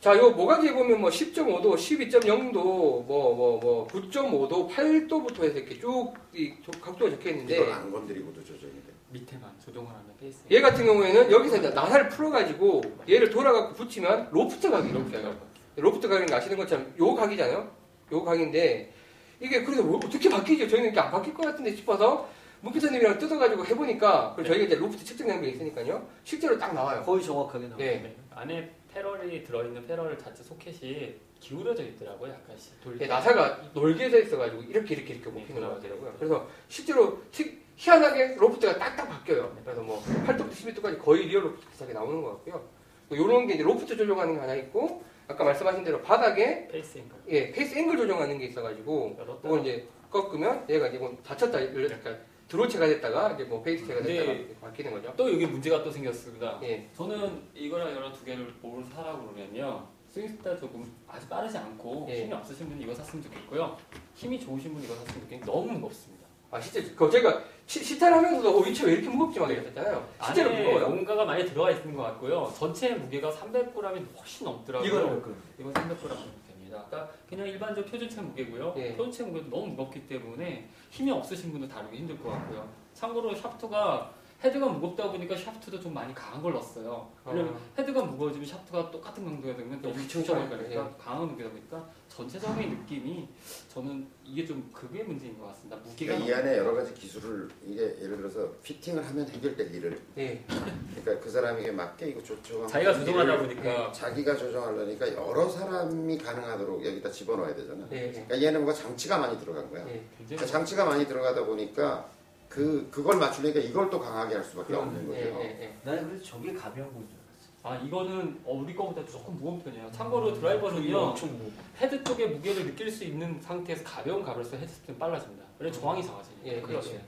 [SPEAKER 2] 자, 요 모가지에 보면 뭐 10.5도, 12.0도, 뭐, 뭐, 뭐, 9.5도, 8도부터 해서 이렇게 쭉, 이 조- 각도가 적혀
[SPEAKER 3] 이걸
[SPEAKER 2] 있는데,
[SPEAKER 3] 안 건드리고도 조정이 돼.
[SPEAKER 5] 밑에만 조정을 하면 페이스 앵글.
[SPEAKER 2] 얘 같은 경우에는 여기서 이제 나사를 풀어가지고, 얘를 돌아가고 붙이면 로프트 각이 있어요. 로프트 각인 아시는 것처럼 요 각이잖아요? 요 각인데, 이게 그래서 뭐 어떻게 바뀌죠? 저희는 이렇게 안 바뀔 것 같은데 싶어서, 문기사님이랑 뜯어가지고 해보니까, 그리고 저희가 이제 로프트 측정 장비가 있으니까요, 실제로 딱 나와요.
[SPEAKER 1] 거의 정확하게 나와.
[SPEAKER 2] 네.
[SPEAKER 5] 네. 안에 패럴이 들어있는 패럴 자체 소켓이 기울어져 있더라고요, 약간씩. 돌
[SPEAKER 2] 예, 나사가 놀게 돼 있어가지고 이렇게 이렇게 이렇게 먹히는
[SPEAKER 5] 네,
[SPEAKER 2] 거 같더라고요. 그래서 실제로 티- 희한하게 로프트가 딱딱 바뀌어요. 그래서 뭐 8도부터 11도까지 거의 리얼 로프트 비슷하게 나오는 것 같고요. 이런 게 이제 로프트 조정하는 게 하나 있고 아까 말씀하신 대로 바닥에
[SPEAKER 5] 페이스 앵글.
[SPEAKER 2] 예, 페이스 앵글 조정하는 게 있어가지고 그걸 이제 꺾으면 얘가 이제 뭐 닫혔다 열렸다 드로체가 됐다가 이제 뭐 페이스체가
[SPEAKER 5] 네.
[SPEAKER 2] 됐다가 이렇게 바뀌는 거죠.
[SPEAKER 5] 또 여기 문제가 또 생겼습니다.
[SPEAKER 2] 예,
[SPEAKER 5] 저는 이거랑 이거랑 두 개를 뭘 사라고 그러면요. 스윙스타 조금 아주 빠르지 않고
[SPEAKER 2] 예.
[SPEAKER 5] 힘이 없으신 분은 이거 샀으면 좋겠고요. 힘이 좋으신 분은 이거 샀으면 좋겠는데 너무 무겁습니다.
[SPEAKER 2] 아 실제 그 제가 시, 시탈하면서도 어, 이체 왜 이렇게 무겁지 막 이랬잖아요. 실제로
[SPEAKER 5] 안에
[SPEAKER 2] 무거워요.
[SPEAKER 5] 뭔가가 많이 들어가 있는 것 같고요. 전체 무게가 300g이 훨씬 넘더라고요.
[SPEAKER 1] 이거는 그
[SPEAKER 5] 이건 300g 정도 됩니다. 아까 그냥 일반적 표준체 무게고요.
[SPEAKER 2] 예.
[SPEAKER 5] 표준체 무게도 너무 무겁기 때문에 힘이 없으신 분은 다루기 힘들 것 같고요. 참고로 샤프트가 헤드가 무겁다 보니까 샤프트도 좀 많이 강한 걸 넣었어요. 왜냐면 헤드가 무거워지면 샤프트가 똑같은 강도가 되면 너무
[SPEAKER 2] 엄청
[SPEAKER 5] 튀어나올
[SPEAKER 2] 강해요.
[SPEAKER 5] 거니까 강한 무게다 보니까 전체적인 느낌이 저는 이게 좀 그게 문제인 것 같습니다. 무게가
[SPEAKER 3] 그러니까 이 안에 여러 가지 기술을 이게 예를 들어서 피팅을 하면 해결될 일을
[SPEAKER 2] 예,
[SPEAKER 3] 그러니까 그 사람에게 맞게 이거 조정하고
[SPEAKER 5] 자기가 조종하다
[SPEAKER 3] 일을
[SPEAKER 5] 보니까
[SPEAKER 3] 자기가 조정하려니까 여러 사람이 가능하도록 여기다 집어넣어야 되잖아.
[SPEAKER 2] 예, 예.
[SPEAKER 3] 그러니까 얘는 뭔가 장치가 많이 들어간 거야.
[SPEAKER 2] 예.
[SPEAKER 5] 굉장히
[SPEAKER 3] 그러니까 장치가 많이 들어가다 보니까 그 그걸 맞추려니까 이걸 또 강하게 할 수밖에 없는
[SPEAKER 2] 예,
[SPEAKER 3] 거죠.
[SPEAKER 2] 예, 예.
[SPEAKER 1] 나는 그래서 저게 가벼운 줄
[SPEAKER 5] 아 이거는 어, 우리 거보다 조금 무거운 편이에요. 참고로
[SPEAKER 1] 알았어.
[SPEAKER 5] 드라이버는요.
[SPEAKER 1] 엄청 뭐 무거워.
[SPEAKER 5] 헤드 쪽에 무게를 느낄 수 있는 상태에서 가벼운 가벼울수록 헤드 스피드 빨라집니다. 그래서 저항이 강해지니까.
[SPEAKER 2] 예,
[SPEAKER 5] 그렇죠.
[SPEAKER 2] 예, 예.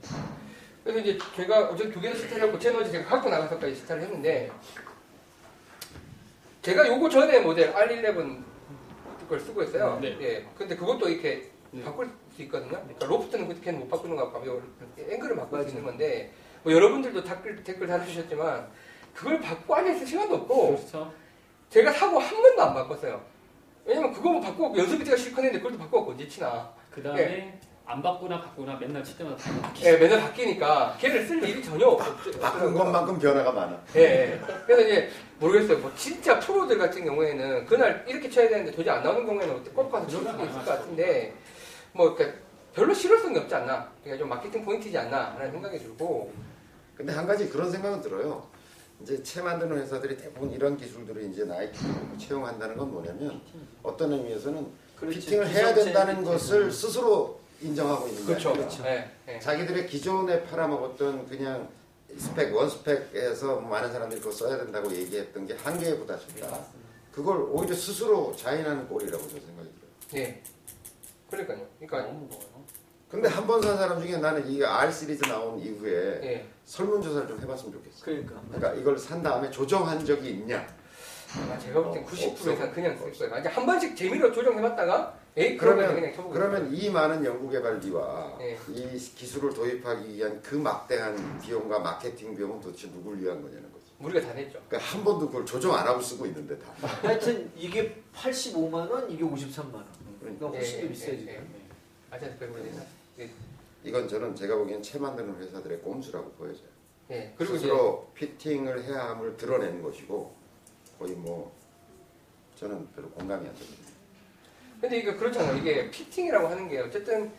[SPEAKER 2] 그래서 이제 제가 어제 두 개를 스타일을 고채널지 제가 갖고 나가서까지 스타일을 했는데 제가 요거 전에 모델 R11 걸 쓰고 있어요.
[SPEAKER 5] 네.
[SPEAKER 2] 예. 근데 그것도 이렇게
[SPEAKER 5] 네.
[SPEAKER 2] 바꿀 수 있거든요. 그러니까 로프트는 그렇게 못 바꾸는 것 같고 요 앵글을 바꿀
[SPEAKER 1] 맞아요.
[SPEAKER 2] 수 있는 건데 뭐 여러분들도 댓글 댓글 달아주셨지만 그걸 바꾸고 앉아 있을 시간도 없고
[SPEAKER 5] 그렇죠.
[SPEAKER 2] 제가 사고 한 번도 안 바꿨어요. 왜냐면 그거 뭐 바꾸고 연습이 제가 실컷 했는데 그것도 바꾸고 언제 치나.
[SPEAKER 5] 그 다음에 안 바꾸나 바꾸나 맨날 칠 때마다 다 바뀌죠.
[SPEAKER 2] 예, 맨날 바뀌니까 걔를 쓸 일이 전혀 없죠.
[SPEAKER 3] 바꾼 것만큼 변화가 많아.
[SPEAKER 2] 예, 예. 그래서 이제 모르겠어요. 뭐 진짜 프로들 같은 경우에는 그날 이렇게 쳐야 되는데 도저히 안 나오는 경우에는 어떻게 꺾어서 칠 수도 있을 것 같은데 뭐 그러니까 별로 실효성이 없지 않나. 그러니까 좀 마케팅 포인트지 않나라는 생각이 들고
[SPEAKER 3] 근데 한 가지 그런 생각은 들어요. 이제 채 만드는 회사들이 대부분 이런 기술들을 이제 나이키로 채용한다는 건 뭐냐면 어떤 의미에서는
[SPEAKER 1] 그렇지.
[SPEAKER 3] 피팅을 해야 된다는
[SPEAKER 1] 그렇죠. 기성체
[SPEAKER 3] 것을 스스로 인정하고 있는 거예요.
[SPEAKER 2] 예, 예.
[SPEAKER 3] 자기들의 기존에 팔아먹었던 그냥 스펙 원스펙에서 뭐 많은 사람들이 그거 써야 된다고 얘기했던 게 한계에 부딪힌다. 그걸 오히려 스스로 자인하는 꼴이라고 저는 생각이 들어요.
[SPEAKER 2] 예. 그러니까요. 그러니까
[SPEAKER 5] 너무 무거워요.
[SPEAKER 3] 근데 한 번 산 사람 중에 나는 이 R 시리즈 나온 이후에
[SPEAKER 2] 예.
[SPEAKER 3] 설문조사를 좀 해봤으면 좋겠어.
[SPEAKER 1] 그러니까.
[SPEAKER 3] 그러니까 이걸 산 다음에 조정한 적이 있냐?
[SPEAKER 2] 아마 제가 볼 땐
[SPEAKER 3] 어,
[SPEAKER 2] 90% 이상
[SPEAKER 3] 없어.
[SPEAKER 2] 그냥 쓸 거예요. 이제 한 번씩 재미로 조정해봤다가 에이 그러면
[SPEAKER 3] 그러면
[SPEAKER 2] 그냥 쳐보고
[SPEAKER 3] 그러면 이 많은 연구 개발비와
[SPEAKER 2] 예.
[SPEAKER 3] 이 기술을 도입하기 위한 그 막대한 비용과 마케팅 비용은 도대체 누굴 위한 거냐는 거죠.
[SPEAKER 2] 우리가 다 냈죠.
[SPEAKER 3] 그러니까 한 번도 그걸 조정 안 하고 쓰고 있는데 다.
[SPEAKER 1] 하여튼 이게 85만 원, 이게 53만 원. 그러니까 훨씬
[SPEAKER 2] 예,
[SPEAKER 1] 더
[SPEAKER 2] 예,
[SPEAKER 1] 비싸지.
[SPEAKER 2] 예, 예. 아시아스 배우는
[SPEAKER 3] 음. 이건 저는 제가 보기엔 채 만드는 회사들의 꼼수라고 보여져요.
[SPEAKER 2] 예.
[SPEAKER 3] 그리고
[SPEAKER 2] 그리고 이제
[SPEAKER 3] 스스로 피팅을 해야 함을 드러내는 것이고 거의 뭐 저는 별로 공감이 안 됩니다.
[SPEAKER 2] 근데 이게 그렇잖아요. 이게 피팅이라고 하는 게 어쨌든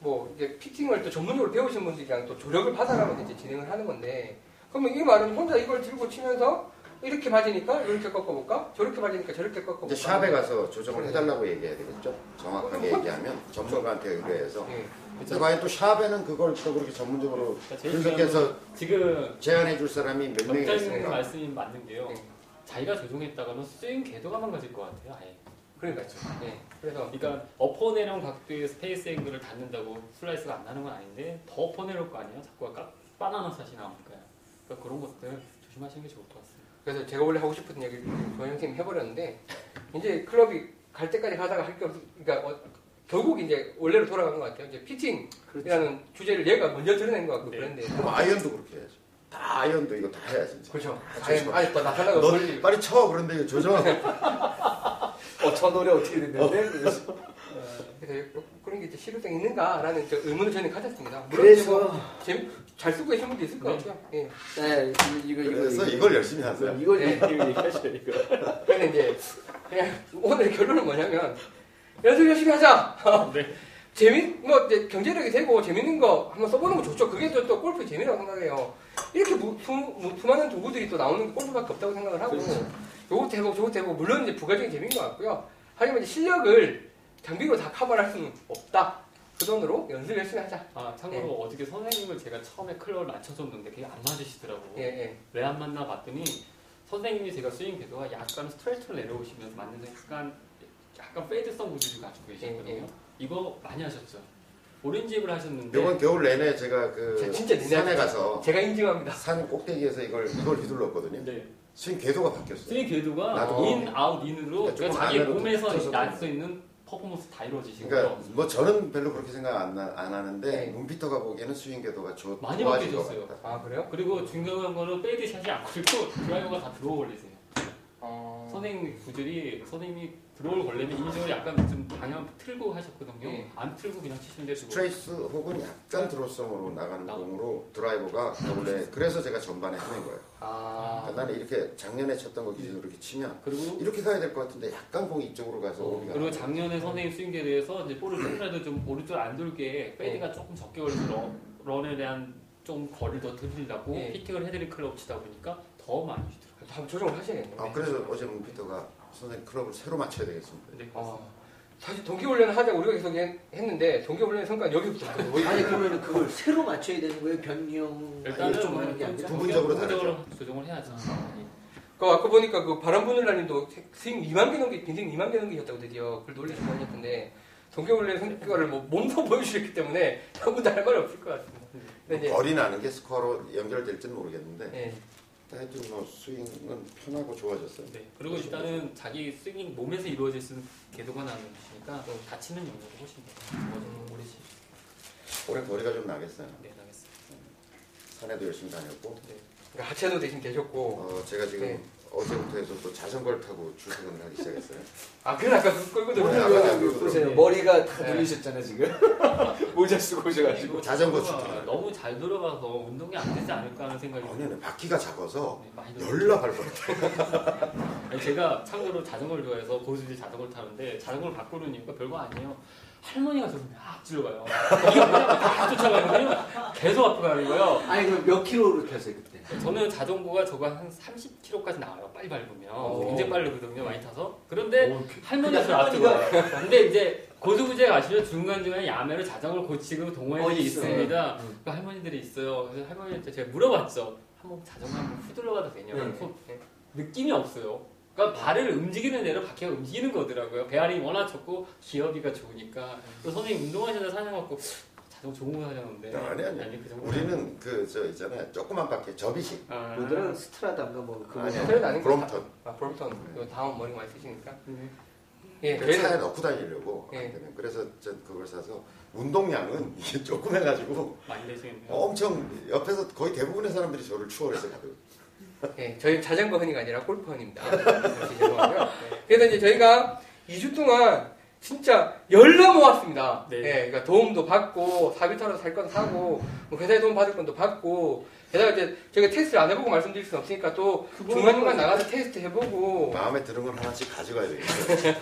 [SPEAKER 2] 뭐 이제 피팅을 또 전문적으로 배우신 분들이랑 또 조력을 받아가면서 이제 진행을 하는 건데 그러면 이 말은 혼자 이걸 들고 치면서 이렇게 맞으니까 이렇게 꺾어볼까? 저렇게 맞으니까 저렇게 꺾어볼까?
[SPEAKER 3] 이제 샵에 가서 조정을 해달라고 얘기해야 되겠죠? 정확하게 얘기하면 전문가한테 의뢰해서
[SPEAKER 2] 예.
[SPEAKER 3] 근데 과연 또 샵에는 그걸 또 그렇게 전문적으로
[SPEAKER 5] 그러니까 제일 중요한
[SPEAKER 3] 분석해서
[SPEAKER 5] 건 지금
[SPEAKER 3] 제안해 줄 사람이 몇 명이
[SPEAKER 5] 전자님
[SPEAKER 3] 있을까?
[SPEAKER 5] 말씀이 맞는 게요.
[SPEAKER 2] 예.
[SPEAKER 5] 자기가 조종했다가는 스윙 궤도가 망가질 것 같아요. 아예.
[SPEAKER 2] 그러니까요.
[SPEAKER 5] 네.
[SPEAKER 2] 그래서
[SPEAKER 5] 그러니까 엎어 내려온 각도의 스페이스 앵글을 닿는다고 슬라이스가 안 나는 건 아닌데 더 엎어 내려올 거 아니에요? 자꾸 아까 바나나 샷이 나오니까요. 그러니까 그런 것들 조심하시는 게 좋을 것 같습니다.
[SPEAKER 2] 그래서 제가 원래 하고 싶었던 얘기를 조현 선생님 해버렸는데 이제 클럽이 갈 때까지 가다가 할 게 없, 그러니까 어, 결국 이제 원래로 돌아간 것 같아요. 이제 피팅이라는
[SPEAKER 1] 그렇죠.
[SPEAKER 3] 그렇죠.
[SPEAKER 2] 주제를 얘가 먼저 드러낸 것 같고
[SPEAKER 5] 네.
[SPEAKER 2] 그런데
[SPEAKER 3] 그럼 아이언도 그렇게 해야죠. 다 아이언도 이거 다 해야지. 이제.
[SPEAKER 2] 그렇죠.
[SPEAKER 3] 아,
[SPEAKER 2] 아예
[SPEAKER 3] 조심하-
[SPEAKER 2] 아예 또 나타나고
[SPEAKER 3] 너
[SPEAKER 2] 멀리
[SPEAKER 3] 빨리 쳐 그런데 이거 조정.
[SPEAKER 1] 어, 저 노래 어떻게 됐는데?
[SPEAKER 2] 그래서 뭐 그런 게 이제 실효성 있는가라는 저 의문을 저는 가졌습니다. 물론
[SPEAKER 1] 네, 그래서
[SPEAKER 2] 뭐 재미- 잘 쓰고 계신 분도 있을 것 같아요. 예.
[SPEAKER 1] 네, 이거 이거
[SPEAKER 3] 그래서
[SPEAKER 1] 이거
[SPEAKER 3] 이걸 열심히 하세요.
[SPEAKER 1] 이거
[SPEAKER 2] 네.
[SPEAKER 1] 얘기하셔 이거.
[SPEAKER 2] 근데 이제 그냥 오늘 결론은 뭐냐면 연습 열심히 하자. (laughs)
[SPEAKER 5] 네.
[SPEAKER 2] 재미 뭐 이제 경제력이 되고 재밌는 거 한번 써보는 거 좋죠. 그게 또, 또 골프 의 재미라고 생각해요. 이렇게 무품 무품하는 도구들이 또 나오는 게 골프밖에 없다고 생각을 하고 요것도 해보고 저것도 해보고 물론 이제 부가적인 재미인 것 같고요. 하지만 이제 실력을 장비로 다 커버할 수는 없다. 그 돈으로 연습 열심히 하자.
[SPEAKER 5] 아 참고로
[SPEAKER 2] 네.
[SPEAKER 5] 어저께 선생님을 제가 처음에 클럽을 맞춰줬는데 그게 안 맞으시더라고요.
[SPEAKER 2] 예 예.
[SPEAKER 5] 왜 안 맞나 봤더니 선생님이 제가 스윙 궤도가 약간 스트레이트로 내려오시면서 맞는데 약간 약간 페이드성 구질을 가지고
[SPEAKER 2] 예,
[SPEAKER 5] 계시거든요.
[SPEAKER 2] 예.
[SPEAKER 5] 이거 많이 하셨죠. 오렌지입을 하셨는데
[SPEAKER 3] 이번 겨울 내내 제가 그
[SPEAKER 2] 제가 진짜 내내
[SPEAKER 3] 산에
[SPEAKER 2] 하죠.
[SPEAKER 3] 가서
[SPEAKER 2] 제가 인증합니다.
[SPEAKER 3] 산 꼭대기에서 이걸 이걸 휘둘렀거든요.
[SPEAKER 5] 네.
[SPEAKER 3] 스윙 궤도가 바뀌었어요.
[SPEAKER 5] 스윙 궤도가
[SPEAKER 3] 나도.
[SPEAKER 5] 인 아웃 인으로
[SPEAKER 3] 야, 조금
[SPEAKER 5] 그러니까 자기
[SPEAKER 3] 안으로
[SPEAKER 5] 몸에서
[SPEAKER 3] 붙여서
[SPEAKER 5] 날 수 있는 퍼포먼스 다 이루어지시고
[SPEAKER 3] 그러니까 뭐 저는 별로 그렇게 생각 안, 나- 안 하는데
[SPEAKER 2] 네.
[SPEAKER 3] 문피터가 보기에는 스윙 궤도가 좋
[SPEAKER 5] 많이
[SPEAKER 3] 좋아진 것
[SPEAKER 5] 바뀌셨어요.
[SPEAKER 3] 같다.
[SPEAKER 2] 아 그래요?
[SPEAKER 5] 그리고 중요한 거는 페이드 샷이 안 걸리고 드라이버가 다 들어올 걸리세요.
[SPEAKER 2] 어...
[SPEAKER 5] 선생님 구질이 선생님이 들어올 걸리면 인적으로 약간 좀 방향 틀고 하셨거든요.
[SPEAKER 2] 예.
[SPEAKER 5] 안 틀고 그냥 치시는데 지금
[SPEAKER 3] 트레이스 혹은
[SPEAKER 5] 네.
[SPEAKER 3] 약간 드로성으로 나가는
[SPEAKER 5] 나오-
[SPEAKER 3] 공으로 드라이버가 원래
[SPEAKER 5] 아.
[SPEAKER 3] 그래서 제가 전반에 하는 거예요.
[SPEAKER 2] 아.
[SPEAKER 3] 그러니까 나는 이렇게 작년에 쳤던 거 기준으로 이렇게 치면
[SPEAKER 5] 그리고
[SPEAKER 3] 이렇게 가야 될 것 같은데 약간 공이 이쪽으로 가서
[SPEAKER 5] 어,
[SPEAKER 3] 우리가
[SPEAKER 5] 그리고 작년에 선생님 스윙에 대해서 이제 (clears throat) 볼을 조금이라도 좀 오른쪽 안 돌게 페이드가 조금 적게 걸려서 런, 에 대한 좀 거리를 더 드리려고
[SPEAKER 2] 예.
[SPEAKER 5] 피팅을 해드린 클럽 치다 보니까 더 많이 주더라고요.
[SPEAKER 2] 한번 조정을 하셔야겠네요.
[SPEAKER 3] 아 그래서 어제 문피터가 선생님 클럽을 새로 맞춰야 되겠습니다.
[SPEAKER 5] 네,
[SPEAKER 2] 아, 사실 동계훈련을 하자 우리가 계속 했- 했는데 동계훈련 성과는 여기부터
[SPEAKER 1] 아니 그러면 그걸 새로 맞춰야 되는 거예요? 변형
[SPEAKER 5] 일단은
[SPEAKER 1] 좀 하는 게 아니라.
[SPEAKER 3] 부분적으로
[SPEAKER 5] 조정을 해야죠. 네.
[SPEAKER 2] 그 아까 보니까 그 바람 부는 날님도 스윙 2만 개 넘게 빈생 2만 개 넘기셨다고 드디어 그걸 놀리시고 하셨던데 동계훈련 성과를 뭐 몸소 (laughs) 보여주셨기 때문에 아무도 할 말이 없을 것 같습니다.
[SPEAKER 5] 네,
[SPEAKER 2] 근데 이제
[SPEAKER 3] 거리 나는 게 스코어로 연결될지는 모르겠는데
[SPEAKER 2] 예,
[SPEAKER 3] 하여튼 뭐 스윙은 편하고 좋아졌어요.
[SPEAKER 5] 네. 그리고 일단은 자기 스윙 몸에서 이루어질 수 있는 궤도가 나는 것이니까 또 다치는 영역이 훨씬 더 오래 치.
[SPEAKER 3] 올해 거리가 좀 나겠어요.
[SPEAKER 5] 네, 알겠습니다.
[SPEAKER 3] 산에도 열심히 다녔고
[SPEAKER 2] 그러니까 하체도 대신 되셨고
[SPEAKER 3] 어, 제가 지금
[SPEAKER 2] 네.
[SPEAKER 3] 어제부터 해서 또 자전거를 타고 출퇴근을
[SPEAKER 2] (laughs)
[SPEAKER 3] 하기 시작했어요.
[SPEAKER 2] 아 그래 아까 그 끌고
[SPEAKER 3] 네,
[SPEAKER 2] 들어오는
[SPEAKER 3] 아까
[SPEAKER 2] 거
[SPEAKER 3] 그거
[SPEAKER 4] 보세요.
[SPEAKER 3] 들었어요.
[SPEAKER 4] 머리가 다 돌리셨잖아 지금. 모자 쓰고 오셔가지고.
[SPEAKER 5] 그리고
[SPEAKER 3] 자전거
[SPEAKER 5] 자전거가
[SPEAKER 3] 추천.
[SPEAKER 5] 너무 잘 돌아가서 운동이 안 되지 않을까 하는 생각이 들어요.
[SPEAKER 3] 아니요, 바퀴가 작아서
[SPEAKER 5] 네, 많이 들어요.
[SPEAKER 3] 열나 밟아요.
[SPEAKER 5] 아니, 제가 참고로 자전거를 좋아해서 고수들이 자전거를 타는데 자전거를 바꾸는 이유가 별거 아니에요. 할머니가 저를 막 찔러가요. 막 쫓아가거든요. 계속 앞으로 가는 거예요.
[SPEAKER 1] 아니 그럼 몇 킬로로 탔어요 그때?
[SPEAKER 5] 저는 자전거가 저거 한 30km까지 나와요. 빨리 밟으면
[SPEAKER 3] 어.
[SPEAKER 2] 오.
[SPEAKER 5] 굉장히 빠르거든요. 많이 타서.
[SPEAKER 2] 네.
[SPEAKER 5] 그런데
[SPEAKER 1] 오,
[SPEAKER 5] 할머니가 저를 앞으로 가요. 근데 이제 고수부제가 아시죠? 중간중간에 야매로 자전거를 고치고 동호회들이
[SPEAKER 1] 어, 있어요.
[SPEAKER 5] 있습니다.
[SPEAKER 1] 음.
[SPEAKER 5] 그 할머니들이 있어요. 그래서 할머니한테 제가 물어봤죠. 한번 자전거 한번 휘둘러 가도 되냐?
[SPEAKER 2] 네.
[SPEAKER 5] 그래서 느낌이 없어요. 그러니까 발을 움직이는 대로 바퀴가 움직이는 거더라고요. 배알이 워낙 좋고 기어비가 좋으니까. 그 선생님 운동하시다 사냥 갖고 자전거 좋은 거 사냥인데.
[SPEAKER 3] 아니, 아니.
[SPEAKER 5] 그
[SPEAKER 2] 음.
[SPEAKER 5] 정도.
[SPEAKER 3] 우리는 그 저 있잖아요, 조그만 바퀴 접이식.
[SPEAKER 5] 아.
[SPEAKER 1] 뭐더라 스트라단가 뭐 그거.
[SPEAKER 3] 아니야.
[SPEAKER 2] 스트레스 아닌 것 같아.
[SPEAKER 3] 브롬턴
[SPEAKER 2] 아 브롬턴 이거 다음 머리 많이 쓰시니까
[SPEAKER 5] 네.
[SPEAKER 2] 예
[SPEAKER 3] 그 차에
[SPEAKER 2] 저희는
[SPEAKER 3] 넣고 다니려고
[SPEAKER 2] 예.
[SPEAKER 3] 안 되는. 그래서 전 그걸 사서 운동량은 (laughs) 이게 조금 해가지고
[SPEAKER 5] 많이 되시겠네요.
[SPEAKER 3] 어. 엄청 옆에서 거의 대부분의 사람들이 저를 추월해서 가고
[SPEAKER 2] 예, 저희 자전거 허니가 아니라 골프 허니입니다. 네, 죄송하고요. 네. 그래서 이제 저희가 2주 동안 진짜 열나 모았습니다.
[SPEAKER 5] 네.
[SPEAKER 2] 예, 그러니까 도움도 받고 사비타로 살 건 사고 뭐 회사에 도움 받을 건도 받고 게다가 이제 저희가 테스트를 안 해보고 말씀드릴 수는 없으니까 또 중간 중간 나가서 테스트 해보고
[SPEAKER 3] 마음에 드는 걸 하나씩 가져가야 되겠어요.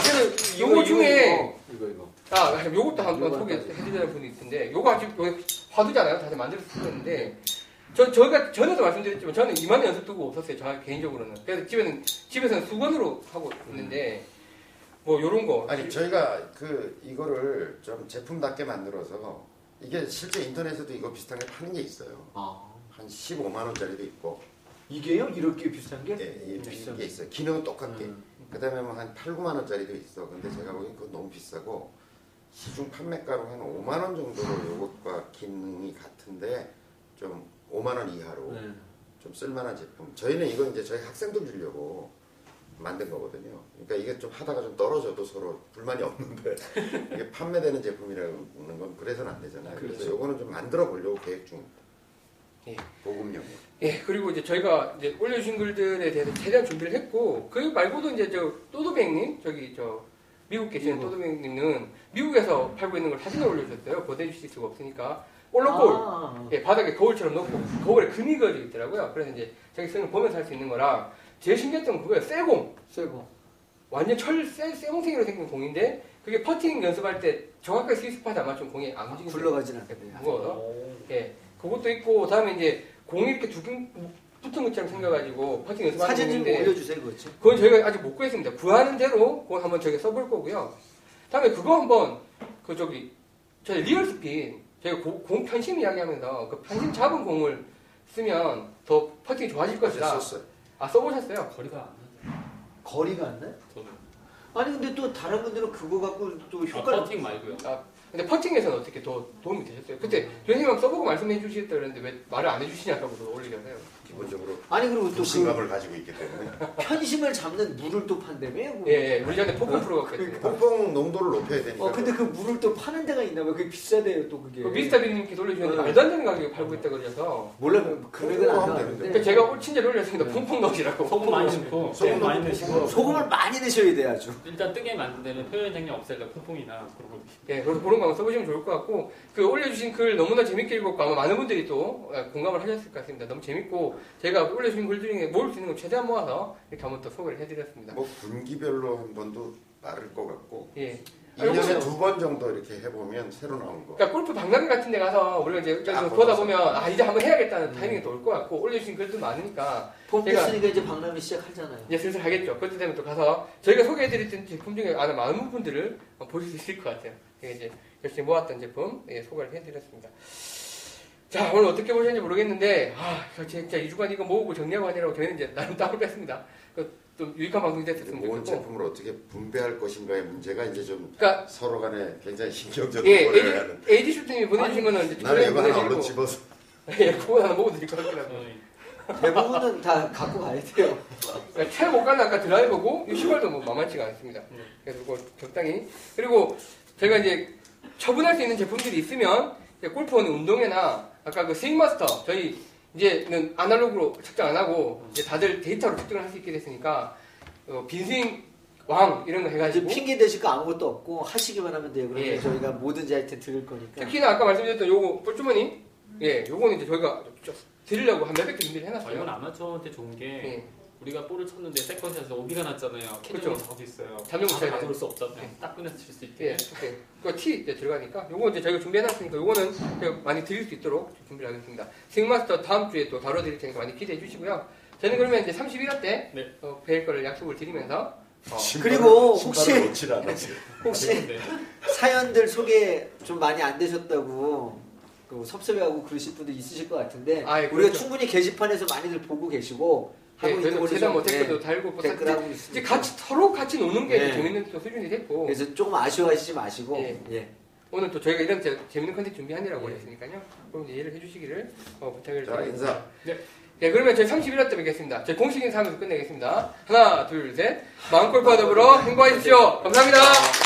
[SPEAKER 2] 그래서
[SPEAKER 1] 이거,
[SPEAKER 2] 요거
[SPEAKER 1] 이거,
[SPEAKER 2] 중에
[SPEAKER 1] 이거 이거, 이거.
[SPEAKER 2] 아 그럼 요것도 한번
[SPEAKER 1] 요거까지.
[SPEAKER 2] 소개해드리는 분이 있는데 요거 아직 요 화두잖아요. 다들 만들어서 쓰는데 저 저희가 전에도 말씀드렸지만 저는 이만 연습 도구 없었어요. 저 개인적으로는 그래서 집에는 집에서는 수건으로 하고 있는데 뭐 요런 거
[SPEAKER 3] 아니 저희가 그 이거를 좀 제품답게 만들어서 이게 실제 인터넷에도 이거 비슷한 게 파는 게 있어요.
[SPEAKER 1] 아.
[SPEAKER 3] 한 15만 원짜리도 있고
[SPEAKER 1] 이게요? 이렇게 비슷한 게?
[SPEAKER 3] 예, 예,
[SPEAKER 1] 비슷한
[SPEAKER 3] 비싼 게 있어요. 기능은 똑같게.
[SPEAKER 1] 음.
[SPEAKER 3] 그다음에 뭐 한 8, 9만 원짜리도 있어. 근데 제가 보기엔 그건 너무 비싸고 시중 판매가로 한 5만 원 정도로 이것과 기능이 같은데 좀 5만 원 이하로
[SPEAKER 1] 네.
[SPEAKER 3] 좀 쓸만한 제품. 저희는 이건 이제 저희 학생들 주려고 만든 거거든요. 그러니까 이게 좀 하다가 좀 떨어져도 서로 불만이 없는데 이게 판매되는 제품이라는 건 그래서는 안 되잖아요. 그래서
[SPEAKER 1] 그렇죠.
[SPEAKER 3] 요거는 좀 만들어 보려고 계획 중입니다.
[SPEAKER 2] 예.
[SPEAKER 3] 보급용.
[SPEAKER 2] 예, 그리고 이제 저희가 이제 올려주신 글들에 대해서 최대한 준비를 했고, 그 말고도 이제 저 또도뱅님, 저기 저 미국 계시는 또도뱅님은 미국에서 팔고 있는 걸 사진을 올려주셨어요. 보내주실 수가 없으니까. 올로콜!
[SPEAKER 1] 아.
[SPEAKER 2] 예, 바닥에 거울처럼 놓고, 거울에 금이 그어져 있더라고요. 그래서 이제 자기 쓰는 거 보면서 할 수 있는 거라, 제일 신기했던 건 그거예요. 쇠공!
[SPEAKER 1] 쇠고.
[SPEAKER 2] 완전 철 쇠- 쇠공생이로 생긴 공인데 그게 퍼팅 연습할 때 정확하게 스위스팟에 맞춘 공이 안 움직이는
[SPEAKER 1] 아, 굴러가진
[SPEAKER 2] 게
[SPEAKER 1] 않네.
[SPEAKER 2] 무거워서
[SPEAKER 5] 어.
[SPEAKER 2] 예 그것도 있고 그다음에 이제 공이 이렇게 두근 붙은 것처럼 생겨가지고 퍼팅 연습하는
[SPEAKER 1] 사진 좀
[SPEAKER 2] 공인데
[SPEAKER 1] 올려주세요, 그렇지?
[SPEAKER 2] 그건 저희가 아직 못 구했습니다 구하는 대로 그건 한번 저희가 써볼 거고요 다음에 그거 한번 그 저기 저희 리얼 스핀 저희가 고- 공 편심 이야기하면서 그 편심 잡은 공을 쓰면 더 퍼팅이 좋아질 것이다
[SPEAKER 3] 썼어요.
[SPEAKER 2] 아 써보셨어요?
[SPEAKER 5] 거리가 안 나죠.
[SPEAKER 1] 거리가 안 나요?
[SPEAKER 5] 저는
[SPEAKER 1] 아니 근데 또 다른 분들은 그거 갖고 또
[SPEAKER 5] 아,
[SPEAKER 1] 효과를
[SPEAKER 5] 퍼팅 말고요.
[SPEAKER 2] 근데 퍼팅에서는 어떻게 더 도움이 되셨어요? 그때 교수님 한번 써보고 말씀해 주시겠다 그랬는데 왜 말을 안 해주시냐고 또 올리잖아요.
[SPEAKER 3] 기본적으로
[SPEAKER 1] 아니 그리고 또 그
[SPEAKER 3] 불신감을 가지고 있기 때문에
[SPEAKER 1] 편심을 잡는 물을 또 판다며?
[SPEAKER 2] 예, 예 우리 전에 폭풍 프로가 그랬거든요.
[SPEAKER 3] 뽕뽕 농도를 높여야 되니까
[SPEAKER 1] 어 근데 그 물을 또 파는 데가 있나 봐요. 그게 비싸대요 또 그게.
[SPEAKER 2] 그 미스터 비님께 돌려주셨는데
[SPEAKER 1] 네.
[SPEAKER 2] 말도 안 되는 가격에 팔고 있다 그러셔서
[SPEAKER 1] 몰라 금액은 안 나왔는데.
[SPEAKER 2] 그러니까 제가 올- 친절히 올렸습니다.
[SPEAKER 5] 네.
[SPEAKER 2] 퐁퐁 넣으시라고.
[SPEAKER 5] 소금 많이 넣고
[SPEAKER 3] 소금
[SPEAKER 5] 많이
[SPEAKER 3] 넣고
[SPEAKER 5] 넣으시고
[SPEAKER 1] 소금을 많이 내셔야 돼 아주.
[SPEAKER 5] 일단 뜨게 만든 데는 표현 장력 없애려 퐁퐁이나 그런 거
[SPEAKER 2] 예, 그래서 그런 거 한번 써보시면 좋을 것 같고 그 올려주신 글 너무나 재밌게 읽었고 아마 많은 분들이 또 예, 공감을 하셨을 것 같습니다. 너무 재밌고 제가 올려주신 글 중에 모을 수 있는 걸 최대한 모아서 이렇게 한번 또 소개를 해드렸습니다.
[SPEAKER 3] 뭐 분기별로 한 번도 빠를 것 같고
[SPEAKER 2] 예. 아,
[SPEAKER 3] 1년에
[SPEAKER 2] 요거는-
[SPEAKER 3] 두 번 정도 이렇게 해보면 새로 나온 거
[SPEAKER 2] 그러니까 골프 박람회 같은 데 가서 우리가 이제
[SPEAKER 3] 아,
[SPEAKER 2] 여기서 보다
[SPEAKER 3] 보면서.
[SPEAKER 2] 보면 아 이제 한번 해야겠다는
[SPEAKER 1] 음.
[SPEAKER 2] 타이밍이 또 올 것 같고 올려주신 글도 많으니까
[SPEAKER 1] 봄
[SPEAKER 2] 제가-
[SPEAKER 1] 됐으니까 이제 박람회 시작하잖아요.
[SPEAKER 2] 이제 슬슬 하겠죠. 그때 되면 또 가서 저희가 소개해드렸던 제품 중에 아마 많은 분들을 어, 보실 수 있을 것 같아요. 제가 이제 열심히 모았던 제품 예, 소개를 해드렸습니다. 자 오늘 어떻게 보셨는지 모르겠는데 아 저 진짜 2주간 이거 모으고 정리하고 하느라고 저희는 이제 나름 땀을 뺐습니다. 그 좀 유익한 방송이
[SPEAKER 3] 이제
[SPEAKER 2] 됐으면
[SPEAKER 3] 모은
[SPEAKER 2] 좋겠고
[SPEAKER 3] 제품을 어떻게 분배할 것인가의 문제가 이제 좀
[SPEAKER 2] 그러니까
[SPEAKER 3] 서로 간에 굉장히 신경적인
[SPEAKER 2] 예
[SPEAKER 3] 거래를 해야 하는
[SPEAKER 2] 에이지 슈팅이 보내주신 거는 이제
[SPEAKER 3] 나는
[SPEAKER 2] 주변에
[SPEAKER 3] 이거 하나 얼른
[SPEAKER 2] 보내드리고
[SPEAKER 3] 집어서
[SPEAKER 2] (laughs) 예 그거 하나 먹어드릴 것 같긴 하고
[SPEAKER 5] 저는
[SPEAKER 1] 대부분은 다 갖고 가야 돼요.
[SPEAKER 2] (laughs) 그러니까 최못 가는 아까 드라이버고 이 시발도 뭐 만만치가 않습니다.
[SPEAKER 5] 음.
[SPEAKER 2] 그래서 그거 적당히 그리고 저희가 이제 처분할 수 있는 제품들이 있으면 이제 골프원 운동회나 아까 그 스윙마스터 저희 이제는 아날로그로 측정 안 하고 이제 다들 데이터로 측정을 할 수 있게 됐으니까 어, 빈스윙 왕 이런 거
[SPEAKER 1] 이제
[SPEAKER 2] 해가지고 뭐-
[SPEAKER 1] 핑계 대실 거 아무것도 없고 하시기만 하면 돼요. 그러면
[SPEAKER 2] 예.
[SPEAKER 1] 저희가 뭐든지 하여튼 드릴 거니까.
[SPEAKER 2] 특히나 아까 말씀드렸던 요거 뿔주머니 예 요거는 이제 저희가 좀 드리려고 한 몇백 개 준비를
[SPEAKER 5] 저희는
[SPEAKER 2] 해놨어요.
[SPEAKER 5] 아마추어한테 좋은 게
[SPEAKER 2] 예.
[SPEAKER 5] 우리가 볼을 쳤는데 세컨샷에서 오비가 났잖아요. 캐디가
[SPEAKER 2] 그렇죠.
[SPEAKER 5] 잡고 있어요.
[SPEAKER 2] 잡는 거
[SPEAKER 5] 다
[SPEAKER 2] 쳐야
[SPEAKER 5] 가져올
[SPEAKER 2] 돼요.
[SPEAKER 5] 수 없잖아요.
[SPEAKER 2] 네.
[SPEAKER 5] 딱 꺼내서 칠 수 있게.
[SPEAKER 2] 예, 오케이. 그거 티 이제 들어가니까 요거 이제 저희가 준비해놨으니까 요거는 제가 많이 드릴 수 있도록 준비를 하겠습니다. 승마스터 다음 주에 또 다뤄드릴 테니까 많이 기대해 주시고요. 저는 그러면 이제 31화 때
[SPEAKER 5] 네.
[SPEAKER 2] 어, 뵐 거를 약속을 드리면서 어,
[SPEAKER 3] 신발을-
[SPEAKER 1] 그리고
[SPEAKER 3] 신발을
[SPEAKER 1] 혹시-
[SPEAKER 3] 놓질 않았어요.
[SPEAKER 1] 혹시
[SPEAKER 5] 네.
[SPEAKER 1] 사연들 소개 좀 많이 안 되셨다고 그 섭섭해하고 그러실 분들 있으실 것 같은데
[SPEAKER 2] 아, 예,
[SPEAKER 1] 우리가
[SPEAKER 2] 그렇죠.
[SPEAKER 1] 충분히 게시판에서 많이들 보고 계시고
[SPEAKER 2] 예,
[SPEAKER 1] 하고 있는
[SPEAKER 2] 저희도
[SPEAKER 1] 걸로
[SPEAKER 2] 최대한 뭐
[SPEAKER 1] 좀,
[SPEAKER 2] 댓글도
[SPEAKER 1] 예,
[SPEAKER 2] 달고 뭐 사-
[SPEAKER 1] 댓글하고
[SPEAKER 2] 이제
[SPEAKER 1] 있습니다.
[SPEAKER 2] 같이 서로 같이 노는 게
[SPEAKER 1] 네. 예.
[SPEAKER 2] 이제 재밌는 또 수준이 됐고
[SPEAKER 1] 그래서 조금 아쉬워하시지 마시고
[SPEAKER 2] 예.
[SPEAKER 1] 예.
[SPEAKER 2] 오늘 또 저희가 이런 재- 재밌는 컨텐츠 준비하느라고
[SPEAKER 1] 예.
[SPEAKER 2] 그랬으니까요. 그럼 이제 이해를 해주시기를 어,
[SPEAKER 1] 네.
[SPEAKER 2] 부탁을
[SPEAKER 3] 자
[SPEAKER 2] 드립니다.
[SPEAKER 3] 인사
[SPEAKER 2] 예, 그러면 저희 31화 때 뵙겠습니다. 저희 공식 인사하면서 끝내겠습니다. 하나, 둘, 셋. 마음골프와 더불어 행복하십시오. 감사합니다.